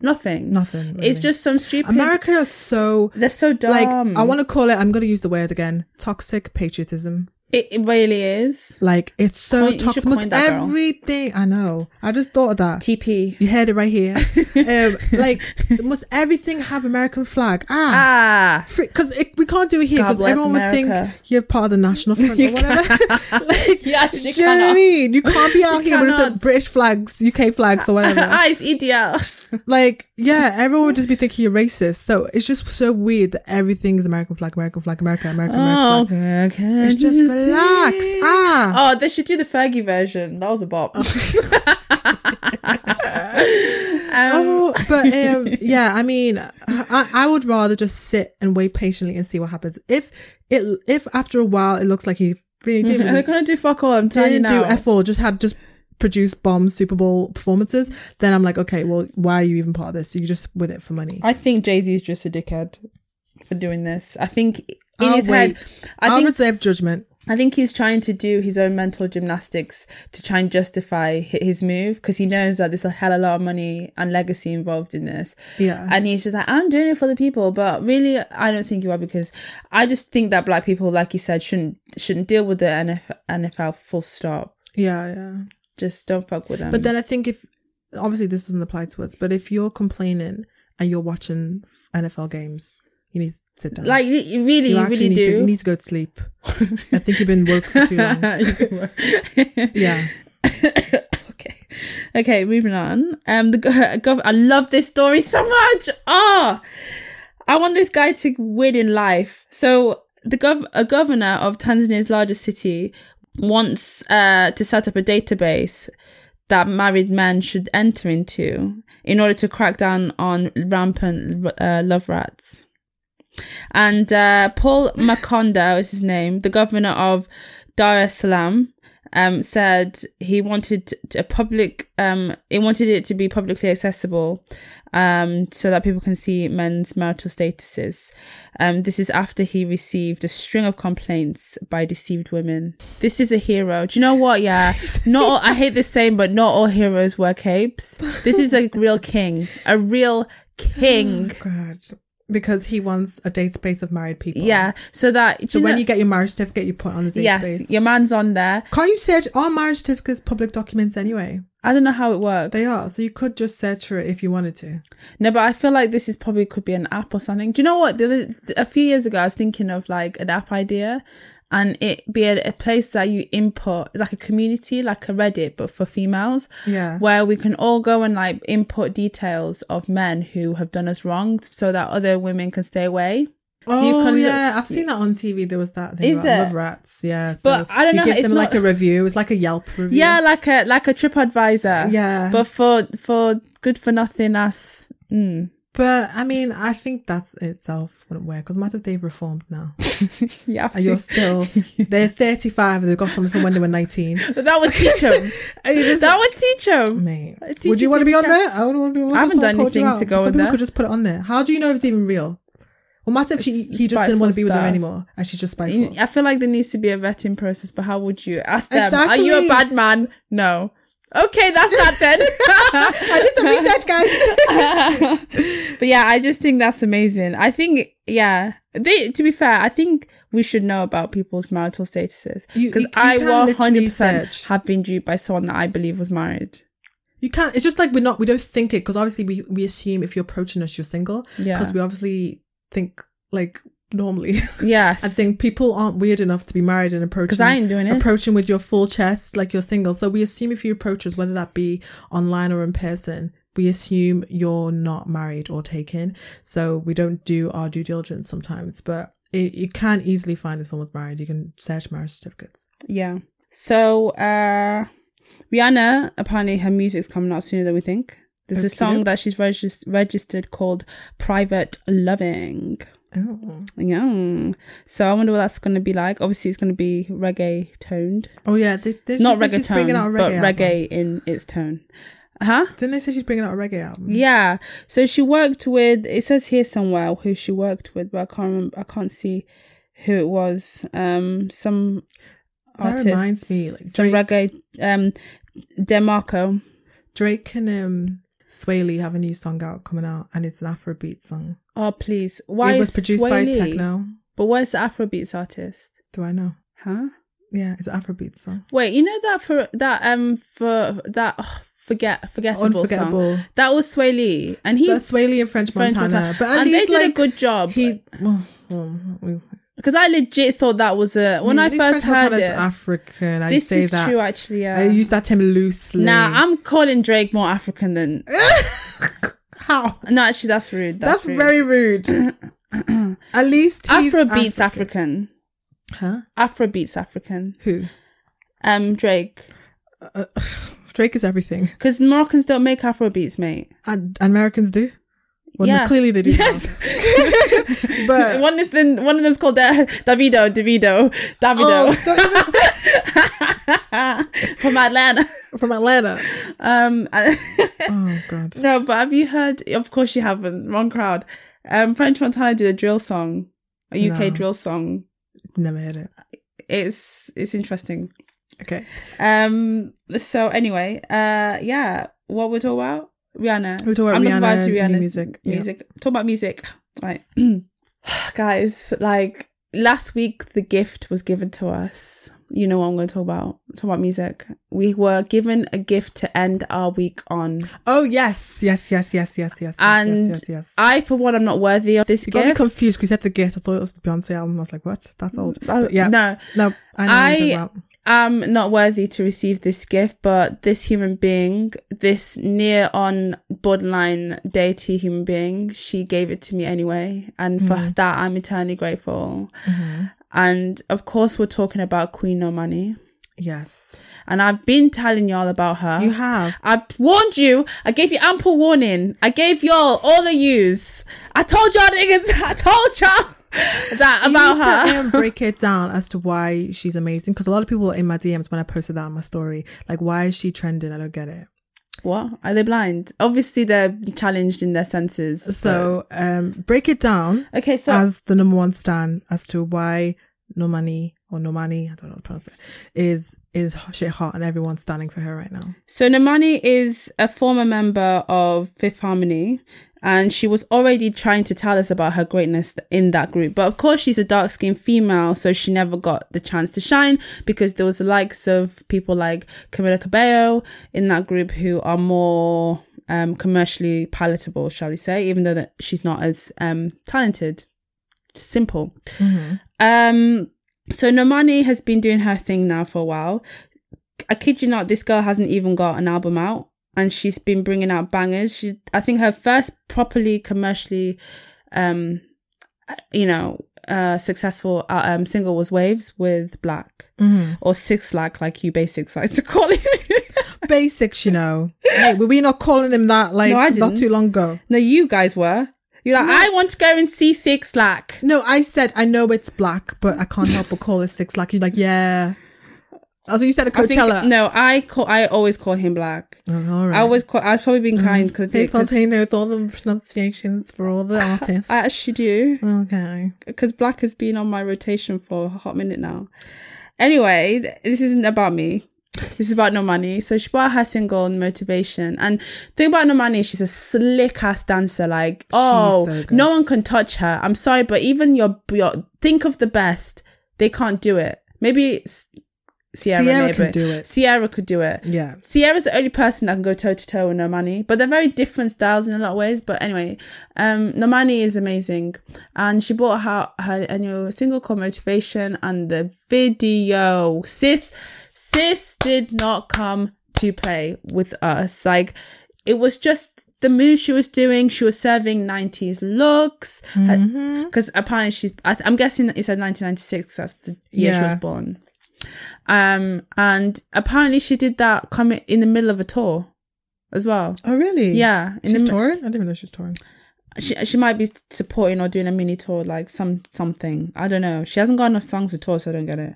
S1: Nothing.
S2: Nothing.
S1: It's
S2: really.
S1: just some stupid.
S2: America is so
S1: they're so dumb.
S2: like uh I want to call it. I'm going to use the word again. Toxic patriotism.
S1: it, it really is.
S2: Like it's so
S1: Coin- you should
S2: toxic. Almost
S1: coin that, girl.
S2: everything. I know. I just thought of that.
S1: TP.
S2: You heard it
S1: [laughs]
S2: right here. um, like must everything have American flag? Ah.
S1: Ah.
S2: Because we can't do it here
S1: God
S2: because
S1: bless
S2: everyone would
S1: America.
S2: think you're part of the National Front or
S1: You [laughs]
S2: whatever. [laughs] like,
S1: Yes, you
S2: do you know what I
S1: cannot.
S2: mean? You can't be out
S1: You
S2: here with just
S1: cannot.
S2: British flags, UK flags, or
S1: [laughs]
S2: whatever.
S1: Ah, it's
S2: [laughs] Oh.
S1: EDL.
S2: like, yeah, everyone would just be thinking you're racist. So it's just so weird that everything's American flag, American flag, America, American, American flag. It's just relax. Ah. Oh.
S1: Oh, they should do the Fergie version. That was a bop. [laughs] um, [laughs]
S2: Oh, but um, yeah, I mean, I, I would rather just sit and wait patiently and see what happens. If it, if after a while it looks like he really
S1: [laughs]
S2: didn't,
S1: They're
S2: really
S1: gonna do fuck all. I'm telling Mm-hmm. you
S2: didn't do
S1: now.
S2: F all, just had just produced bomb Super Bowl performances, then I'm like, okay, well, why are you even part of this? You're just with it for money.
S1: I think Jay Z is just a dickhead for doing this. I think in
S2: I'll
S1: his head, I
S2: I'll
S1: think
S2: reserve judgment.
S1: I think he's trying to do his own mental gymnastics to try and justify hi- his move because he knows that there's a hell of a lot of money and legacy involved in this.
S2: Yeah.
S1: And he's just like, I'm doing it for the people, but really, I don't think you are because I just think that black people, like you said, shouldn't shouldn't deal with the NF- NFL. Full stop.
S2: yeah, yeah.
S1: Just don't fuck with them.
S2: But then I think if obviously this doesn't apply to us, but if you're complaining and you're watching NFL games, you need to sit down.
S1: like, you you really,
S2: you
S1: you really
S2: actually need
S1: [laughs]
S2: to you
S1: do.
S2: need to go to sleep. I think you've been woke for
S1: [laughs]
S2: too long. [laughs] Yeah.
S1: okay okay moving on um the go- [laughs] gov- i love this story so much ah i want this guy to win in life so the gov a governor of tanzania's largest city wants uh to set up a database that married men should enter into in order to crack down on rampant uh, love rats and uh, Paul Makonda is his name, the governor of Dar es Salaam, um, said he wanted t- a public, um, he wanted it to be publicly accessible, um, so that people can see men's marital statuses. Um, this is after he received a string of complaints by deceived women. This is a hero. Do you know what? Yeah, not all, I hate this saying, but not all heroes wear capes. This is a real king, a real king.
S2: [laughs] [gasps] God. Because he wants a database of married people.
S1: Yeah, so that do
S2: So
S1: you
S2: when
S1: know-
S2: you get your marriage certificate, you put it on the database.
S1: Yes, your man's on there.
S2: Can't you search all marriage certificates public documents anyway?
S1: I don't know how it works.
S2: They are. So you could just search for it if you wanted to.
S1: No, but I feel like this is probably could be an app or something. Do you know what? The other, a few years ago, I was thinking of like an app idea, and it be a, a place that you input like a community, like a Reddit, but for females,
S2: Yeah.
S1: where we can all go and like input details of men who have done us wrong, so that other women can stay away.
S2: oh,
S1: so you can look-
S2: yeah. I've seen that on TV. There was that thing
S1: Is
S2: about
S1: it?
S2: love rats. Yeah.
S1: But I don't
S2: you
S1: know,
S2: give
S1: it's
S2: them like
S1: not-
S2: a review. It's like a Yelp review.
S1: Yeah, like a like a trip advisor.
S2: Yeah.
S1: but for for good for nothing us. Mm. [laughs]
S2: But I mean, I think that's itself wouldn't work because matter if they've reformed now.
S1: you have
S2: And you're
S1: to.
S2: [laughs] still, they're 35 and they've got something from when they were 19.
S1: [laughs] That would teach him.
S2: And you just-
S1: that would teach him.
S2: Mate,
S1: teach
S2: would you
S1: you
S2: want
S1: to
S2: to be
S1: be
S2: on
S1: ca-
S2: there? I would want to be on there.
S1: I haven't
S2: Someone
S1: done
S2: called you
S1: anything to
S2: out.
S1: go
S2: Some
S1: on
S2: people
S1: there.
S2: could just put it on there. How do you know if it's even real? Well, matter if she, he just didn't want to be with
S1: spiteful
S2: her
S1: stuff.
S2: anymore and she's just spiteful.
S1: I feel like there needs to be a vetting process, but how would you ask them? Are
S2: Exactly.
S1: you a bad man? No. Okay, that's that then.
S2: I [laughs]
S1: [laughs]
S2: did some research, guys.
S1: but yeah, I just think that's amazing. I think yeah, they to be fair, I think we should know about people's marital statuses
S2: You-
S1: because
S2: you- you
S1: I
S2: can
S1: will
S2: literally
S1: hundred percent
S2: search.
S1: have been duped by someone that I believe was
S2: [laughs]
S1: married.
S2: You can't. It's just like we're not. We don't think it because obviously we we assume if you're approaching us, you're single.
S1: Yeah.
S2: Because we obviously think like normally.
S1: Yes,
S2: I think people aren't weird enough to be married and approaching.
S1: because I ain't doing it.
S2: approaching with your full chest like you're single. So we assume if you approach us, whether that be online or in person, we assume you're not married or taken. So we don't do our due diligence sometimes, but it, you can easily find if someone's married. You can search marriage certificates.
S1: Yeah. So uh Rihanna, apparently her music's coming out sooner than we think. There's a
S2: Okey
S1: song
S2: doke.
S1: that she's regis- registered called Private Loving.
S2: Oh,
S1: Yeah. So I wonder what that's going to be like. Obviously, it's going to be reggae toned.
S2: oh yeah, they, they
S1: Not
S2: she said
S1: reggae
S2: she's bringing
S1: toned,
S2: out a
S1: but
S2: reggae. album.
S1: reggae in its tone. Huh?
S2: Didn't they say she's bringing out a reggae album?
S1: Yeah. So she worked with. It says here somewhere who she worked with, but I can't remember. I can't see who it was. Um, some
S2: that reminds
S1: artist,
S2: me, like
S1: some
S2: Drake,
S1: reggae. Um, Demarco.
S2: Drake and um, Swae Lee have a new song out coming out, and it's an Afrobeat song.
S1: Oh please! Why
S2: it was
S1: is
S2: produced
S1: Swae
S2: by
S1: Lee-
S2: Techno.
S1: But where's the Afrobeats artist?
S2: Do I know?
S1: Huh?
S2: Yeah, it's an Afrobeat song.
S1: Wait, you know that for that um for that oh, forget forgettable, song.
S2: Unforgettable.
S1: That was Sway Lee, and he
S2: that's Swaley and French,
S1: French
S2: Montana.
S1: Montana.
S2: But at
S1: and they
S2: least
S1: did
S2: like
S1: a good job.
S2: he. Well, well, we-
S1: Because I legit thought that was a when I
S2: at least
S1: first
S2: French
S1: heard
S2: Montana's
S1: it.
S2: African. I
S1: this
S2: say
S1: is
S2: that.
S1: true, actually. Yeah.
S2: I use that term loosely.
S1: nah, I'm calling Drake more African than.
S2: [laughs] how?
S1: No, actually, that's rude. That's,
S2: That's,
S1: rude. [clears throat]
S2: very rude. at least he's
S1: Afrobeats African.
S2: African. Huh?
S1: Afrobeats African.
S2: Who?
S1: Um, Drake.
S2: Uh, [sighs] Drake is everything,
S1: Because Moroccans don't make Afrobeats, mate.
S2: and, and Americans do. Well, no,
S1: Yeah.
S2: clearly they do. now.
S1: Yes. [laughs]
S2: [laughs] but
S1: one of them, one of them's called uh, Davido, Davido,
S2: oh,
S1: Davido
S2: don't even- Oh.
S1: [laughs] from Atlanta. [laughs]
S2: from Atlanta.
S1: Um, [laughs]
S2: Oh God.
S1: no, but have you heard? Of course you haven't. Wrong crowd. Um, French Montana did a drill song, a UK
S2: No.
S1: drill song.
S2: Never heard it.
S1: It's it's interesting.
S2: Okay.
S1: Um, so anyway, uh, yeah, what we're talking about? Rihanna.
S2: We're talking about
S1: I'm
S2: Rihanna,
S1: looking forward to
S2: new
S1: Rihanna's
S2: music. Yeah.
S1: Music. Talk about music. Right. [clears throat] Guys, like last week the gift was given to us. You know what I'm gonna talk about. Talk about music. We were given a gift to end our week on.
S2: Oh yes, yes, yes, yes, yes, yes.
S1: And
S2: yes, yes, yes.
S1: I for one am not worthy of this
S2: you got
S1: gift.
S2: me confused because you said the gift. I thought it was the Beyonce album. I was like, what? That's old.
S1: I-
S2: But yeah.
S1: Uh, No,
S2: No, I know. what you're talking about.
S1: I'm not worthy to receive this gift, but this human being, this near on borderline deity human being, she gave it to me anyway. And for
S2: Mm.
S1: that, I'm eternally grateful.
S2: Mm-hmm.
S1: And of course, we're talking about Queen No Money.
S2: Yes,
S1: And I've been telling y'all about her.
S2: you have.
S1: I warned you. I gave you ample warning. I gave y'all all the yous. I told y'all niggas. [laughs] I told y'all that about
S2: you
S1: her.
S2: need to, um, break it down as to why she's amazing because a lot of people were in my DMs when I posted that on my story, like, why is she trending? I don't get it.
S1: What? Are they blind? Obviously, they're challenged in their senses.
S2: So, um, break it down
S1: Okay, so
S2: as the number one stand as to why No Money or No Money, I don't know how to pronounce it, is is shit hot and everyone's standing for her
S1: [laughs]
S2: right now.
S1: so Namani is a former member of Fifth Harmony, and she was already trying to tell us about her greatness th- in that group. But of course, she's a dark skinned female, so she never got the chance to shine because there was the likes of people like Camila Cabello in that group who are more um, commercially palatable, shall we say, even though that she's not as um, talented. Simple. Um, so Nomani has been doing her thing now for a while. I kid you not, this girl hasn't even got an album out, and she's been bringing out bangers. She, I think, her first properly commercially, um, you know, uh, successful uh, um single was Waves with Black
S2: Mm-hmm.
S1: or Six Slack, like you basics like to call it. [laughs]
S2: Basics, you know. Hey, were we not calling them that like
S1: No, I
S2: not
S1: didn't.
S2: too long ago?
S1: no, you guys were. You're like, I want to go and see Six Slack.
S2: No, I said I know it's black, but I can't help but call it six black. You're like, yeah. Also, you said at
S1: I think-
S2: Coachella.
S1: no, I call. I always call him Black.
S2: Oh, all right. Mm-hmm.
S1: I always call. I've probably been kind because
S2: Hey, Fontaine, with all the pronunciations for all the
S1: [laughs]
S2: artists.
S1: I actually do.
S2: okay.
S1: because black has been on my rotation for a hot minute now. Anyway, th- this isn't about me. This This is about Normani. So she bought her single on motivation. And think about Normani, she's a slick ass dancer. Like, oh,
S2: so good.
S1: no one can touch her. I'm sorry, but even your, your think of the best, they can't do it. Maybe S- Sierra,
S2: Sierra
S1: may,
S2: can
S1: but
S2: do it.
S1: Sierra could do it.
S2: Yeah.
S1: Sierra's the only person that can go toe to toe with Normani, but they're very different styles in a lot of ways. But anyway, um, Normani is amazing, and she bought her her annual single called Motivation, and the video, sis, sis did not come to play with us. Like, it was just the move she was doing. She was serving nineties looks, because apparently she's. I, I'm guessing it said 1996. That's the year she was
S2: Yeah.
S1: born. Um, and apparently she did that coming in the middle of a tour as well.
S2: Oh, really?
S1: Yeah, in the,
S2: She's
S1: mi-
S2: touring? I didn't even know she's touring.
S1: she she might be supporting or doing a mini tour, like some something. I don't know. She hasn't got enough songs to tour, so I don't get it.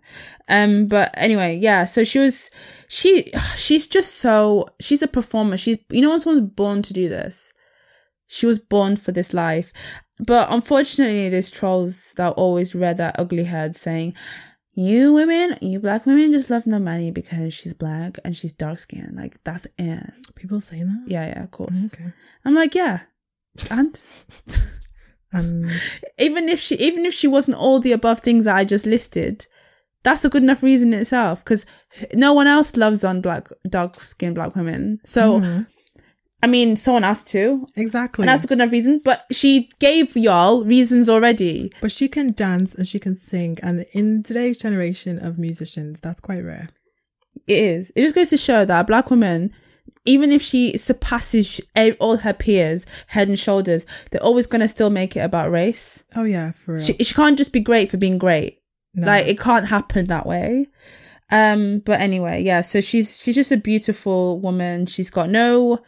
S1: Um, but anyway, yeah. So she was she [sighs] she's just so she's a performer. She's you know when someone's born to do this, she was born for this life. But unfortunately, there's trolls that always rear their ugly head saying, "You women, you black women, just love Normani because she's black and she's dark skinned. Like that's it.
S2: People saying that?
S1: Yeah, yeah, of course.
S2: Okay.
S1: I'm like, yeah, and."
S2: Um,
S1: even if she even if she wasn't all the above things that I just listed, that's a good enough reason in itself because no one else loves on black dark skinned black women. So I mean, someone has to,
S2: exactly.
S1: and that's a good enough reason. But she gave y'all reasons already.
S2: but she can dance and she can sing. And in today's generation of musicians, that's quite rare.
S1: It is. It just goes to show that a black woman. Even if she surpasses eh, all her peers, head and shoulders, they're always gonna still make it about race.
S2: Oh, yeah, for real.
S1: She, she can't just be great for being great.
S2: No.
S1: Like it can't happen that way. Um, but anyway, yeah. So she's she's just a beautiful woman. She's got no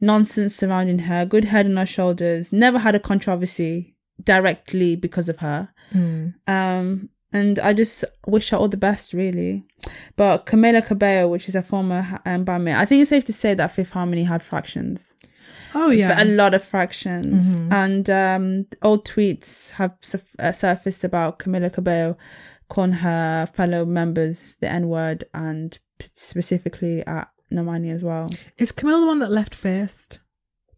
S1: nonsense surrounding her. Good head on her shoulders. Never had a controversy directly because of her.
S2: Mm.
S1: Um, and I just wish her all the best, really. But Camila Cabello, which is a former um, bandmate, I think it's safe to say that Fifth Harmony had fractions
S2: Oh, yeah. Mm-hmm.
S1: a lot of fractions and um old tweets have sur- uh, surfaced about camila cabello calling her fellow members the n-word and p- specifically at nomani as well
S2: Is Camilla the one that left first?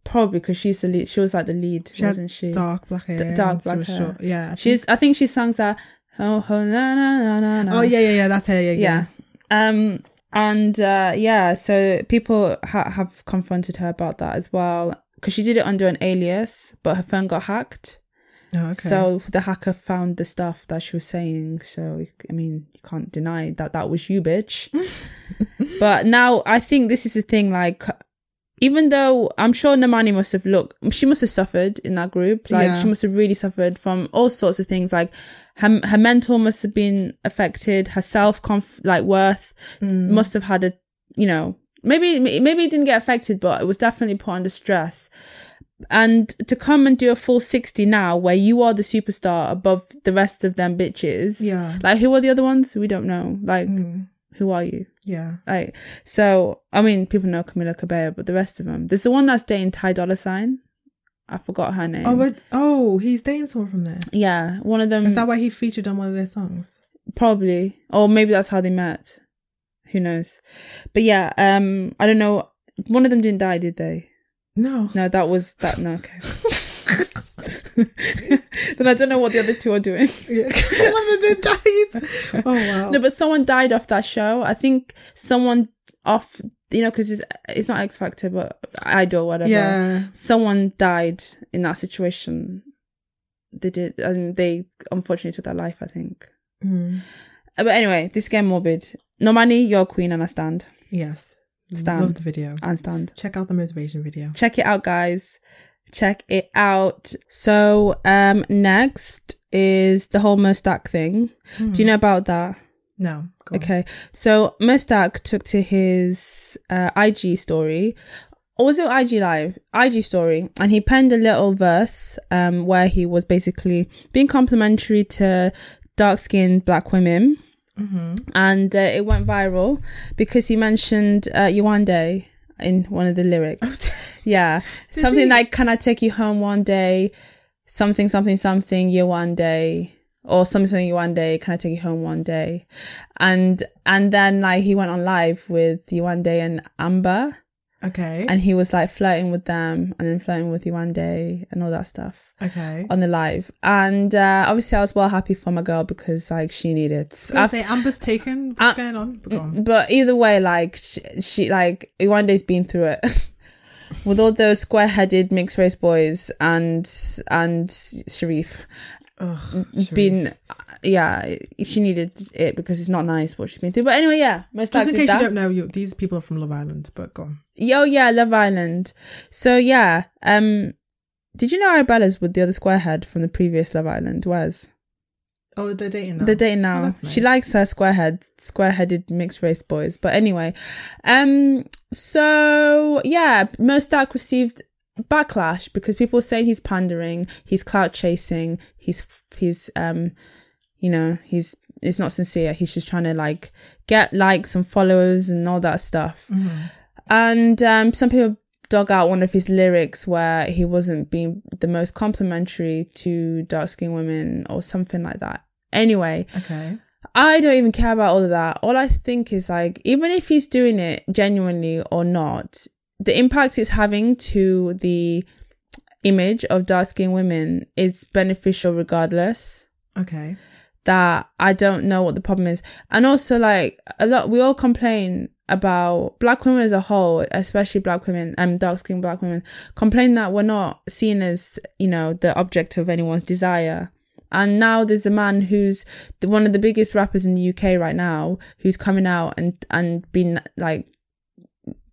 S1: probably because she's the lead she was like the lead
S2: She had
S1: wasn't she
S2: Dark black hair.
S1: D- dark
S2: and she
S1: black
S2: was
S1: hair.
S2: short. Yeah. I
S1: she's i think she sings that oh, oh na, na, na, na,
S2: think-
S1: na.
S2: Oh, yeah, yeah, yeah. That's her. Yeah.
S1: yeah.
S2: yeah.
S1: Um and uh yeah, so people ha- have confronted her about that as well because she did it under an alias, but her phone got hacked.
S2: Oh, okay.
S1: So the hacker found the stuff that she was saying. So I mean, you can't deny that that was you,
S2: [laughs]
S1: bitch. but now I think this is the thing. Like, even though I'm sure Namani must have looked, she must have suffered in that group. Like,
S2: Yeah.
S1: she must have really suffered from all sorts of things. Like, her her mental must have been affected. Her self conf like worth
S2: Mm.
S1: must have had a you know maybe maybe it didn't get affected, but it was definitely put under stress and to come and do a full 60 now where you are the superstar above the rest of them bitches
S2: Yeah. Mm.
S1: like who are the other ones we don't know like who are you
S2: Yeah.
S1: like so i mean people know camila cabello but the rest of them there's the one that's dating ty dollar sign i forgot her name
S2: Oh, but, oh, he's dating someone from there.
S1: yeah one of them
S2: Is that why he featured on one of their songs?
S1: probably or maybe that's how they met who knows but yeah um i don't know one of them didn't die did they
S2: [laughs] No.
S1: no [laughs] that was that no okay [laughs] then i don't know what the other two are doing
S2: Yeah. one of them did die. Oh wow.
S1: No, but someone died off that show. I think someone off, you know, because it's, it's not X Factor, but Idol, whatever.
S2: yeah.
S1: Someone died in that situation. They did, and they unfortunately took their life, I think.
S2: Mm.
S1: Uh, But anyway, this game morbid. Normani, you're a queen, and I stand.
S2: Yes.
S1: Stan.
S2: Love the video.
S1: And stand.
S2: Check out the motivation video.
S1: Check it out, guys. Check it out. So, um, next is the whole Murstack thing. Do you know about that?
S2: No. Hmm. Go on.
S1: Okay, so Mostak took to his uh, IG story, or was it IG Live? IG story, and he penned a little verse um, where he was basically being complimentary to dark skinned black women, and uh, it went viral because he mentioned uh, Yuande in one of the lyrics. yeah, something
S2: he?
S1: like "Can I take you home one day?" Something, something, something. You one day. or something you one day, can I take you home one day? And and then like he went on live with you one day and Amber
S2: Okay.
S1: and he was like flirting with them and then flirting with you one day and all that stuff
S2: okay.
S1: on the live. And uh, obviously I was well happy for my girl because like she needed
S2: I was gonna say Amber's
S1: [laughs]
S2: taken. What's
S1: Uh,
S2: going on? But go on.
S1: but either way, like she, she like Iwande's been through it [laughs] with all those square-headed mixed race boys and and Sharif
S2: Ugh,
S1: been uh,
S2: Sharif.
S1: yeah she needed it because it's not nice what she's been through but anyway yeah most
S2: Just in
S1: likely
S2: case you
S1: that
S2: don't know, you, these people are from Love Island. But go on.
S1: oh yeah Love Island so yeah um did you know Arabella's with the other squarehead from the previous Love Island was
S2: Oh, they're dating now.
S1: they're dating now
S2: Oh, that's nice.
S1: she likes her squarehead square-headed mixed race boys but anyway um so yeah Mostark received backlash because people were saying he's pandering he's clout chasing he's he's um you know he's it's not sincere he's just trying to like get likes and followers and all that stuff
S2: Mhm.
S1: and um some people dug out one of his lyrics where he wasn't being the most complimentary to dark skinned women or something like that anyway
S2: Okay.
S1: I don't even care about all of that. All I think is like, even if he's doing it genuinely or not, the impact it's having to the image of dark skinned women is beneficial regardless.
S2: Okay.
S1: That I don't know what the problem is. And also, like, a lot, we all complain about black women as a whole, especially black women, um, dark skinned black women, complain that we're not seen as, you know, the object of anyone's desire. And now there's a man who's the, one of the biggest rappers in the UK right now, who's coming out and and been like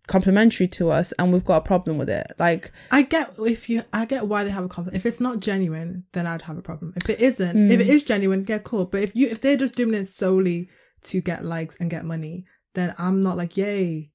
S1: complimentary to us, and we've got a problem with it. Like,
S2: I get if you, I get why they have a conflict. If it's not genuine, then I'd have a problem. If it isn't, if
S1: Mm.
S2: it is genuine, get cool. But if you, if they're just doing it solely to get likes and get money, then I'm not like, yay,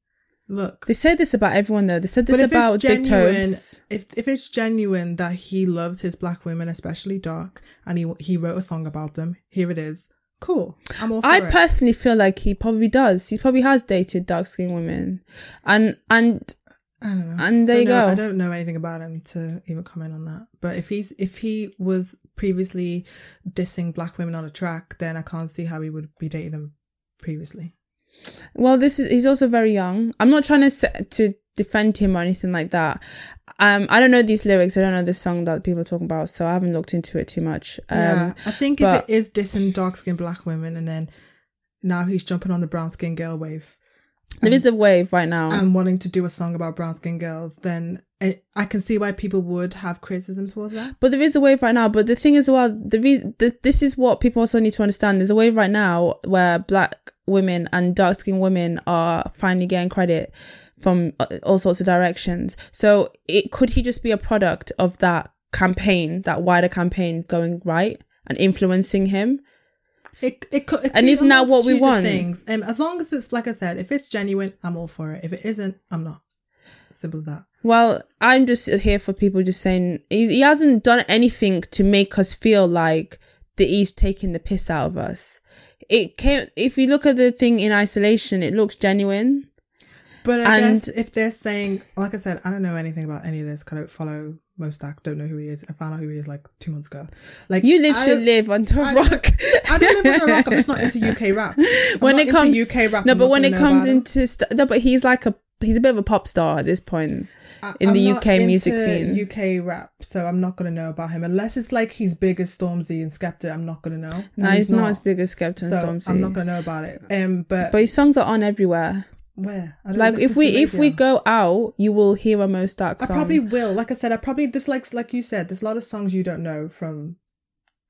S2: look.
S1: they say this about everyone though. They said this
S2: but if
S1: about
S2: it's
S1: Big
S2: genuine,
S1: Toes.
S2: if if it's genuine that he loves his black women, especially dark, and he he wrote a song about them, here it is. Cool. I'm all for
S1: I
S2: it.
S1: personally feel like he probably does. He probably has dated dark skinned women, and and
S2: I don't know.
S1: and there
S2: Don't
S1: you
S2: know-
S1: go.
S2: I don't know anything about him to even comment on that. But if he's if he was previously dissing black women on a track, then I can't see how he would be dating them previously.
S1: Well, this is he's also very young. I'm not trying to se- to defend him or anything like that. Um, I don't know these lyrics. I don't know this song that people are talking about, so I haven't looked into it too much. Um,
S2: yeah, I think
S1: but-
S2: if it is dissing dark skinned black women, and then now he's jumping on the brown skinned girl wave
S1: There is a wave right now.
S2: and wanting to do a song about brown skinned girls, then I, I can see why people would have criticisms towards that.
S1: But there is a wave right now. But the thing is, well, the reason this is what people also need to understand. There's a wave right now where black women and dark skinned women are finally getting credit from uh, all sorts of directions. So it could he just be a product of that campaign, that wider campaign going right and influencing him?
S2: It, it could, it
S1: And
S2: could
S1: isn't
S2: be a
S1: that what we
S2: multitude of
S1: want?
S2: Things. Um, as long as it's like I said, if it's genuine, I'm all for it. If it isn't, I'm not. Simple as that.
S1: Well, I'm just here for people just saying he, he hasn't done anything to make us feel like that he's taking the piss out of us. It came if you look at the thing in isolation, it looks genuine.
S2: But I
S1: And-
S2: guess if they're saying, like I said, I don't know anything about any of this. 'cause I don't follow Mostak. Don't know who he is. I found out who he is like two months ago. Like
S1: You literally live under a
S2: I don't-
S1: rock.
S2: I, I don't live under a rock. I'm just not into UK rap. If
S1: [laughs]
S2: I'm
S1: When
S2: not
S1: it
S2: into
S1: comes-
S2: UK rap,
S1: no,
S2: I'm
S1: but
S2: not
S1: when
S2: gonna
S1: it
S2: know
S1: comes
S2: about him.
S1: into st- no, but he's like a he's a bit of a pop star at this point.
S2: I-
S1: in the
S2: I'm not
S1: UK music
S2: into
S1: scene.
S2: UK rap, so I'm not gonna know about him unless it's like he's big as Stormzy and Skepta. I'm not gonna know. And
S1: No, he's, not, as big as Skepta and
S2: so
S1: Stormzy.
S2: I'm not gonna know about it. Um, but,
S1: but his songs are on everywhere.
S2: where I don't
S1: Like
S2: listen
S1: if
S2: to
S1: we if we
S2: radio.
S1: go out, you will hear a most dark
S2: I
S1: song.
S2: probably will. Like I said, I probably this like like you said, there's a lot of songs you don't know from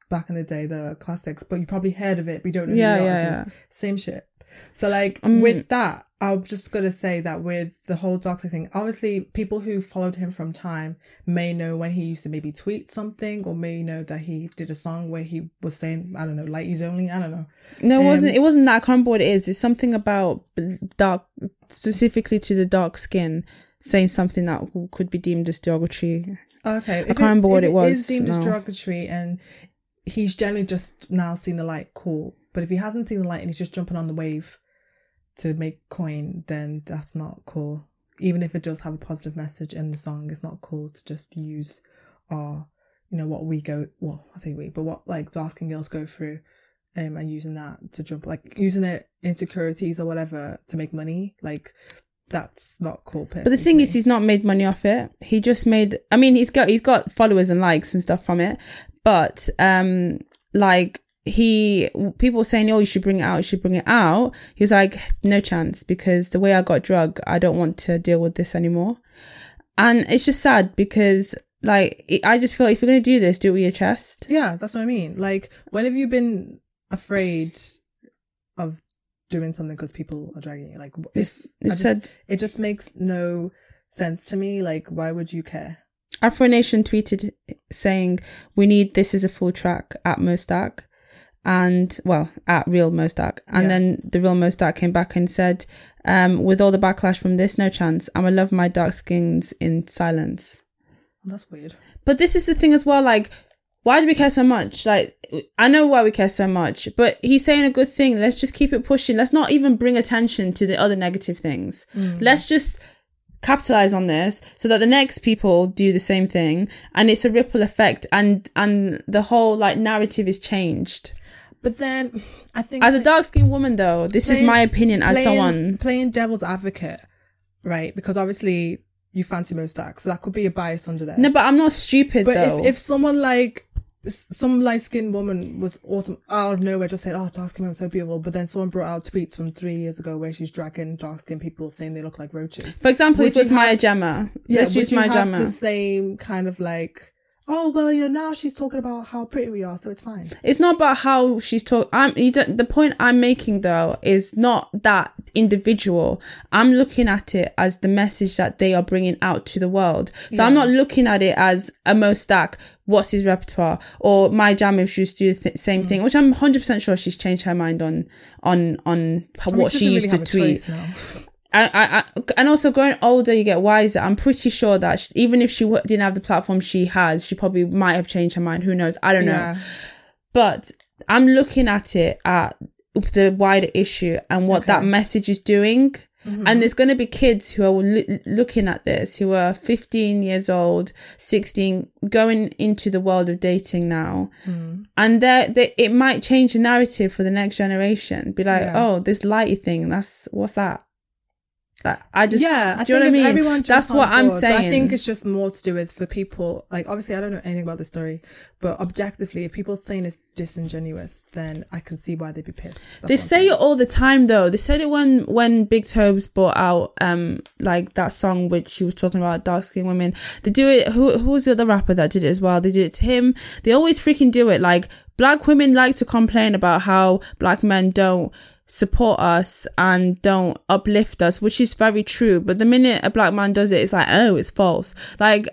S2: back in the day, the classics, but you probably heard of it, but you don't know
S1: Yeah,
S2: who the
S1: yeah,
S2: artist is. Same shit. So like
S1: Um,
S2: with that, I'm just gonna say that with the whole Doctor thing, obviously people who followed him from time may know when he used to maybe tweet something or may know that he did a song where he was saying, I don't know, lighties only, I don't know.
S1: No, it
S2: Um,
S1: wasn't. It wasn't that. I can't remember what it is. It's something about b- dark, specifically to the dark skin, saying something that could be deemed as derogatory.
S2: Okay, I
S1: can't remember what it
S2: It is
S1: was
S2: deemed as
S1: now.
S2: derogatory, and he's generally just now seen the light. Cool, but if he hasn't seen the light and he's just jumping on the wave to make coin, then that's not cool. Even if it does have a positive message in the song, it's not cool to just use our you know, what we go, well, I say we, but what like dark-skinned girls go through, um, and using that to jump, like using their insecurities or whatever to make money, like that's not cool.
S1: But the thing is, he's not made money off it. He just made. I mean, he's got he's got followers and likes and stuff from it, but um, like he people were saying, oh, you should bring it out, you should bring it out. He was like, no chance because the way I got drug, I don't want to deal with this anymore. And it's just sad because like it- I just feel if you're gonna do this, do it with your chest.
S2: yeah, that's what I mean. Like, when have you been afraid of doing something because people are dragging you? Like, wh- it's, I
S1: It
S2: just-
S1: said
S2: it just makes no sense to me. Like, why would you care?
S1: Afro Nation tweeted saying, "We need this is a full track at Mostak, and well at Real Mostak." And
S2: Yeah.
S1: then the Real Mostak came back and said, um, "With all the backlash from this, no chance. I'ma love my dark skins in silence."
S2: Well, Oh, that's weird.
S1: But this is the thing as well, like. Why do we care so much? Like, I know why we care so much, but he's saying a good thing. Let's just keep it pushing. Let's not even bring attention to the other negative things.
S2: Mm.
S1: Let's just capitalize on this so that the next people do the same thing and it's a ripple effect and and the whole like narrative is changed
S2: But then I think
S1: as a dark-skinned woman though this is
S2: Playing-
S1: my opinion as
S2: playing,
S1: someone
S2: playing devil's advocate, right? Because obviously you fancy Mostak, so that could be a bias under there.
S1: no but i'm not stupid
S2: but
S1: though
S2: if, if someone like s- some light skinned woman was awesome out of nowhere, just said, "Oh, dark skinned women so beautiful," but then someone brought out tweets from three years ago where she's dragging dark skinned people, saying they look like roaches.
S1: for example
S2: would
S1: if it was
S2: you have-
S1: maya gemma let's
S2: would
S1: use
S2: you
S1: maya
S2: have
S1: gemma
S2: The same kind of like, oh well, you know, now she's talking about how pretty we are, so it's fine.
S1: it's not about how she's talking. I'm you don't, the point I'm making though is not that individual. I'm looking at it as the message that they are bringing out to the world. So I'm not looking at it as a Mostak. What's his repertoire? Or my jam if she used to do the th-
S2: Mm.
S1: same thing, which I'm 100 percent sure she's changed her mind on on on
S2: I
S1: what
S2: mean,
S1: she used
S2: doesn't
S1: to
S2: really
S1: tweet.
S2: have a choice now.
S1: I, I, I, and also growing older, you get wiser. I'm pretty sure that she, even if she w- didn't have the platform she has, she probably might have changed her mind. Who knows? I don't know
S2: Yeah.
S1: but I'm looking at it at the wider issue and what that
S2: Okay. Mm-hmm.
S1: message is doing. And there's going to be kids who are l- looking at this who are 15 years old, 16, going into the world of dating now.
S2: Mm.
S1: And they're, they, it might change the narrative for the next generation. Be like,
S2: Yeah.
S1: oh, this lighty thing, that's what's that? That I just,
S2: yeah, I
S1: do you know what I
S2: think if
S1: mean?
S2: everyone jumps
S1: That's
S2: on
S1: what I'm
S2: board, but
S1: saying.
S2: I think it's just more to do with for people. Like, obviously, I don't know anything about the story, but objectively, if people are saying it's disingenuous, then I can see why they'd be pissed. That's
S1: They
S2: what I'm
S1: say it all the time though. They said it when when Big Tobes brought out um like that song which she was talking about dark skinned women. They do it who who was the other rapper that did it as well? They did it to him. They always freaking do it. Like black women like to complain about how black men don't support us and don't uplift us, which is very true. But the minute a black man does it, it's like, oh, it's false. Like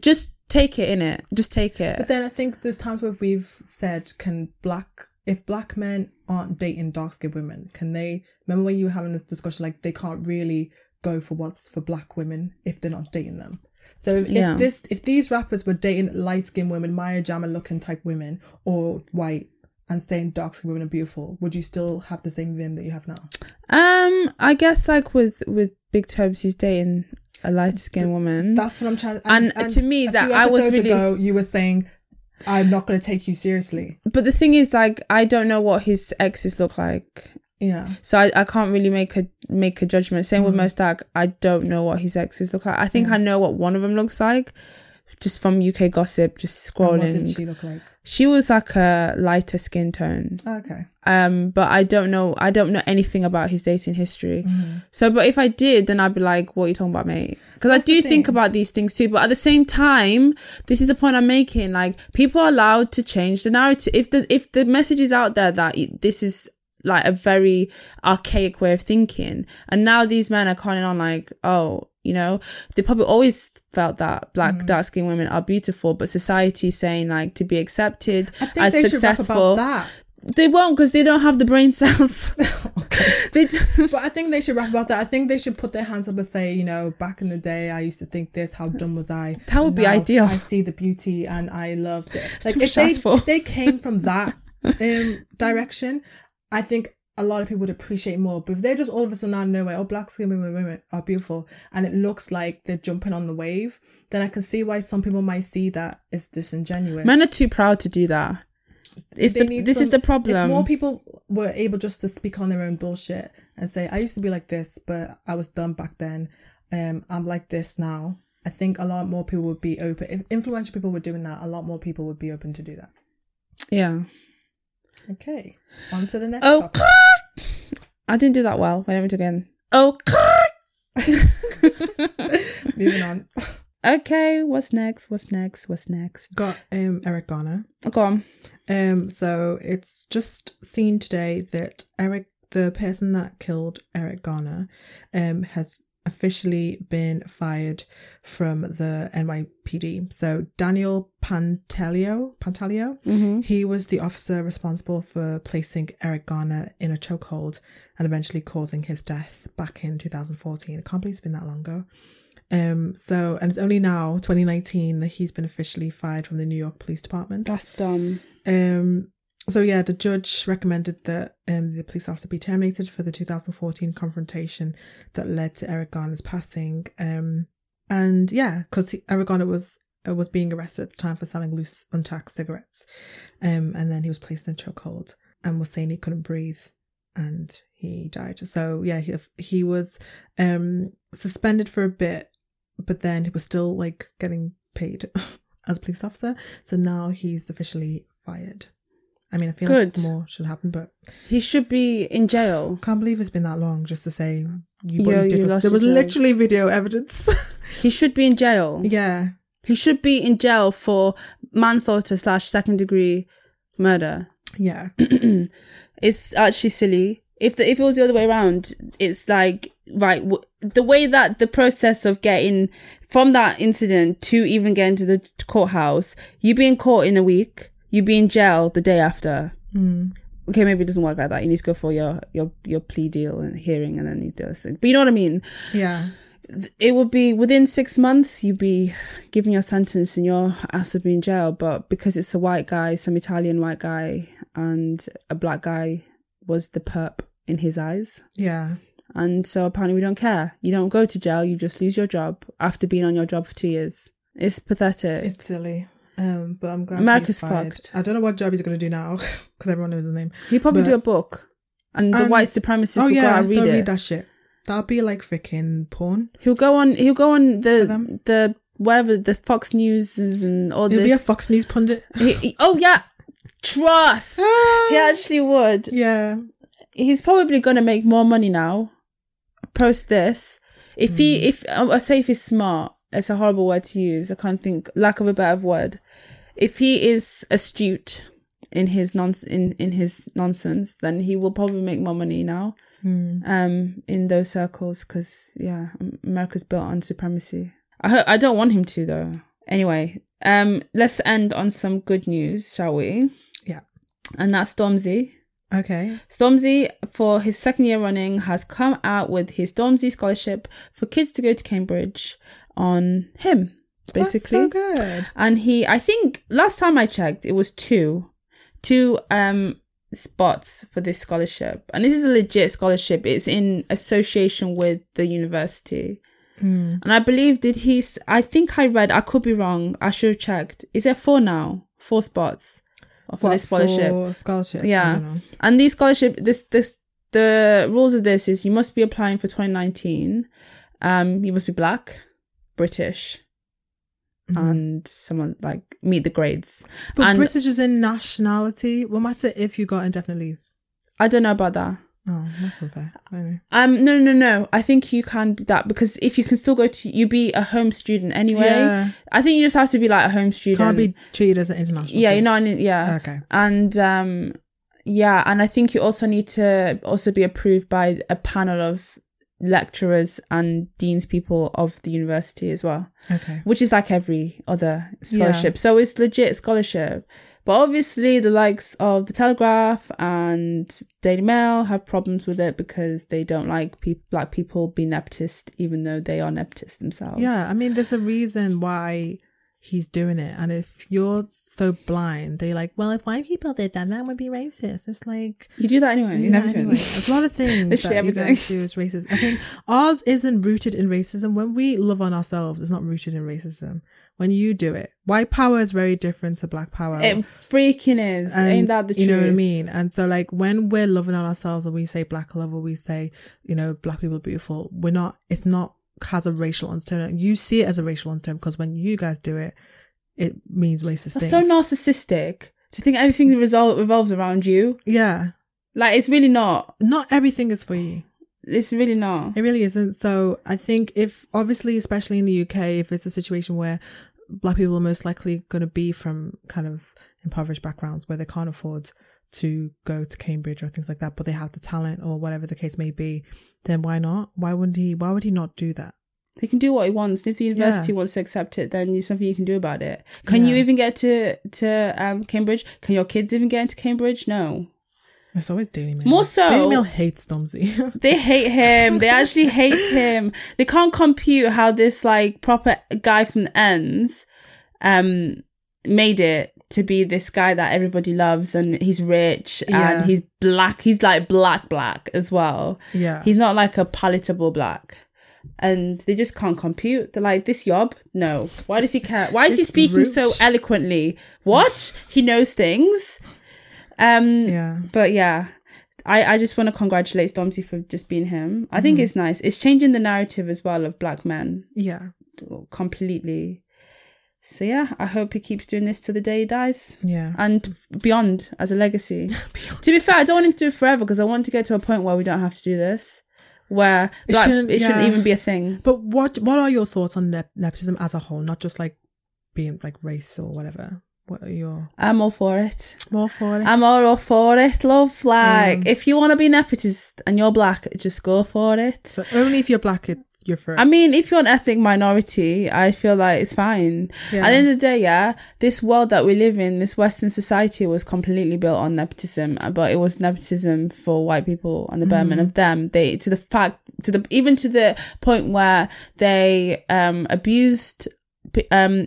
S1: just take it in it. Just take it.
S2: But then I think there's times where we've said, can black if black men aren't dating dark skinned women, can they? Remember when you were having this discussion, like they can't really go for what's for black women if they're not dating them. So if
S1: Yeah.
S2: this if these rappers were dating light skinned women, Maya Jama looking type women, or white. And saying dark skinned women are beautiful, would you still have the same vim that you have now?
S1: um, I guess like with with Big Tobes, he's dating a lighter skinned woman.
S2: That's what I'm trying.
S1: And to me,
S2: a
S1: that
S2: few
S1: I was
S2: episodes
S1: really-
S2: ago, you were saying, "I'm not going to take you seriously."
S1: but the thing is like i don't know what his exes look like
S2: Yeah,
S1: so I, I can't really make a make a judgment same
S2: Mm.
S1: with mostak i don't know what his exes look like i think i know what one of them looks like just from uk gossip just
S2: And what did
S1: scrolling she-,
S2: she look like?
S1: was like a lighter skin tone
S2: Okay,
S1: um but i don't know i don't know anything about his dating history
S2: Mm-hmm.
S1: so but if i did then i'd be like what are you talking about mate because i
S2: That's the
S1: do think
S2: thing.
S1: about these things too but at the same time this is the point i'm making like people are allowed to change the narrative if the if the message is out there that y- this is like a very archaic way of thinking and now these men are calling on like oh you know they probably always felt that black
S2: Mm-hmm.
S1: dark skinned women are beautiful but society is saying like to be accepted
S2: I think
S1: as
S2: they
S1: successful
S2: should rap
S1: they won't because they don't have the brain
S2: [laughs]
S1: cells. [laughs]
S2: about that. okay.
S1: they do-
S2: But I think they should rap about that. I think they should put their hands up and say, you know, back in the day, I used to think this. How dumb was I?
S1: That would be
S2: Now
S1: ideal.
S2: I see the beauty and
S1: [laughs]
S2: I loved it. Like
S1: too
S2: if
S1: much
S2: they,
S1: asphalt. [laughs]
S2: if they came from that um, direction, I think a lot of people would appreciate more. But if they're just all of a sudden out of nowhere, oh, black skin women, women are beautiful, and it looks like they're jumping on the wave, then I can see why some people might see that it's
S1: [laughs]
S2: disingenuous.
S1: Men are too proud to do that. It's
S2: They
S1: the,
S2: need
S1: this is
S2: some-
S1: the
S2: If
S1: problem.
S2: more people were able just to speak on their own bullshit and say, I used to be like this, but I was dumb back then. Um, I'm like this now. I think a lot more people would be open. If influential people were doing that, a lot more people would be open to do that.
S1: yeah.
S2: Okay. On to the next
S1: Oh,
S2: topic.
S1: [laughs] I didn't do that well. I never do again. Oh, [laughs]
S2: Moving on.
S1: okay. What's next? What's next? What's next?
S2: Got um Eric Garner.
S1: Go on.
S2: Um, so it's just seen today that Eric, the person that killed Eric Garner, um, has officially been fired from the NYPD. So Daniel Pantaleo, Pantaleo,
S1: Mm-hmm.
S2: he was the officer responsible for placing Eric Garner in a chokehold and eventually causing his death back in 2014. I can't believe it's been that long ago. Um, so, and it's only now, 2019, that he's been officially fired from the New York Police Department.
S1: That's dumb.
S2: Um. So yeah, the judge recommended that um the police officer be terminated for the 2014 confrontation that led to Eric Garner's passing. Um, and yeah, because Eric Garner was uh, was being arrested at the time for selling loose, untaxed cigarettes. Um, and then he was placed in a chokehold and was saying he couldn't breathe, and he died. So yeah, he he was um suspended for a bit, but then he was still like getting paid [laughs] as a police officer. So now he's officially fired. I mean, I feel
S1: Good.
S2: like more should happen, but
S1: He should be in jail.
S2: can't believe it's been that long just to say you, what
S1: Yeah,
S2: you did
S1: you
S2: was-
S1: lost
S2: there
S1: your
S2: was
S1: job.
S2: literally video evidence. [laughs]
S1: He should be in jail.
S2: yeah,
S1: He should be in jail for manslaughter slash second degree murder.
S2: yeah,
S1: it's actually silly. If the, if it was the other way around, it's like right w- the way that the process of getting from that incident to even getting to the courthouse, you be in court in a week, you be in jail the day after. Okay, maybe it doesn't work like that. You need to go for your your your plea deal and hearing, and then you do those things. But you know what I mean.
S2: yeah.
S1: It would be within six months you'd be given your sentence and your ass would be in jail. But because it's a white guy, some Italian white guy, and a black guy was the perp in his eyes.
S2: Yeah.
S1: And so apparently we don't care. You don't go to jail, you just lose your job after being on your job for two years. It's pathetic.
S2: It's silly. Um, but I'm glad
S1: America's
S2: he's fired.
S1: fucked.
S2: I don't know what job he's going to do now [laughs] because everyone knows his name.
S1: you probably
S2: but-
S1: do a book and the
S2: Um,
S1: white supremacists
S2: oh
S1: will go
S2: yeah,
S1: out
S2: don't
S1: and read
S2: read,
S1: it.
S2: that shit. That'll be like freaking porn.
S1: He'll go on he'll go on the
S2: them?
S1: the wherever the Fox News is and all
S2: He'll
S1: this.
S2: be a Fox News
S1: [laughs]
S2: pundit. Ah,
S1: He- he- oh yeah. Trust. he actually would.
S2: yeah.
S1: he's probably going to make more money now post this if he if I I say if he's smart it's a horrible word to use i can't think lack of a better word if he is astute in his non in, in his nonsense then he will probably make more money now um in those circles because yeah Am- america's built on supremacy i ho- i don't want him to though anyway um let's end on some good news shall we
S2: Yeah.
S1: and that's stormzy
S2: Okay.
S1: Stormzy, for his second year running, has come out with his Stormzy scholarship for kids to go to Cambridge on him, basically.
S2: That's so good.
S1: and he, I think, last time I checked, it was two, two um spots for this scholarship, and this is a legit scholarship. It's in association with the university.
S2: Hmm.
S1: And I believe did he? s- I think I read. I could be wrong. I should have checked. Is there four now? Four spots for
S2: What,
S1: this scholarship?
S2: for scholarship. I
S1: Yeah.
S2: don't know.
S1: And these scholarship, this this the rules of this is you must be applying for 2019. Um, you must be black, British, and someone like meet the grades.
S2: Mm-hmm. But
S1: and
S2: British is in nationality. What matter if you got indefinite leave?
S1: I don't know about that.
S2: Oh, that's unfair. Anyway.
S1: Um, no, no, no. I think you can be that because if you can still go to, you be a home student anyway.
S2: Yeah.
S1: I think you just have to be like a home student.
S2: Can't be treated as an international.
S1: yeah, you
S2: student.
S1: know, and yeah.
S2: Okay.
S1: and um yeah and i think you also need to also be approved by a panel of lecturers and deans people of the university as well
S2: Okay.
S1: which is like every other scholarship so it's legit scholarship but obviously the likes of the telegraph and daily mail have problems with it because they don't like pe- black people being neptist even though they are neptist themselves
S2: Yeah, I mean, there's a reason why he's doing it. And if you're so blind, they're like, well, if white people did that, that would be racist. It's like,
S1: You do that anyway. in
S2: yeah,
S1: everything.
S2: anyway, there's a lot of things that
S1: Literally
S2: you guys
S1: everything.
S2: do is racist. I think ours isn't rooted in racism. When we love on ourselves, it's not rooted in racism. When you do it, white power is very different to black power.
S1: [laughs] It freaking is.
S2: And
S1: Ain't that the truth?
S2: You know what I mean? And so, like, when we're loving on ourselves and we say black love or we say, you know, black people are beautiful, we're not, it's not has a racial undertone. You see it as a racial undertone because when you guys do it, it means racist
S1: That's
S2: things.
S1: so narcissistic to think everything resol- revolves around you.
S2: yeah.
S1: Like, it's really not.
S2: Not everything is for you.
S1: It's really not.
S2: It really isn't. So I think if obviously, especially in the UK, if it's a situation where black people are most likely going to be from kind of impoverished backgrounds where they can't afford to go to Cambridge or things like that, but they have the talent or whatever the case may be, then why not? Why wouldn't he? Why would he not do that?
S1: He can do what he wants. And if the university
S2: Yeah.
S1: wants to accept it, then there's something you can do about it. Can you
S2: Yeah.
S1: even get to, to um, Cambridge? Can your kids even get into Cambridge? No.
S2: It's always Daily Mail.
S1: More so-
S2: Daily Mail hates Stormzy. [laughs]
S1: They hate him. They actually hate him. They can't compute how this like proper guy from the ends um made it to be this guy that everybody loves and he's rich
S2: Yeah.
S1: and he's black. He's like black black as well.
S2: yeah.
S1: He's not like a palatable black. And they just can't compute. They're like, this yob? No. Why does he care? Why is he
S2: This
S1: speaking so
S2: brute.
S1: eloquently? What? He knows things. Um
S2: yeah.
S1: but yeah i i just want to congratulate stormzy for just being him i
S2: Mm-hmm.
S1: think it's nice it's changing the narrative as well of black men
S2: Yeah.
S1: completely so yeah i hope he keeps doing this till the day he dies
S2: Yeah.
S1: and f- beyond as a
S2: [laughs]
S1: legacy to be fair i don't want him to do it forever because i want to get to a point where we don't have to do this where
S2: It
S1: black-
S2: shouldn't-
S1: it shouldn't
S2: yeah.
S1: even be a thing
S2: But what what are your thoughts on nep- nepotism as a whole, not just like being like race or whatever? What are your
S1: i'm all for it
S2: more for it?
S1: I'm all for it, love. Like,
S2: Mm.
S1: if you want to be nepotist and you're black, just go for it.
S2: So only if you're black, it, you're for it.
S1: I mean, if you're an ethnic minority, I feel like it's fine.
S2: Yeah.
S1: At the end of the day, yeah, this world that we live in, this Western society was completely built on nepotism, uh, but it was nepotism for white people and the betterment of them. They to the fact to the even to the point where they um abused p- um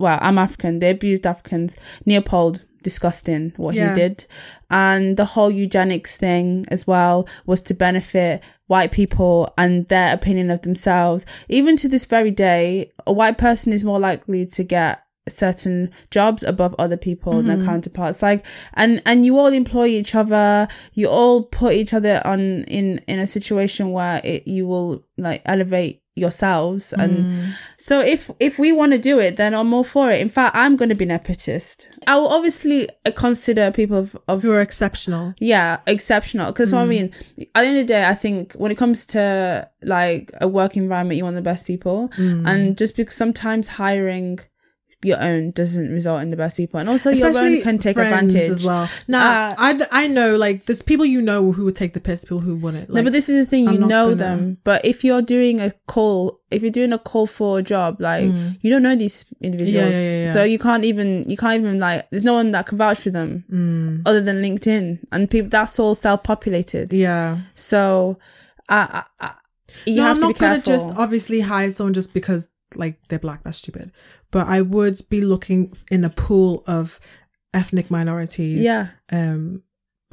S1: well, I'm African, they abused Africans. Neopold, disgusting what
S2: Yeah.
S1: he did. And the whole eugenics thing as well was to benefit white people and their opinion of themselves. Even to this very day, a white person is more likely to get certain jobs above other people and their counterparts like and and you all employ each other you all put each other on in in a situation where it you will like elevate yourselves and so if if we want to do it, then I'm all for it. In fact, I'm going to be an nepotist. I will obviously uh, consider people of, of
S2: You're exceptional.
S1: yeah exceptional because what I mean
S2: Mm.
S1: at the end of the day, I think when it comes to like a work environment, you want the best people,
S2: Mm.
S1: and just because sometimes hiring your own doesn't result in the best people, and also your own can take
S2: friends
S1: advantage
S2: as well. Now,
S1: Uh,
S2: I, I know like there's people you know who would take the piss, people who wouldn't. Like,
S1: no, but this is the thing.
S2: I'm
S1: You
S2: not
S1: know
S2: gonna-
S1: them, but if you're doing a call, if you're doing a call for a job, like you don't know these individuals,
S2: Mm. Yeah, yeah, yeah,
S1: so
S2: yeah.
S1: you can't even you can't even like. There's no one that can vouch for them
S2: mm,
S1: other than LinkedIn, and people that's all self-populated.
S2: yeah,
S1: So, I, I, I you
S2: no,
S1: have
S2: I'm
S1: to
S2: not
S1: be
S2: gonna
S1: careful.
S2: just obviously hire someone just because like they're black. That's stupid. But I would be looking in a pool of ethnic minorities.
S1: yeah,
S2: um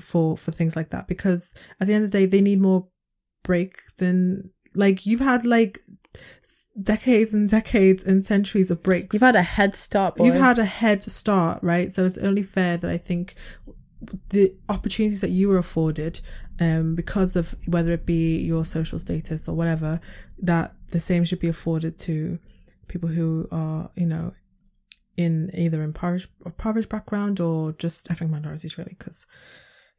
S2: for for things like that because at the end of the day they need more break than like you've had like s- decades and decades and centuries of breaks
S1: you've had a head start. Boy.
S2: You've had a head start right so it's only fair that i think the opportunities that you were afforded um because of whether it be your social status or whatever that the same should be afforded to people who are you know in either impoverished impoverished background or just ethnic minorities really because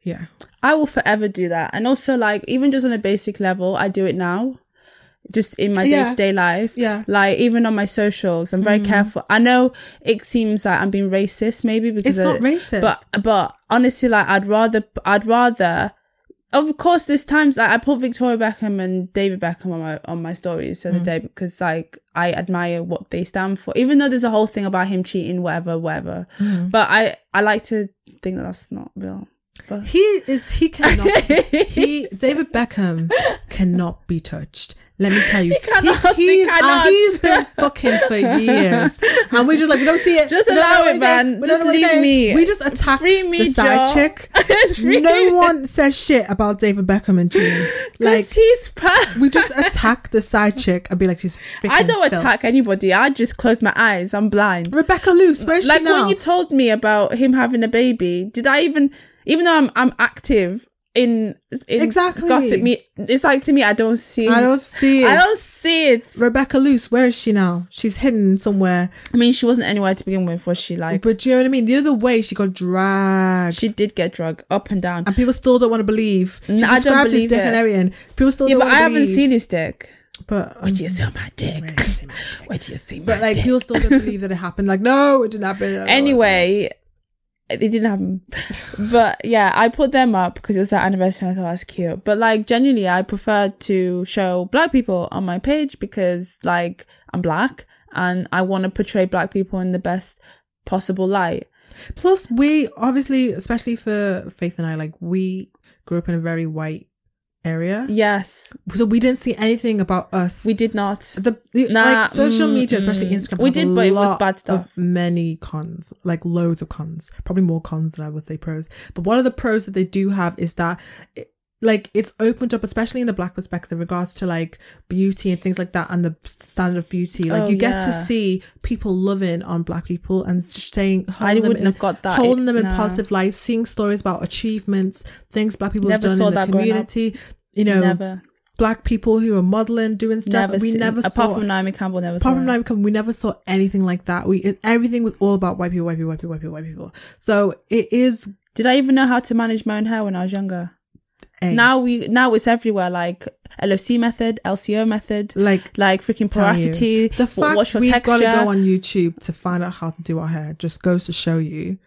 S2: yeah
S1: I will forever do that, and also like even just on a basic level, I do it now, just in my
S2: Yeah.
S1: day to day life.
S2: yeah Mm.
S1: like even on my socials i'm very careful i know it seems like i'm being racist maybe because
S2: it's not
S1: of-
S2: racist
S1: but but honestly like i'd rather i'd rather of course there's times like, i put victoria beckham and david beckham on my on my stories
S2: Mm.
S1: the other day because like i admire what they stand for even though there's a whole thing about him cheating whatever whatever
S2: Mm.
S1: but i i like to think that that's not real [laughs]
S2: he is he cannot he david beckham cannot be touched Let me tell you,
S1: He cannot, he
S2: he's, and
S1: cannot.
S2: uh, he's been fucking
S1: [laughs]
S2: for years, and we just like we don't see it.
S1: Just
S2: We don't know
S1: allow
S2: what
S1: it,
S2: he did.
S1: man.
S2: We don't
S1: Just
S2: know what he
S1: leave
S2: did.
S1: me.
S2: We just attack
S1: Free me,
S2: the side
S1: Joe.
S2: chick.
S1: [laughs] Free me.
S2: No one says shit about David Beckham
S1: [laughs]
S2: and June. Like
S1: Because he's perfect.
S2: we
S1: [laughs]
S2: just attack the side chick and be like, she's. Freaking
S1: I don't
S2: filth.
S1: attack anybody. I just close my eyes. I'm blind.
S2: Rebecca Luce. Where's
S1: like
S2: she now?
S1: when you told me about him having a baby did i even even though i'm i'm active in in
S2: Exactly.
S1: gossip me it's like to me i don't see
S2: I don't
S1: it.
S2: see it.
S1: i don't see it
S2: Rebecca Luce. Where is she now? She's hidden somewhere.
S1: i mean she wasn't anywhere to begin with was she like
S2: But do you know what I mean? The other way, she got dragged.
S1: she did get drug up and down
S2: and people still don't want to believe. She
S1: No, I don't
S2: described his
S1: believe
S2: dick
S1: it.
S2: and everything. People still
S1: yeah
S2: don't
S1: but
S2: want
S1: i
S2: to
S1: haven't
S2: believe.
S1: seen his dick
S2: But
S1: where
S2: um,
S1: do you see my dick where do you see my
S2: but like
S1: dick
S2: people still
S1: [laughs]
S2: don't believe that it happened. Like no, it didn't happen.
S1: anyway it didn't happen
S2: [laughs]
S1: but yeah i put them up because it was their anniversary and i thought that's cute but like genuinely i prefer to show black people on my page because like i'm black and i want to portray black people in the best possible light
S2: Plus, we obviously, especially for Faith and I, like we grew up in a very white area,
S1: yes
S2: so we didn't see anything about us.
S1: we did not
S2: The, the
S1: Nah,
S2: like social
S1: mm,
S2: media, especially
S1: mm.
S2: Instagram,
S1: We
S2: has a
S1: did, but it was
S2: lot
S1: bad stuff.
S2: Of many cons, like loads of cons, probably more cons than I would say pros. But one of the pros that they do have is that. It, like it's opened up, especially in the black perspective, in regards to like beauty and things like that, and the standard of beauty. Like
S1: Oh,
S2: you get to
S1: yeah.
S2: see people loving on black people and saying,
S1: i
S2: holding them
S1: wouldn't
S2: in a
S1: have got that
S2: holding them in
S1: No.
S2: positive light, seeing stories about achievements, things black people
S1: Never
S2: have
S1: saw
S2: done in the
S1: that growing up.
S2: community. You know,
S1: never
S2: black people who are modeling, doing stuff.
S1: never
S2: we
S1: seen-
S2: never
S1: apart
S2: saw.
S1: from naomi campbell never
S2: apart
S1: saw
S2: from
S1: it.
S2: Nine Become, we never saw anything like that. We it, everything was all about white people, white people, white people, white people, white people. So it is
S1: did i even know how to manage my own hair when i was younger
S2: a
S1: now we now it's everywhere like LFC method, LCO method,
S2: like
S1: like freaking
S2: tell you.
S1: porosity.
S2: The
S1: wh-
S2: fact
S1: what's your
S2: we've
S1: texture?
S2: got to go on YouTube to find out how to do our hair just goes to show you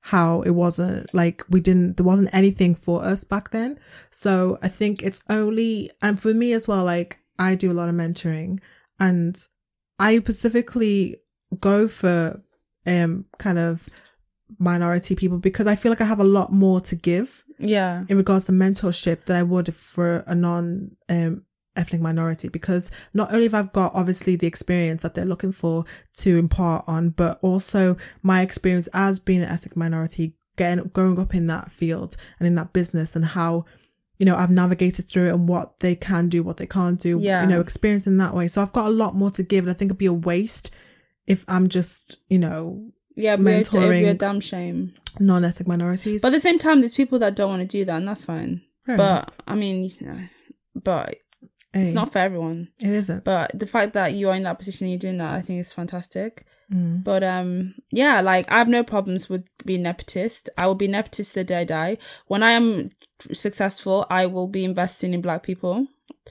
S2: how it wasn't like we didn't there wasn't anything for us back then. So I think it's only and for me as well. Like I do a lot of mentoring, and I specifically go for um kind of minority people because I feel like I have a lot more to give
S1: yeah,
S2: in regards to mentorship than I would for a non um, ethnic minority because not only have I got obviously the experience that they're looking for to impart on, but also my experience as being an ethnic minority, getting growing up in that field and in that business and how you know I've navigated through it and what they can do, what they can't do,
S1: Yeah.
S2: you know, experience in that way. So I've got a lot more to give, and I think it'd be a waste if I'm just you know
S1: yeah, but it'd it'd be a
S2: mentoring.
S1: damn shame.
S2: non-ethnic minorities.
S1: But at the same time, there's people that don't want to do that, and that's fine.
S2: Fair enough.
S1: But I mean, you know, but
S2: Hey,
S1: it's not for everyone.
S2: It isn't.
S1: But the fact that you are in that position and you're doing that, I think is fantastic.
S2: Mm.
S1: But um, yeah, like I have no problems with being nepotist. I will be nepotist the day I die. When I am successful, I will be investing in black people.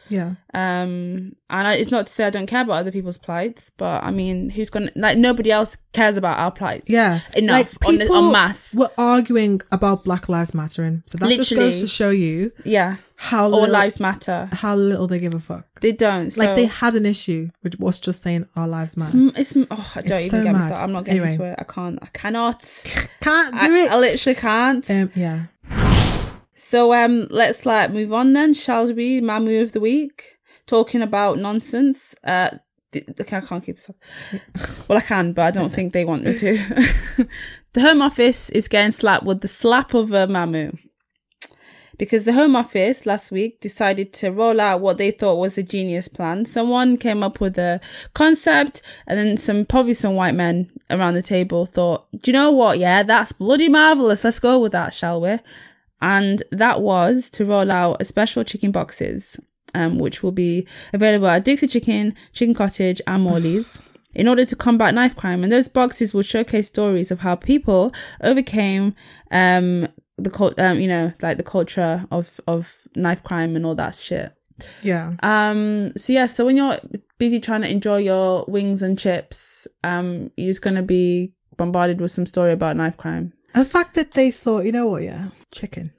S2: Yeah.
S1: Um, and I, it's not to say I don't care about other people's plights, but I mean, who's gonna like nobody else cares about our plights.
S2: Yeah.
S1: enough
S2: Like,
S1: on the,
S2: people
S1: on mass.
S2: We're arguing about Black Lives Mattering. So that just
S1: Literally.
S2: goes to show you
S1: Yeah,
S2: how
S1: all
S2: little,
S1: lives matter.
S2: how little they give a fuck.
S1: They don't. So
S2: like they had an issue which was just saying our lives
S1: It's,
S2: matter.
S1: m- it's m- oh, I don't
S2: It's
S1: even
S2: so
S1: get me
S2: mad.
S1: started. I'm not getting
S2: Anyway.
S1: into it. I can't. I cannot.
S2: Can't
S1: I,
S2: [laughs] do it.
S1: I literally can't.
S2: Um, yeah.
S1: so um, let's like move on then, shall we? My move of the week, talking about nonsense. Uh, th- th- I can't keep this up. Well, I can, but I don't think they want me to. [laughs] the Home Office is getting slapped with the slap of a Mamu. Because the Home Office last week decided to roll out what they thought was a genius plan. Someone came up with a concept, and then some probably some white men around the table thought, "Do you know what? Yeah, that's bloody marvelous. Let's go with that, shall we?" And that was to roll out a special chicken boxes, um, which will be available at Dixie Chicken, Chicken Cottage, and Morley's in order to combat knife crime. And those boxes will showcase stories of how people overcame um, the cult, um, you know, like the culture of of knife crime and all that shit.
S2: Yeah.
S1: Um, so yeah, so when you're busy trying to enjoy your wings and chips, um, you're just gonna be bombarded with some story about knife crime.
S2: The fact that they thought, you know what, yeah, chicken.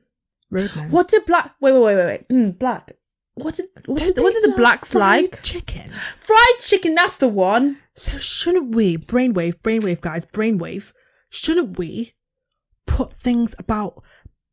S2: Roadman.
S1: What did black? Wait, wait, wait, wait, wait. Mm, black. What did what
S2: Don't
S1: did, what
S2: they
S1: did the
S2: love
S1: blacks
S2: fried
S1: like?
S2: Chicken.
S1: Fried chicken. That's the one.
S2: So shouldn't we, brainwave, brainwave, guys, brainwave, shouldn't we put things about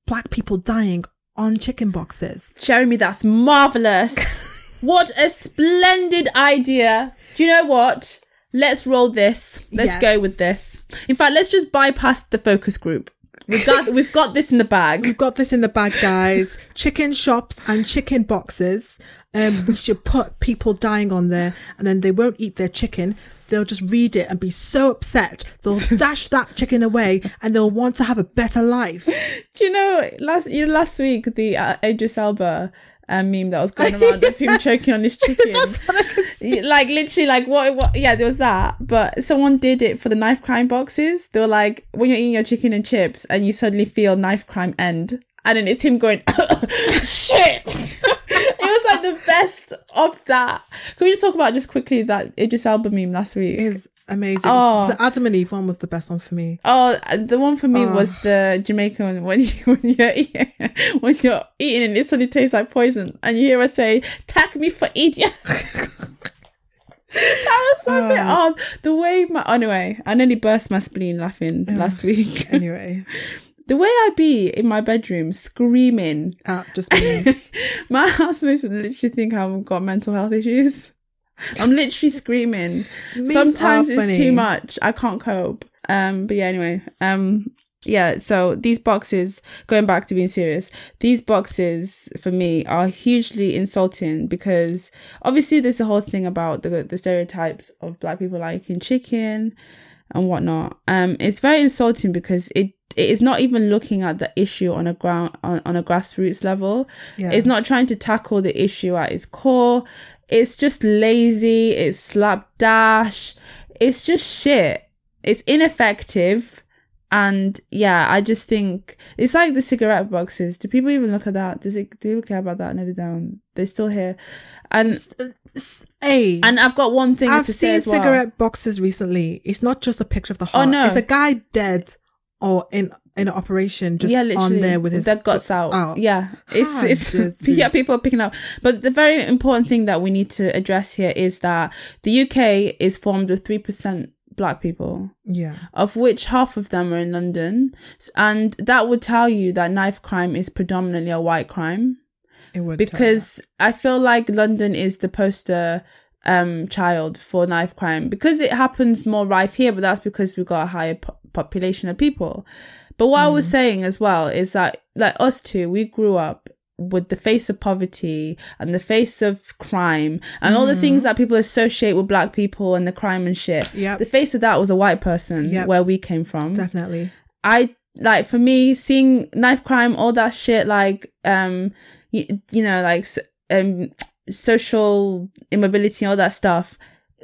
S2: black people dying on chicken boxes?
S1: Jeremy, that's marvelous. [laughs] What a splendid idea. Do you know what? Let's roll this. Let's
S2: Yes.
S1: go with this. In fact, let's just bypass the focus group. We've got, we've got this in the bag.
S2: We've got this in the bag, [laughs] guys. chicken shops and chicken boxes. Um, we should put people dying on there, and then they won't eat their chicken. They'll just read it and be so upset. They'll [laughs] dash that chicken away, and they'll want to have a better life.
S1: [laughs] Do you know last you know, last week the uh, Idris Elba uh, meme that was [laughs] going around of him choking [laughs] on his chicken?
S2: [laughs] That's what I can
S1: Y- like literally like what what yeah there was that but someone did it for the knife crime boxes they were like when you're eating your chicken and chips and you suddenly feel knife crime end and then it's him going [laughs] shit [laughs] it was like the best of that can we just talk about just quickly that Idris Elba meme last week
S2: is amazing.
S1: Oh.
S2: The Adam and Eve one was the best one for me.
S1: Oh, the one for me was the Jamaican one when you [laughs] when you're eating, when you're eating and it suddenly tastes like poison, and you hear her say, "Tack me for idiot." [laughs] that was so bit odd. The way my anyway, I nearly burst my spleen laughing last week. [laughs]
S2: [laughs] Anyway,
S1: the way I be in my bedroom screaming,
S2: that just means
S1: [laughs] my housemates would literally think I've got mental health issues. I'm literally screaming.
S2: Memes
S1: Sometimes
S2: are
S1: it's
S2: funny.
S1: too much. I can't cope. Um, but yeah, anyway. Um, yeah. So these boxes, going back to being serious, these boxes for me are hugely insulting because obviously there's a whole thing about the the stereotypes of black people liking chicken and whatnot. Um, it's very insulting because it it is not even looking at the issue on a ground on, on a grassroots level.
S2: Yeah.
S1: It's not trying to tackle the issue at its core. It's just lazy. It's slapdash. It's just shit. It's ineffective. And yeah, I just think it's like the cigarette boxes. Do people even look at that? Does it? Do people care about that? No, they don't. They're still here. And
S2: a.
S1: and I've got one thing
S2: I've
S1: to say
S2: seen
S1: as well.
S2: cigarette boxes recently. It's not just a picture of the heart.
S1: Oh, no.
S2: It's a guy dead or in in an operation just
S1: yeah, literally,
S2: on there with his
S1: their guts out. Yeah,
S2: Hi,
S1: it's [laughs] it's
S2: Jesse.
S1: yeah, people are picking up. But the very important thing that we need to address here is that the UK is formed of three percent black people,
S2: Yeah.
S1: of which half of them are in London, S- and that would tell you that knife crime is predominantly a white crime
S2: It would tell
S1: because I feel like London is the poster um child for knife crime because it happens more rife here, but that's because we've got a higher po- population of people. But what I was
S2: Hmm.
S1: saying as well is that like us two, we grew up with the face of poverty and the face of crime and all the
S2: Hmm.
S1: things that people associate with black people and the crime and shit.
S2: Yep.
S1: The face of that was a white person
S2: Yep.
S1: where we came from.
S2: that. definitely.
S1: I like for me seeing knife crime, all that shit, like um, you, you know, like s- um, social immobility, all that stuff.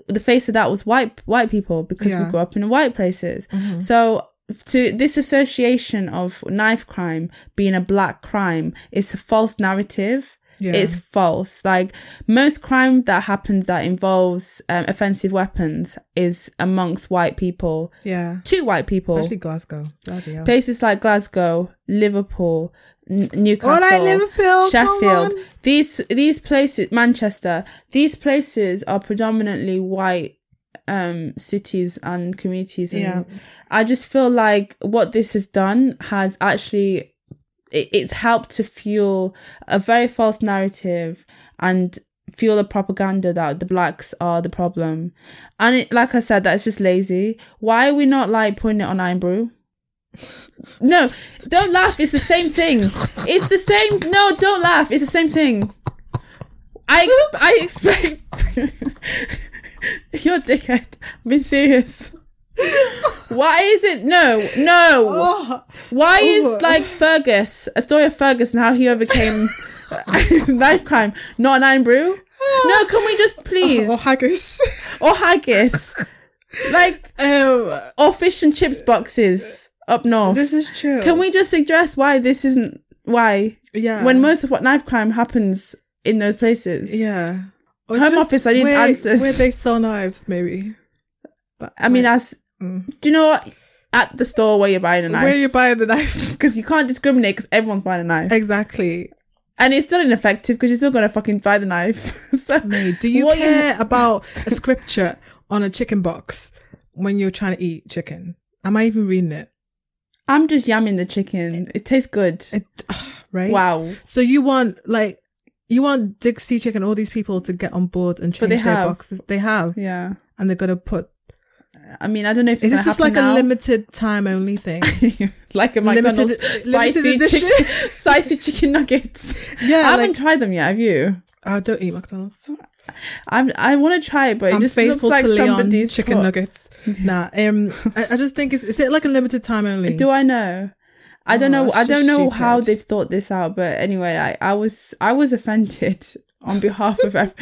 S1: The face of that was white white people because
S2: Yeah. Mm-hmm.
S1: we grew up in white places. So to this association of knife crime being a black crime is a false narrative.
S2: Yeah.
S1: It's false. Like most crime that happens that involves um, offensive weapons is amongst white people,
S2: Yeah.
S1: to white people
S2: Especially Glasgow. Bloody hell.
S1: places like Glasgow, Liverpool, N- Newcastle,
S2: All right, Liverpool, come
S1: Sheffield.
S2: on.
S1: These these places, Manchester. These places are predominantly white um cities and communities and
S2: Yeah.
S1: i just feel like what this has done has actually it, it's helped to fuel a very false narrative and fuel the propaganda that the blacks are the problem and it, like i said that's just lazy why are we not like putting it on iron brew no don't laugh it's the same thing it's the same no don't laugh it's the same thing i ex- i expect [laughs] you're a dickhead i'm being serious why is it no no
S2: Oh,
S1: why
S2: Ooh.
S1: is like Fergus a story of Fergus and how he overcame [laughs] knife crime, not an iron brew? No, can we just please
S2: [laughs] or haggis. [laughs]
S1: or haggis, like
S2: um,
S1: or fish and chips boxes up north?
S2: this is true.
S1: Can we just address why this isn't why
S2: Yeah.
S1: when most of what knife crime happens in those places?
S2: Yeah. Or
S1: Home
S2: just
S1: office, I need
S2: where,
S1: answers.
S2: Where they sell knives, maybe. But
S1: I mean,
S2: like, mm.
S1: as do you know what? At the store where you're buying a
S2: where
S1: knife,
S2: you buy the knife? [laughs]
S1: because you can't discriminate because everyone's buying a knife,
S2: exactly.
S1: and it's still ineffective because you're still gonna fucking buy the knife. [laughs] so,
S2: Mate, do you
S1: what
S2: care about
S1: [laughs]
S2: a scripture on a chicken box when you're trying to eat chicken? Am I even reading it?
S1: I'm just yamming the chicken. It tastes good.
S2: it [sighs] right?
S1: Wow.
S2: So you want like you want Dixie Chick and all these people to get on board and
S1: But
S2: change
S1: they
S2: their
S1: have.
S2: boxes. They have,
S1: Yeah.
S2: and they're gonna put.
S1: I mean, I don't know if
S2: Is
S1: it's
S2: this just like a
S1: limit,
S2: limited time
S1: [laughs]
S2: only thing?
S1: like a McDonald's
S2: Limited- [laughs] limited
S1: spicy
S2: edition?
S1: chicken, [laughs] spicy chicken nuggets.
S2: [laughs] yeah,
S1: I
S2: I
S1: haven't tried them yet. Have you?
S2: oh, don't eat McDonald's.
S1: I've, I want to try it, but it
S2: I'm
S1: just looks
S2: faithful
S1: like
S2: to Leon
S1: somebody's
S2: chicken
S1: put- [laughs]
S2: nuggets. Nah, um, I, I just think it's is it like a limited time only?
S1: Do I know? I don't
S2: Oh,
S1: know.
S2: that's
S1: I don't
S2: just
S1: know how
S2: stupid.
S1: they've thought this out, but anyway, I, I was I was offended [laughs] on behalf of. Ev-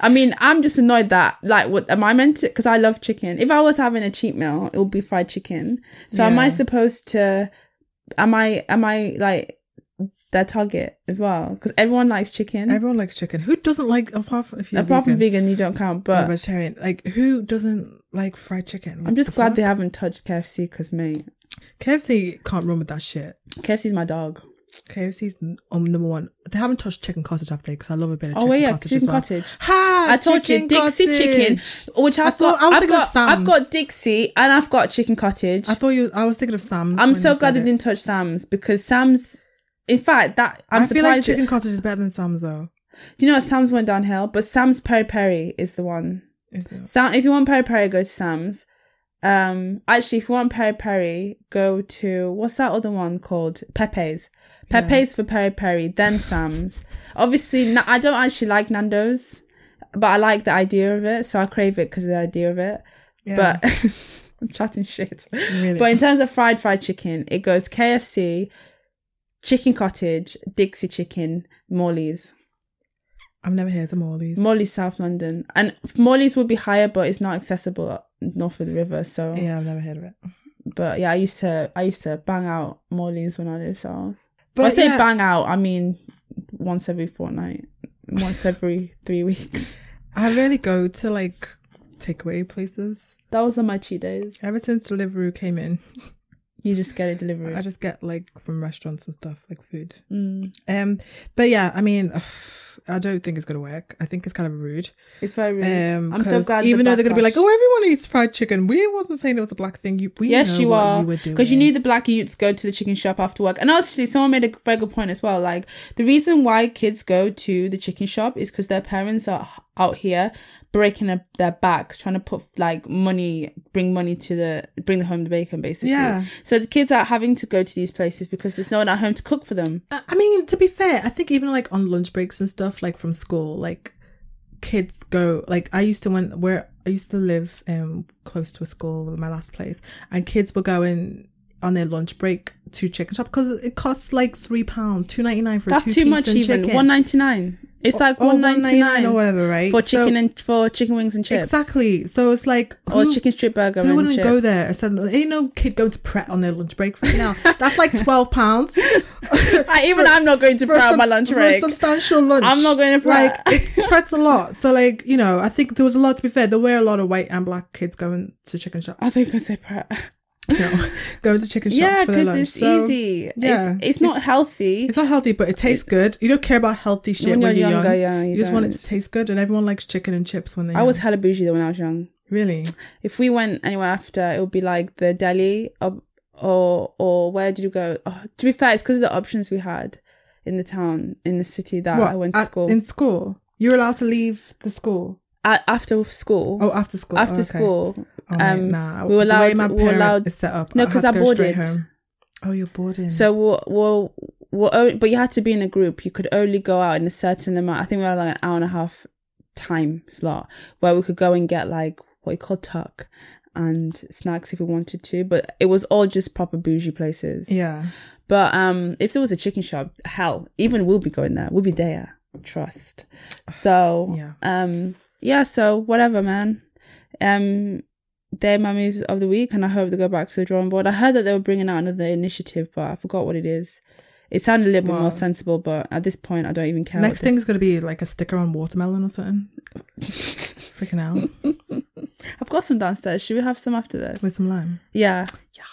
S1: I mean, I'm just annoyed that like, what am I meant to? Because I love chicken. If I was having a cheat meal, it would be fried chicken. So am I
S2: Yeah.
S1: supposed to? Am I am I like their target as well? Because everyone likes chicken.
S2: Everyone likes chicken. Who doesn't like apart from if you're
S1: Apart
S2: vegan,
S1: from vegan, you don't count.
S2: or
S1: But
S2: vegetarian? Like who doesn't like fried chicken? Like,
S1: I'm just
S2: the
S1: glad they
S2: fuck?
S1: haven't touched KFC because mate,
S2: KFC can't run with that shit.
S1: KFC's my dog.
S2: KFC's um, number one. They haven't touched chicken cottage after because I love a bit of
S1: Oh
S2: chicken
S1: yeah,
S2: cottage.
S1: chicken
S2: as well.
S1: cottage.
S2: Ha!
S1: I told you Dixie chicken,
S2: cottage.
S1: which
S2: I
S1: I've
S2: thought-
S1: got.
S2: I was
S1: I've
S2: thinking of
S1: got. I've
S2: Sam's.
S1: got Dixie and I've got chicken cottage.
S2: I thought you. I was thinking of Sam's.
S1: I'm
S2: when
S1: so
S2: you
S1: glad
S2: said
S1: they
S2: it.
S1: didn't touch Sam's because Sam's. In fact, that I'm
S2: I feel
S1: surprised.
S2: like
S1: it-
S2: chicken cottage is better than Sam's though.
S1: do you know what Sam's went downhill? But Sam's peri peri is the one.
S2: Is it?
S1: Sam, if you want peri peri, go to Sam's. Um, actually, if you want peri peri, go to what's that other one called? Pepe's. Pepe's for peri peri, then Sam's. Obviously, na- I don't actually like Nando's, but I like the idea of it, so I crave it because of the idea of it.
S2: Yeah,
S1: But [laughs] I'm chatting shit.
S2: really.
S1: But in terms of fried fried chicken, it goes KFC, Chicken Cottage, Dixie Chicken, Morley's,
S2: I've never heard of all these.
S1: Morley's South London, and Morley's would be higher, but it's not accessible north of the river. So,
S2: yeah, I've never heard of it.
S1: but yeah, I used to I used to bang out Morley's when I lived south.
S2: But
S1: when I say
S2: yeah,
S1: bang out, I mean once every fortnight, once every three weeks.
S2: I rarely go to like takeaway places.
S1: [laughs] That was on my cheat days.
S2: Ever since Deliveroo came in,
S1: You just get it delivery.
S2: I just get like from restaurants and stuff like food.
S1: Mm.
S2: Um, but yeah, I mean, [sighs] I don't think it's gonna work. I think it's kind of rude.
S1: It's very rude.
S2: Um,
S1: I'm so
S2: 'cause
S1: glad. the
S2: Even though they're gonna be
S1: backlash-
S2: like, "Oh, everyone eats fried chicken," we wasn't saying it was a black thing. You, we
S1: Yes,
S2: know
S1: you
S2: what
S1: are,
S2: you were doing
S1: Because you knew the black youths go to the chicken shop after work. And actually, someone made a very good point as well. Like, the reason why kids go to the chicken shop is because their parents are h- out here breaking up their backs, trying to put like money, bring money to the, bring home the bacon, basically.
S2: Yeah.
S1: So the kids are having to go to these places because there's no one at home to cook for them.
S2: I I mean, to be fair, I think even like on lunch breaks and stuff, like from school, like kids go. Like I used to when where I used to live um close to a school, my last place, and kids were going on their lunch break to chicken shop because it costs like three pounds, two ninety nine for
S1: That's
S2: a two
S1: too
S2: piece
S1: much,
S2: and
S1: even.
S2: chicken. Oh,
S1: One ninety nine. It's like
S2: Or
S1: one ninety
S2: 1.99 or
S1: nine
S2: whatever, right?
S1: for
S2: So-
S1: chicken and for chicken wings and chips.
S2: Exactly. So it's like
S1: Or
S2: who-
S1: chicken strip burger
S2: Who
S1: and
S2: wouldn't
S1: chips.
S2: go there? I said, ain't no kid going to Pret on their lunch break right
S1: [laughs]
S2: now. That's like twelve pounds
S1: I, even I'm not going to
S2: for,
S1: put out
S2: some-
S1: my lunch
S2: for
S1: break.
S2: a substantial lunch.
S1: I'm not going to Pret.
S2: Like it's
S1: [laughs]
S2: Pret's a lot. So like you know, I think there was a lot. To be fair, there were a lot of white and black kids going to chicken shop.
S1: I think I said Pret. [laughs]
S2: You know, going to chicken shops
S1: Yeah,
S2: for their
S1: because
S2: lunch.
S1: it's
S2: So
S1: easy.
S2: yeah.
S1: it's, it's not healthy.
S2: It's not healthy, but it tastes good. You don't care about healthy shit
S1: when
S2: when,
S1: you're
S2: you're,
S1: younger,
S2: young.
S1: yeah, you
S2: you, just want it
S1: don't.
S2: to taste good, and everyone likes chicken and chips when they.
S1: I was hella bougie though when I was young.
S2: really.
S1: If we went anywhere after, it would be like the deli or or, or where did you go? Oh, to be fair, it's because of the options we had in the town, in the city that I went to
S2: At-
S1: school.
S2: In school, you're allowed to leave the school.
S1: At, after school,
S2: Oh, after school.
S1: after
S2: Oh, okay.
S1: school,
S2: Oh,
S1: um,
S2: mate, nah.
S1: we were
S2: The way
S1: allowed-
S2: my
S1: we were
S2: parent
S1: allowed-
S2: is set up.
S1: No,
S2: I had
S1: 'cause
S2: to
S1: I
S2: go straight
S1: boarded.
S2: home. Oh, you're boarding.
S1: So we'll, we'll, we'll o- but you had to be in a group. You could only go out in a certain amount. I think we had like an hour and a half time slot where we could go and get like what you call tuck and snacks if we wanted to. But it was all just proper bougie places.
S2: yeah,
S1: But um, if there was a chicken shop, hell, even we'll be going there. We'll be there. Trust. So
S2: Yeah.
S1: um, yeah. So whatever, man. Um, they're my movies of the week, and I hope they go back to the drawing board. I heard that they were bringing out another initiative, but I forgot what it is. It sounded a little bit
S2: Wow.
S1: more sensible, but at this point, I don't even care.
S2: next
S1: what
S2: thing is gonna be like a sticker on watermelon or something. Freaking out
S1: they- [laughs] I've got some downstairs. Should we have some after this?
S2: with some lime.
S1: Yeah.
S2: Yes.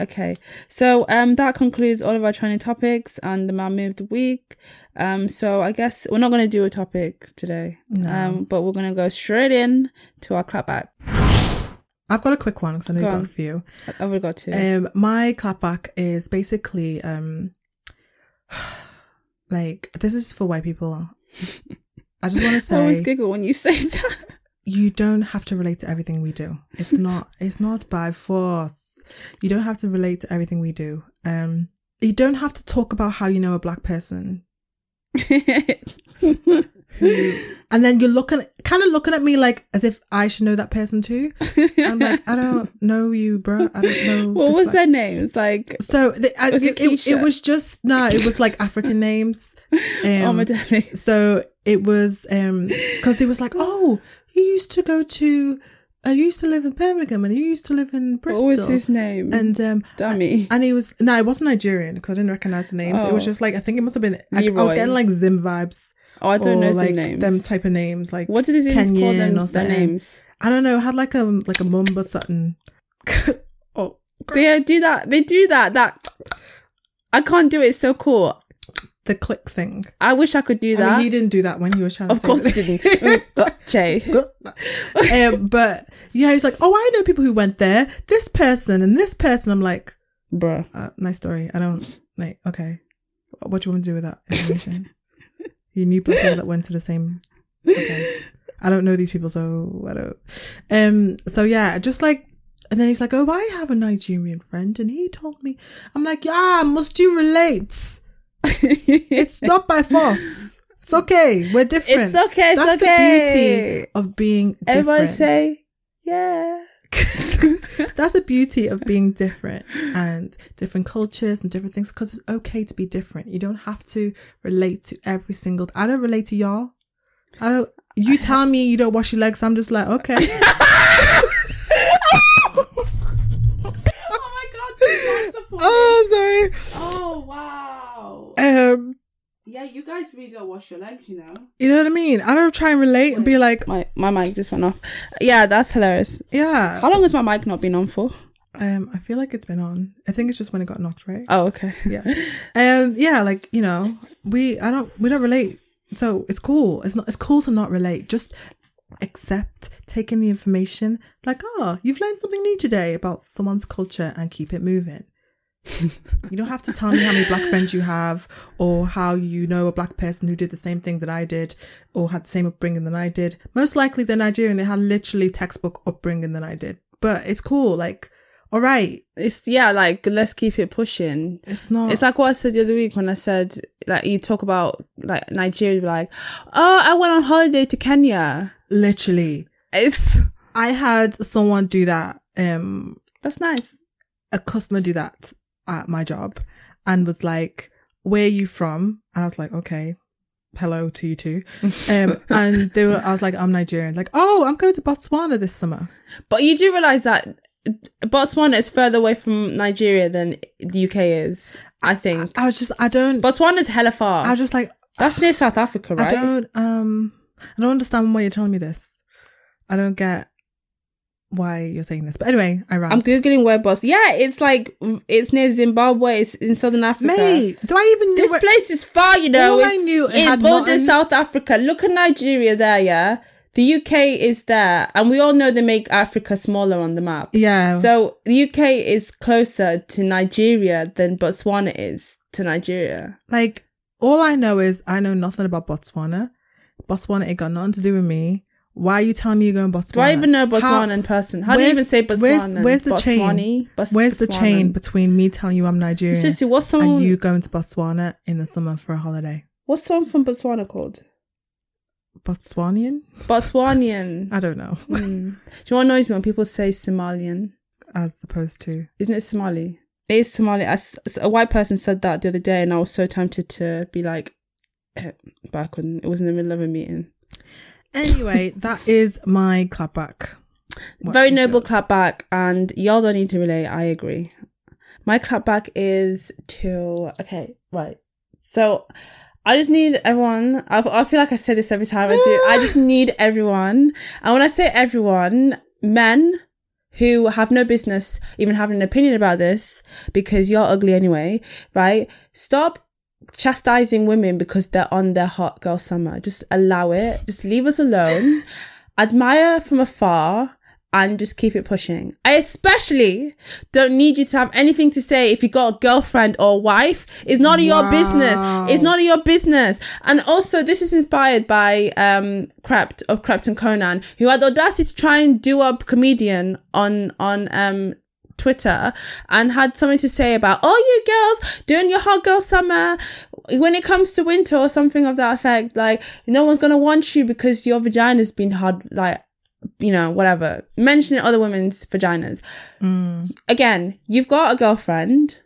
S1: Okay. So um that concludes all of our training topics and the man move of the week. Um so I guess we're not gonna do a topic today.
S2: No.
S1: Um but we're gonna go straight in to our clapback.
S2: I've got a quick one because I know
S1: Go
S2: you've
S1: on.
S2: got a few.
S1: Oh we got to.
S2: Um, my clapback [sighs]
S1: [laughs]
S2: is basically um, like this is for white people I just want to
S1: I always
S2: say
S1: giggle when you [laughs] say that.
S2: you don't have to relate to everything we do.
S1: [laughs]
S2: It's not it's not by force. You don't have to relate to everything we do. Um you don't have to talk about how you know a black person. Who,
S1: [laughs]
S2: and then you're looking kind of looking at me like as if I should know that person
S1: [laughs]
S2: too. I'm like, I don't know you, bro. I don't know.
S1: what
S2: Oh, this
S1: was
S2: black-
S1: their names? Like,
S2: So the, I,
S1: Was it
S2: it, it, it
S1: Keisha?
S2: was just no, it was like African names.
S1: [laughs] oh
S2: Um,
S1: my darling.
S2: so it was um because he was
S1: [gasps]
S2: like, oh, he used to go to, I used to live in Birmingham and he used to live in
S1: [laughs] What
S2: Bristol.
S1: was his name?
S2: And um,
S1: Dummy.
S2: and he was no, it wasn't Nigerian because I didn't recognize the names. It was
S1: Oh.
S2: just like I think it must have been. I, I was
S1: Leroy.
S2: getting like Zim vibes.
S1: oh, I don't
S2: or,
S1: know
S2: like
S1: their names.
S2: Them type of names like
S1: what do these Indians call
S2: Kenyan
S1: them?
S2: or
S1: Their
S2: something.
S1: names.
S2: I don't know. Had like a like a mumba [laughs] something. oh,
S1: They uh, do that. They do that. That I can't do it. It's so cool.
S2: the click thing.
S1: I wish I could do
S2: I mean,
S1: that.
S2: you didn't do that when you were trying.
S1: of
S2: to
S1: course, I
S2: say [laughs]
S1: didn't. Jay.
S2: um, but yeah, he's like, oh, I know people who went there. This person and this person. I'm like,
S1: Bruh.
S2: uh, nice story. I don't like. Okay, what do you want to do with that
S1: [laughs]
S2: information? you knew people that went to the same. Okay, I don't know these people, so I don't. Um. So yeah, just like, and then he's like, "Oh, I have a Nigerian friend, and he told me." I'm like, "Yeah, must you relate? It's not by force. It's okay. We're
S1: [laughs]
S2: different.
S1: It's okay. It's
S2: That's the
S1: okay.
S2: beauty of being
S1: Everybody
S2: different.
S1: say, yeah.
S2: [laughs] That's the beauty of being different and different cultures and different things because it's okay to be different. You don't have to relate to every single. I don't relate to y'all. I don't. You tell me you don't wash your legs. I'm just like okay.
S1: oh my
S2: [laughs] oh, sorry.
S1: Oh wow.
S2: Um,
S1: Yeah, you guys really don't wash your legs, you know.
S2: you know what I mean. I don't try and relate and be like,
S1: My my mic just went off. Yeah, that's hilarious.
S2: yeah.
S1: How long has my mic not been on for?
S2: Um, I feel like it's been on. I think it's just when it got knocked, right?
S1: Oh, okay.
S2: yeah um yeah like you know we i don't we don't relate so it's cool it's not it's cool to not relate just accept take in the information like oh you've learned something new today about someone's culture and keep it moving you don't have to tell me how many black friends you have or how you know a black person who did the same thing that i did or had the same upbringing than i did most likely they're nigerian they had literally textbook upbringing than i did but it's cool like all right
S1: It's yeah, like let's keep it pushing.
S2: it's not
S1: It's like what I said the other week when I said like you talk about like Nigeria, like, oh, I went on holiday to Kenya.
S2: literally
S1: It's
S2: I had someone do that, um,
S1: that's nice.
S2: a customer do that at my job and was like, Where are you from? And I was like, Okay, hello to
S1: [laughs]
S2: you too. Um, and they were, I was like, I'm Nigerian. Like, oh, I'm going to Botswana this summer.
S1: But you do realize that Botswana is further away from Nigeria than the UK is, I think.
S2: I was just, I don't,
S1: Botswana's hella far.
S2: I was just like,
S1: That's near South Africa,
S2: I
S1: right?
S2: don't, um, I don't understand why you're telling me this. I don't get why you're saying this. But anyway, I ran.
S1: I'm googling where Bots. Yeah, it's like it's near Zimbabwe. It's in Southern Africa.
S2: Mate, do I even know
S1: this
S2: where-
S1: place is far, you know.
S2: All I
S1: it's
S2: knew, it
S1: it
S2: had
S1: borders
S2: mutton.
S1: South Africa. Look at Nigeria there, yeah. The UK is there, and we all know they make Africa smaller on the map.
S2: Yeah.
S1: So the UK is closer to Nigeria than Botswana is to Nigeria.
S2: Like, all I know is I know nothing about Botswana. Botswana ain't got nothing to do with me. Why are you telling me you're going Botswana?
S1: Do I even know Botswana
S2: How-
S1: in person? How do you
S2: where's-
S1: even say
S2: where's-
S1: Botswana?
S2: where's the chain?
S1: Botswani? Bos-
S2: Where's the chain
S1: Botswanan?
S2: between me telling you I'm Nigerian
S1: Seriously, what's someone?
S2: and you going to Botswana in the summer for a holiday?
S1: What's someone from Botswana called?
S2: Botswanian?
S1: Botswanian.
S2: I
S1: [laughs]
S2: don't know.
S1: Hmm. Do you know what annoys me when people say Somalian?
S2: As opposed to
S1: Isn't it Somali? It is Somali. I s s a white person said that the other day, and I was so tempted to be like, but I couldn't. It was in the middle of a meeting.
S2: anyway, that is my clapback. What
S1: Very
S2: is
S1: noble
S2: yours?
S1: clapback, and y'all don't need to relate. I agree. My clapback is to okay, right. So I just need everyone. I, I feel like I say this every time I do. I just need everyone, and when I say everyone, men who have no business even having an opinion about this because you're ugly anyway, right? Stop chastising women because they're on their hot girl summer. Just allow it. Just leave us alone. Admire from afar and just keep it pushing. I especially don't need you to have anything to say if you got a girlfriend or wife. It's none of your business.
S2: Wow.
S1: It's none of your business. And also, this is inspired by um Krept of Krept and Conan, who had the audacity to try and do up comedian on on um Twitter and had something to say about all you girls doing your hot girl summer when it comes to winter or something of that effect. Like no one's gonna want you because your vagina's been hard, like you know whatever. Mentioning other women's vaginas again. You've got a girlfriend,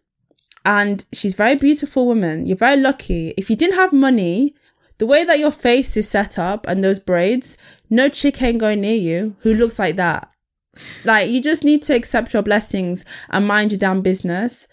S1: and she's a very beautiful woman. You're very lucky. If you didn't have money. The way that your face is set up and those braids, no chick ain't going near you who looks like that. Like you just need to accept your blessings and mind your damn business.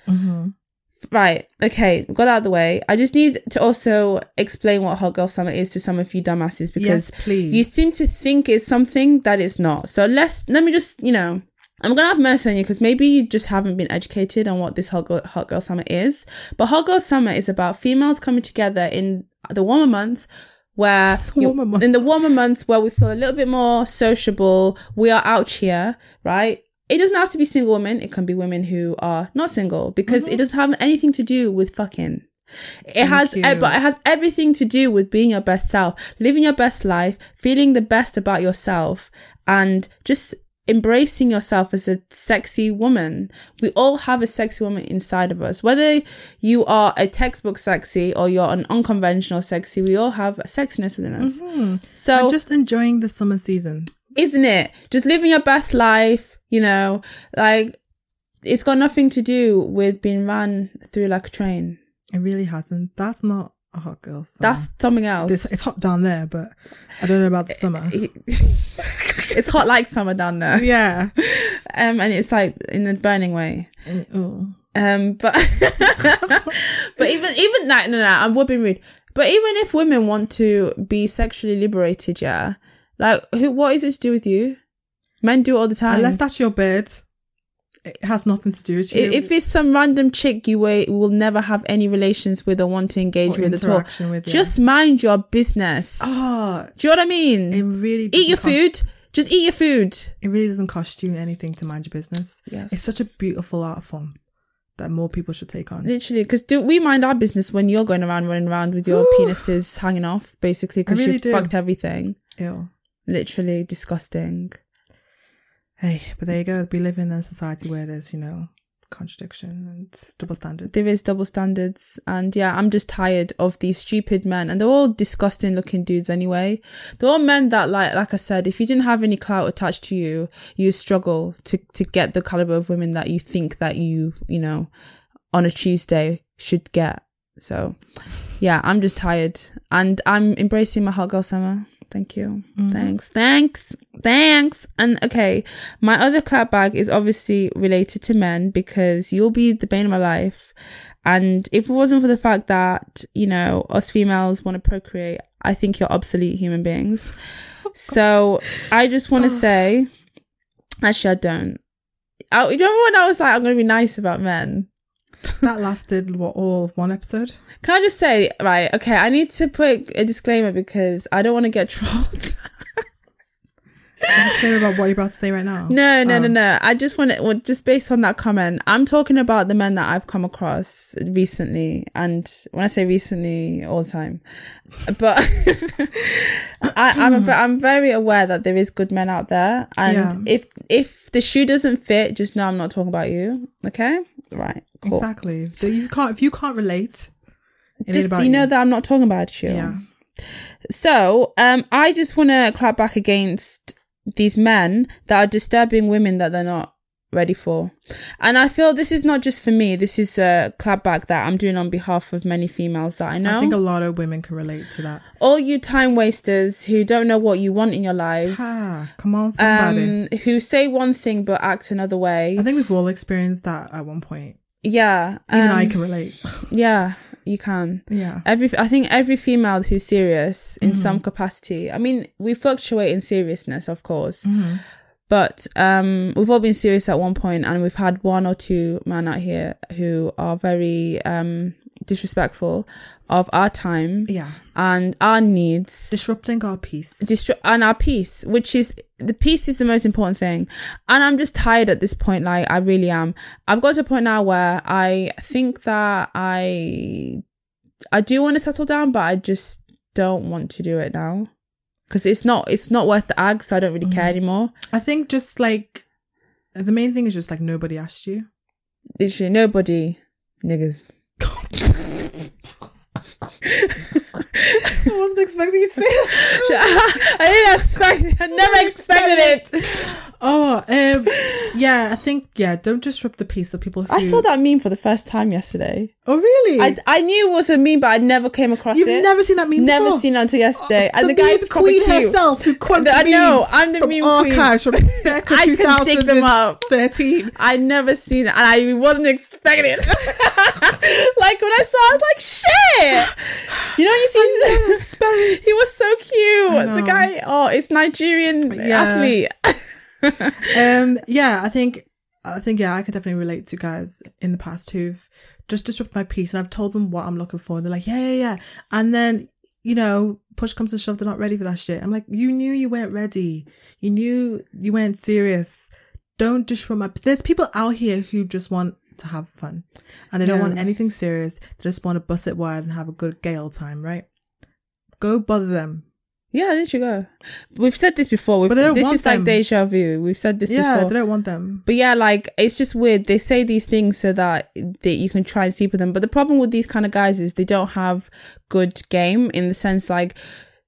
S1: Right. Okay. Got that out of the way. I just need to also explain what Hot Girl Summer is to some of you dumbasses because
S2: Yes, please.
S1: you seem to think it's something that it's not. So let's let me just you know I'm gonna have mercy on you because maybe you just haven't been educated on what this Hot Girl, Hot Girl Summer is. But Hot Girl Summer is about females coming together in the warmer months
S2: [laughs]
S1: where you-
S2: warmer months.
S1: in the warmer months where we feel a little bit more sociable, we are out here, right? It doesn't have to be single women. It can be women who are not single because
S2: Mm-hmm.
S1: it doesn't have anything to do with fucking. It has,
S2: you.
S1: eh, but it has everything to do with being your best self, living your best life, feeling the best about yourself, and just embracing yourself as a sexy woman. We all have a sexy woman inside of us. Whether you are a textbook sexy or you're an unconventional sexy, we all have a sexiness within us. So
S2: I'm Mm-hmm. just enjoying the summer season.
S1: isn't it? Just living your best life, you know, like it's got nothing to do with being ran through like a train.
S2: It really hasn't. That's not a hot girl. Summer.
S1: That's something else.
S2: Mm. This- it's hot down there, but I don't know about the
S1: Eh,
S2: summer.
S1: [laughs] it's hot like summer down there.
S2: [laughs] yeah.
S1: Um, and it's like in a burning way.
S2: And- oh.
S1: Um, but [laughs] but even even that no no, I'm would be rude. But even if women want to be sexually liberated, yeah, like who what is it to do with you? Men do it all the time.
S2: Unless that's your bed, it has nothing to do with you.
S1: I- If it's some random chick you wa- will never have any relations with or want to
S2: or
S1: engage with at all,
S2: interaction with you.
S1: just mind your business.
S2: ah,
S1: Do you know what I mean?
S2: it really
S1: eat
S2: doesn't
S1: your
S2: cost-
S1: food. Just eat your food.
S2: It really doesn't cost you anything to mind your business.
S1: Yes.
S2: It's such a beautiful art form that more people should take on.
S1: Literally, because do we mind our business when you're going around running around with your penises hanging off, basically, because
S2: really
S1: you've
S2: do.
S1: fucked everything.
S2: Ew.
S1: Literally disgusting.
S2: Hey, but there you go. We live in a society where there's, you know, contradiction and double standards.
S1: There is double standards, and yeah, I'm just tired of these stupid men, and they're all disgusting looking dudes anyway. They're all men that, like, like I said, if you didn't have any clout attached to you, you struggle to to get the caliber of women that you think that you, you know, on a Tuesday should get. So, yeah, I'm just tired, and I'm embracing my hot girl summer. Thank you. Thanks. Thanks. Thanks. And okay, my other clap bag is obviously related to men because you'll be the bane of my life. And if it wasn't for the fact that, you know, us females want to procreate, I think you're obsolete human beings. So I just want to say, actually, I don't. I, you remember when I was like, I'm going to be nice about men?
S2: that lasted, what, all of one episode?
S1: Can I just say, right, okay, I need to put a disclaimer because I don't want to get [laughs] trolled.
S2: I'm scared about what you're about to say right now.
S1: No, no,
S2: Oh.
S1: no, no. I just want to, well, just based on that comment, I'm talking about the men that I've come across recently. And when I say recently, all the time. But [laughs] I, I'm, a, ve- I'm very aware that there is good men out there. And if if the shoe doesn't fit, just know I'm not talking about you. Okay? Right. Cool.
S2: Exactly. So you can't, if you can't relate, it ain't
S1: Just
S2: about
S1: you know that I'm not talking about you.
S2: Yeah.
S1: So, um, I just want to clap back against these men that are disturbing women that they're not ready for. And I feel this is not just for me. This is a clap back that I'm doing on behalf of many females that I know.
S2: I think a lot of women can relate to that.
S1: All you time wasters who don't know what you want in your lives,
S2: Ah, come on, somebody.
S1: um, who say one thing but act another way.
S2: I think we've all experienced that at one point.
S1: Yeah.
S2: Even
S1: um, uh,
S2: I can relate. [laughs]
S1: yeah, you can.
S2: yeah.
S1: Every, I think every female who's serious in some capacity. I mean, we fluctuate in seriousness, of course, But um, we've all been serious at one point, and we've had one or two men out here who are very um, disrespectful of our time
S2: Yeah.
S1: and our needs
S2: Disrupting our peace.
S1: distru- and our peace, which is the peace is the most important thing. And I'm just tired at this point. Like I really am. I've got to a point now where I think that I, I do want to settle down, but I just don't want to do it now because it's not it's not worth the ag. So I don't really care anymore.
S2: I think just like the main thing is just like nobody asked you.
S1: [laughs] Literally nobody niggas. [laughs]
S2: I wasn't expecting you to say that.
S1: I didn't expect. [laughs] I never expected it.
S2: [laughs] Oh, um, yeah, I think yeah. Don't disrupt the peace of people. Who,
S1: I saw that meme for the first time yesterday.
S2: Oh, really?
S1: I, I knew it was a meme, but I never came across
S2: You've
S1: it.
S2: never seen that meme.
S1: Never
S2: before?
S1: seen that until yesterday. and the,
S2: meme
S1: guy's queen
S2: Oh, queen
S1: cute.
S2: herself who quotes
S1: I know,
S2: memes
S1: I'm the
S2: from
S1: meme queen.
S2: archives from circa
S1: [laughs] I can dig them up.
S2: 2013.
S1: I never seen it, and I wasn't expecting it. [laughs] like when I saw, it, I was like, "Shit!" You know, you see,
S2: Spelling-
S1: [laughs] he was so cute. The
S2: know.
S1: guy, oh, it's Nigerian
S2: Yeah.
S1: athlete.
S2: um, yeah, I think I think yeah, I can definitely relate to guys in the past who've just disrupted my peace, and I've told them what I'm looking for, and they're like, yeah, yeah, yeah, and then you know, push comes to shove, they're not ready for that shit. I'm like, you knew you weren't ready, you knew you weren't serious. Don't disrupt my. There's people out here who just want to have fun, and they don't
S1: Yeah.
S2: want anything serious. They just want to bust it wide and have a good gay old time, right? Go bother them.
S1: Yeah, there you go. We've said this before. We've,
S2: But they don't
S1: this
S2: want
S1: is like
S2: them.
S1: deja vu. We've said this
S2: yeah,
S1: before.
S2: they don't want them.
S1: But yeah, like it's just weird. They say these things so that that you can try and sleep with them. But the problem with these kind of guys is they don't have good game in the sense like,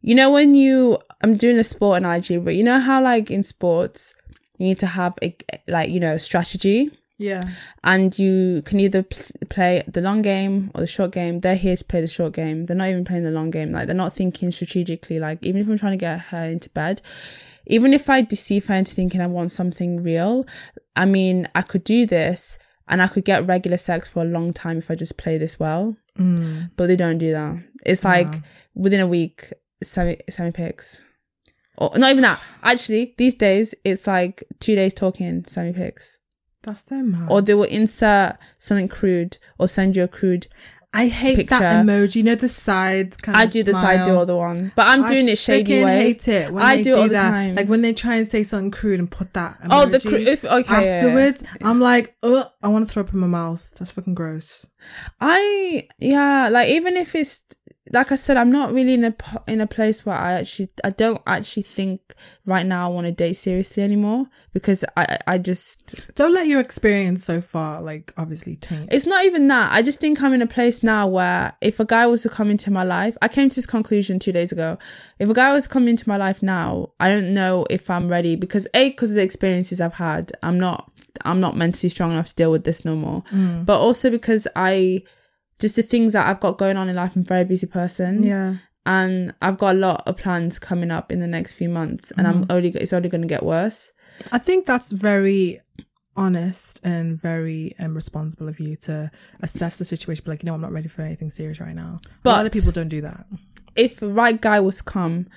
S1: you know, when you I'm doing a sport analogy, but you know how like in sports you need to have a like you know strategy
S2: Yeah,
S1: and you can either p- play the long game or the short game. They're here to play the short game. They're not even playing the long game. Like they're not thinking strategically. Like even if I'm trying to get her into bed, even if I deceive her into thinking I want something real, I mean I could do this and I could get regular sex for a long time if I just play this well. But they don't do that. It's like within a week, semi semi picks. Or not even that. Actually, these days it's like two days talking, semi picks
S2: that's so mad.
S1: or they will insert something crude or send you a crude.
S2: I hate that
S1: picture.
S2: emoji. You know the side kind
S1: I
S2: of
S1: do this, I do
S2: smile?
S1: all the one, but I'm
S2: I
S1: doing it shady
S2: freaking
S1: way.
S2: hate it when
S1: I
S2: they
S1: do it all the
S2: that.
S1: time.
S2: Like when they try and say something crude and put that emoji
S1: Oh, the cru- if- okay, yeah,
S2: afterwards, I'm like, ugh, I want to throw up in my mouth. That's fucking gross.
S1: I yeah, like even if it's like I said, I'm not really in a p- in a place where I actually I don't actually think right now I want to date seriously anymore because I I just
S2: Don't let your experience so far, like obviously taint.
S1: It's not even that. I just think I'm in a place now where if a guy was to come into my life, I came to this conclusion two days ago. If a guy was to come into my life now, I don't know if I'm ready because a because of the experiences I've had, I'm not I'm not mentally strong enough to deal with this no more. But also because I just the things that I've got going on in life, I'm a very busy person
S2: yeah,
S1: and I've got a lot of plans coming up in the next few months, and I'm only it's only going to get worse.
S2: I think that's very honest and very um, responsible of you to assess the situation. But like, you know, I'm not ready for anything serious right now. a lot of
S1: But-
S2: people don't do that.
S1: if the right guy was to come,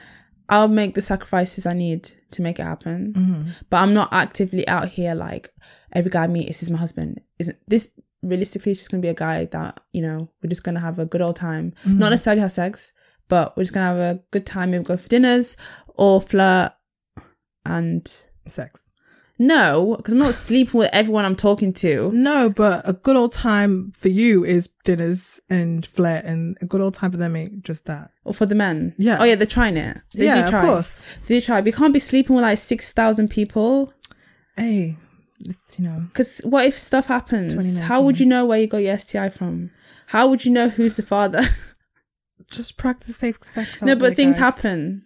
S1: I'll make the sacrifices I need to make it happen.
S2: Mm-hmm.
S1: But I'm not actively out here like every guy I meet. This is my husband. Isn't this realistically? It's just gonna be a guy that you know we're just gonna have a good old time.
S2: Mm-hmm.
S1: Not necessarily have sex, but we're just gonna have a good time. Maybe go for dinners or flirt. And
S2: Sex.
S1: no, because I'm
S2: [laughs]
S1: not sleeping with everyone I'm talking to.
S2: No, but a good old time for you is dinners and flair, and a good old time for them ain't just that.
S1: Or for the men.
S2: Yeah.
S1: Oh yeah, they're trying it. They
S2: yeah,
S1: do try.
S2: of course.
S1: They do try. We can't be sleeping with like six thousand people.
S2: Hey, it's you know,
S1: Because what if stuff happens?
S2: 2019.
S1: How would you know where you got your STI from? How would you know who's the father?
S2: just practice safe sex. out
S1: no, but
S2: there,
S1: things
S2: guys.
S1: happen.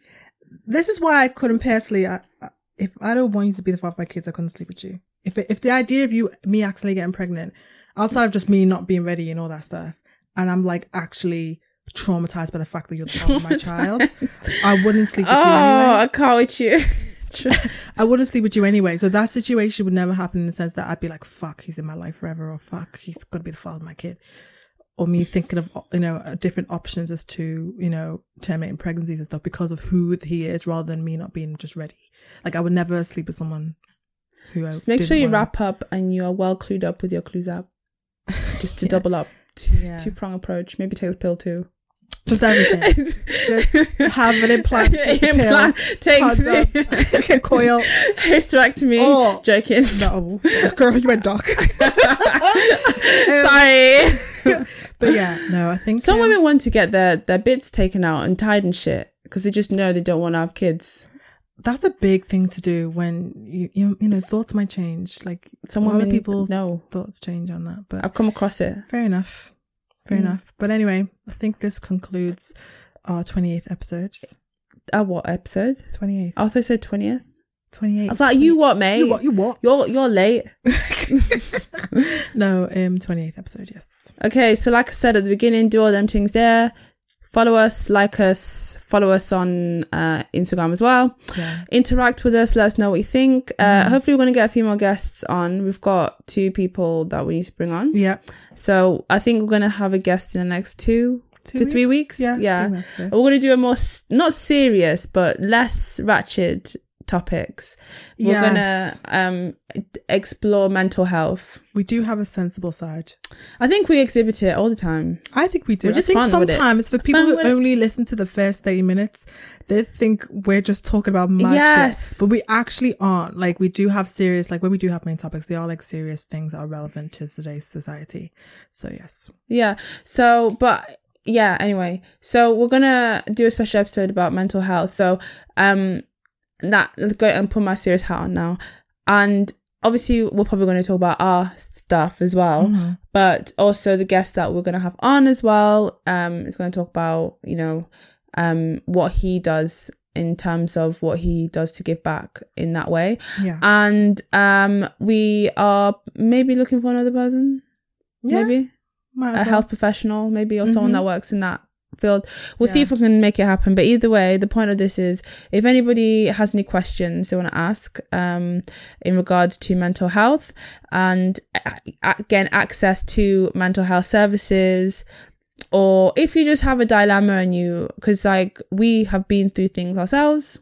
S2: This is why I couldn't personally. I, I, if I don't want you to be the father of my kids, I couldn't sleep with you. If it, if the idea of you me accidentally getting pregnant, outside of just me not being ready and all that stuff, and I'm like actually traumatized by the fact that you're the father of my child, I wouldn't sleep with
S1: Oh,
S2: you anyway.
S1: I can't with
S2: [laughs]
S1: you. Tr-
S2: I wouldn't sleep with you anyway. So that situation would never happen in the sense that I'd be like, fuck, he's in my life forever or fuck, he's going to be the father of my kid. or me thinking of you know uh, different options as to you know terminating pregnancies and stuff because of who he is rather than me not being just ready like i would never sleep with someone who I
S1: Just make sure
S2: didn't
S1: you
S2: wanna-
S1: wrap up and you are well clued up with your clues
S2: [laughs]
S1: up. Just to
S2: Yeah.
S1: double up. Two,
S2: Yeah.
S1: Two prong approach. Maybe take the pill
S2: [laughs]
S1: too. [laughs]
S2: just everything Just have an implant, take the pill,
S1: implant. Take
S2: Condom,
S1: the
S2: [laughs] coil
S1: [laughs] hysterectomy.
S2: Oh. [laughs]
S1: Joking. [laughs]
S2: no girl you went dark
S1: Sorry.
S2: but yeah no i think
S1: Some
S2: um,
S1: women want to get their, their bits taken out and tied and shit because they just know they don't want to have kids.
S2: that's a big thing to do when you you, you know thoughts might change like
S1: Some
S2: a lot
S1: women
S2: of people's
S1: know.
S2: thoughts change on that but
S1: I've come across it.
S2: fair enough fair
S1: Mm.
S2: enough but anyway i think this concludes our 28th episode
S1: Uh, what episode?
S2: 28th
S1: I also said 20th.
S2: 28th
S1: I was like, you what, mate?
S2: Mm. you what you what
S1: You're, you're late.
S2: [laughs] no um 28th episode yes
S1: Okay, so like I said at the beginning, do all them things there. Follow us, like us, follow us on uh, Instagram as well.
S2: yeah
S1: Interact with us, let us know what you think. Uh,
S2: Mm.
S1: Hopefully, we're going to get a few more guests on. We've got two people that we need to bring on.
S2: yeah
S1: So I think we're going to have a guest in the next two,
S2: Two
S1: to three weeks.
S2: yeah I
S1: Yeah.
S2: think that's fair.
S1: We're going to do a more, s- not serious, but less ratchet topics. We're
S2: Yes.
S1: going to um, explore mental health.
S2: we do have a sensible side
S1: I think we exhibit it all the time.
S2: I think we do.
S1: We're just
S2: I think
S1: fun with it.
S2: sometimes for people
S1: Fun
S2: who
S1: with it.
S2: only listen to the first 30 minutes, they think we're just talking about mad
S1: Yes.
S2: shit. But we actually aren't. Like we do have serious, like when we do have main topics, they are like serious things that are relevant to today's society. So yes.
S1: Yeah. So, but yeah, anyway. So we're gonna do a special episode about mental health. So, um, that let's go and put my serious hat on now. And obviously, we're probably going to talk about our stuff as well,
S2: Mm-hmm.
S1: but also the guest that we're going to have on as well. Um, is going to talk about you know, um, what he does in terms of what he does to give back in that way.
S2: Yeah.
S1: And um, we are maybe looking for another person.
S2: yeah.
S1: Maybe
S2: might
S1: a
S2: as well.
S1: health professional, maybe, or someone
S2: Mhm.
S1: that works in that field. We'll see
S2: Yeah.
S1: if we can make it happen. But either way, the point of this is if anybody has any questions they want to ask um, in regards to mental health and a- a- again, access to mental health services. Or if you just have a dilemma and you, because like we have been through things ourselves,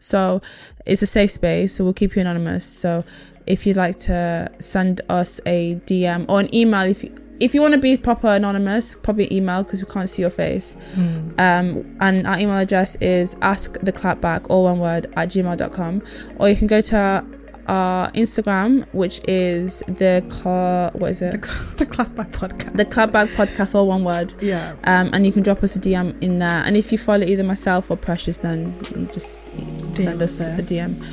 S1: so it's a safe space, so we'll keep you anonymous. So if you'd like to send us a DM or an email, if you, if you want to be proper anonymous, probably email because we can't see your face.
S2: Mm.
S1: Um, and our email address is asktheclapback, all one word, at gmail.com. Or you can go to our, our Instagram, which is the, cla- what is
S2: The,
S1: it?
S2: cl- [laughs] the Clapback podcast.
S1: The Clapback Podcast, all one word.
S2: yeah.
S1: Um, and you can drop us a DM in there. And if you follow either myself or Precious, then you just send us
S2: us there.
S1: a DM.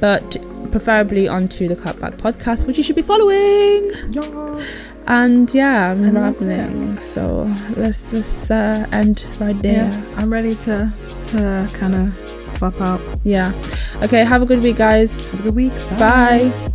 S1: But preferably onto the Clapback podcast, which you should be following.
S2: Yes.
S1: And yeah, I'm
S2: And that's it.
S1: rambling. So let's let's uh, end right there.
S2: Yeah. I'm ready to to kind of pop out.
S1: Yeah. Okay. Have a good week, guys.
S2: Have a good week.
S1: Bye.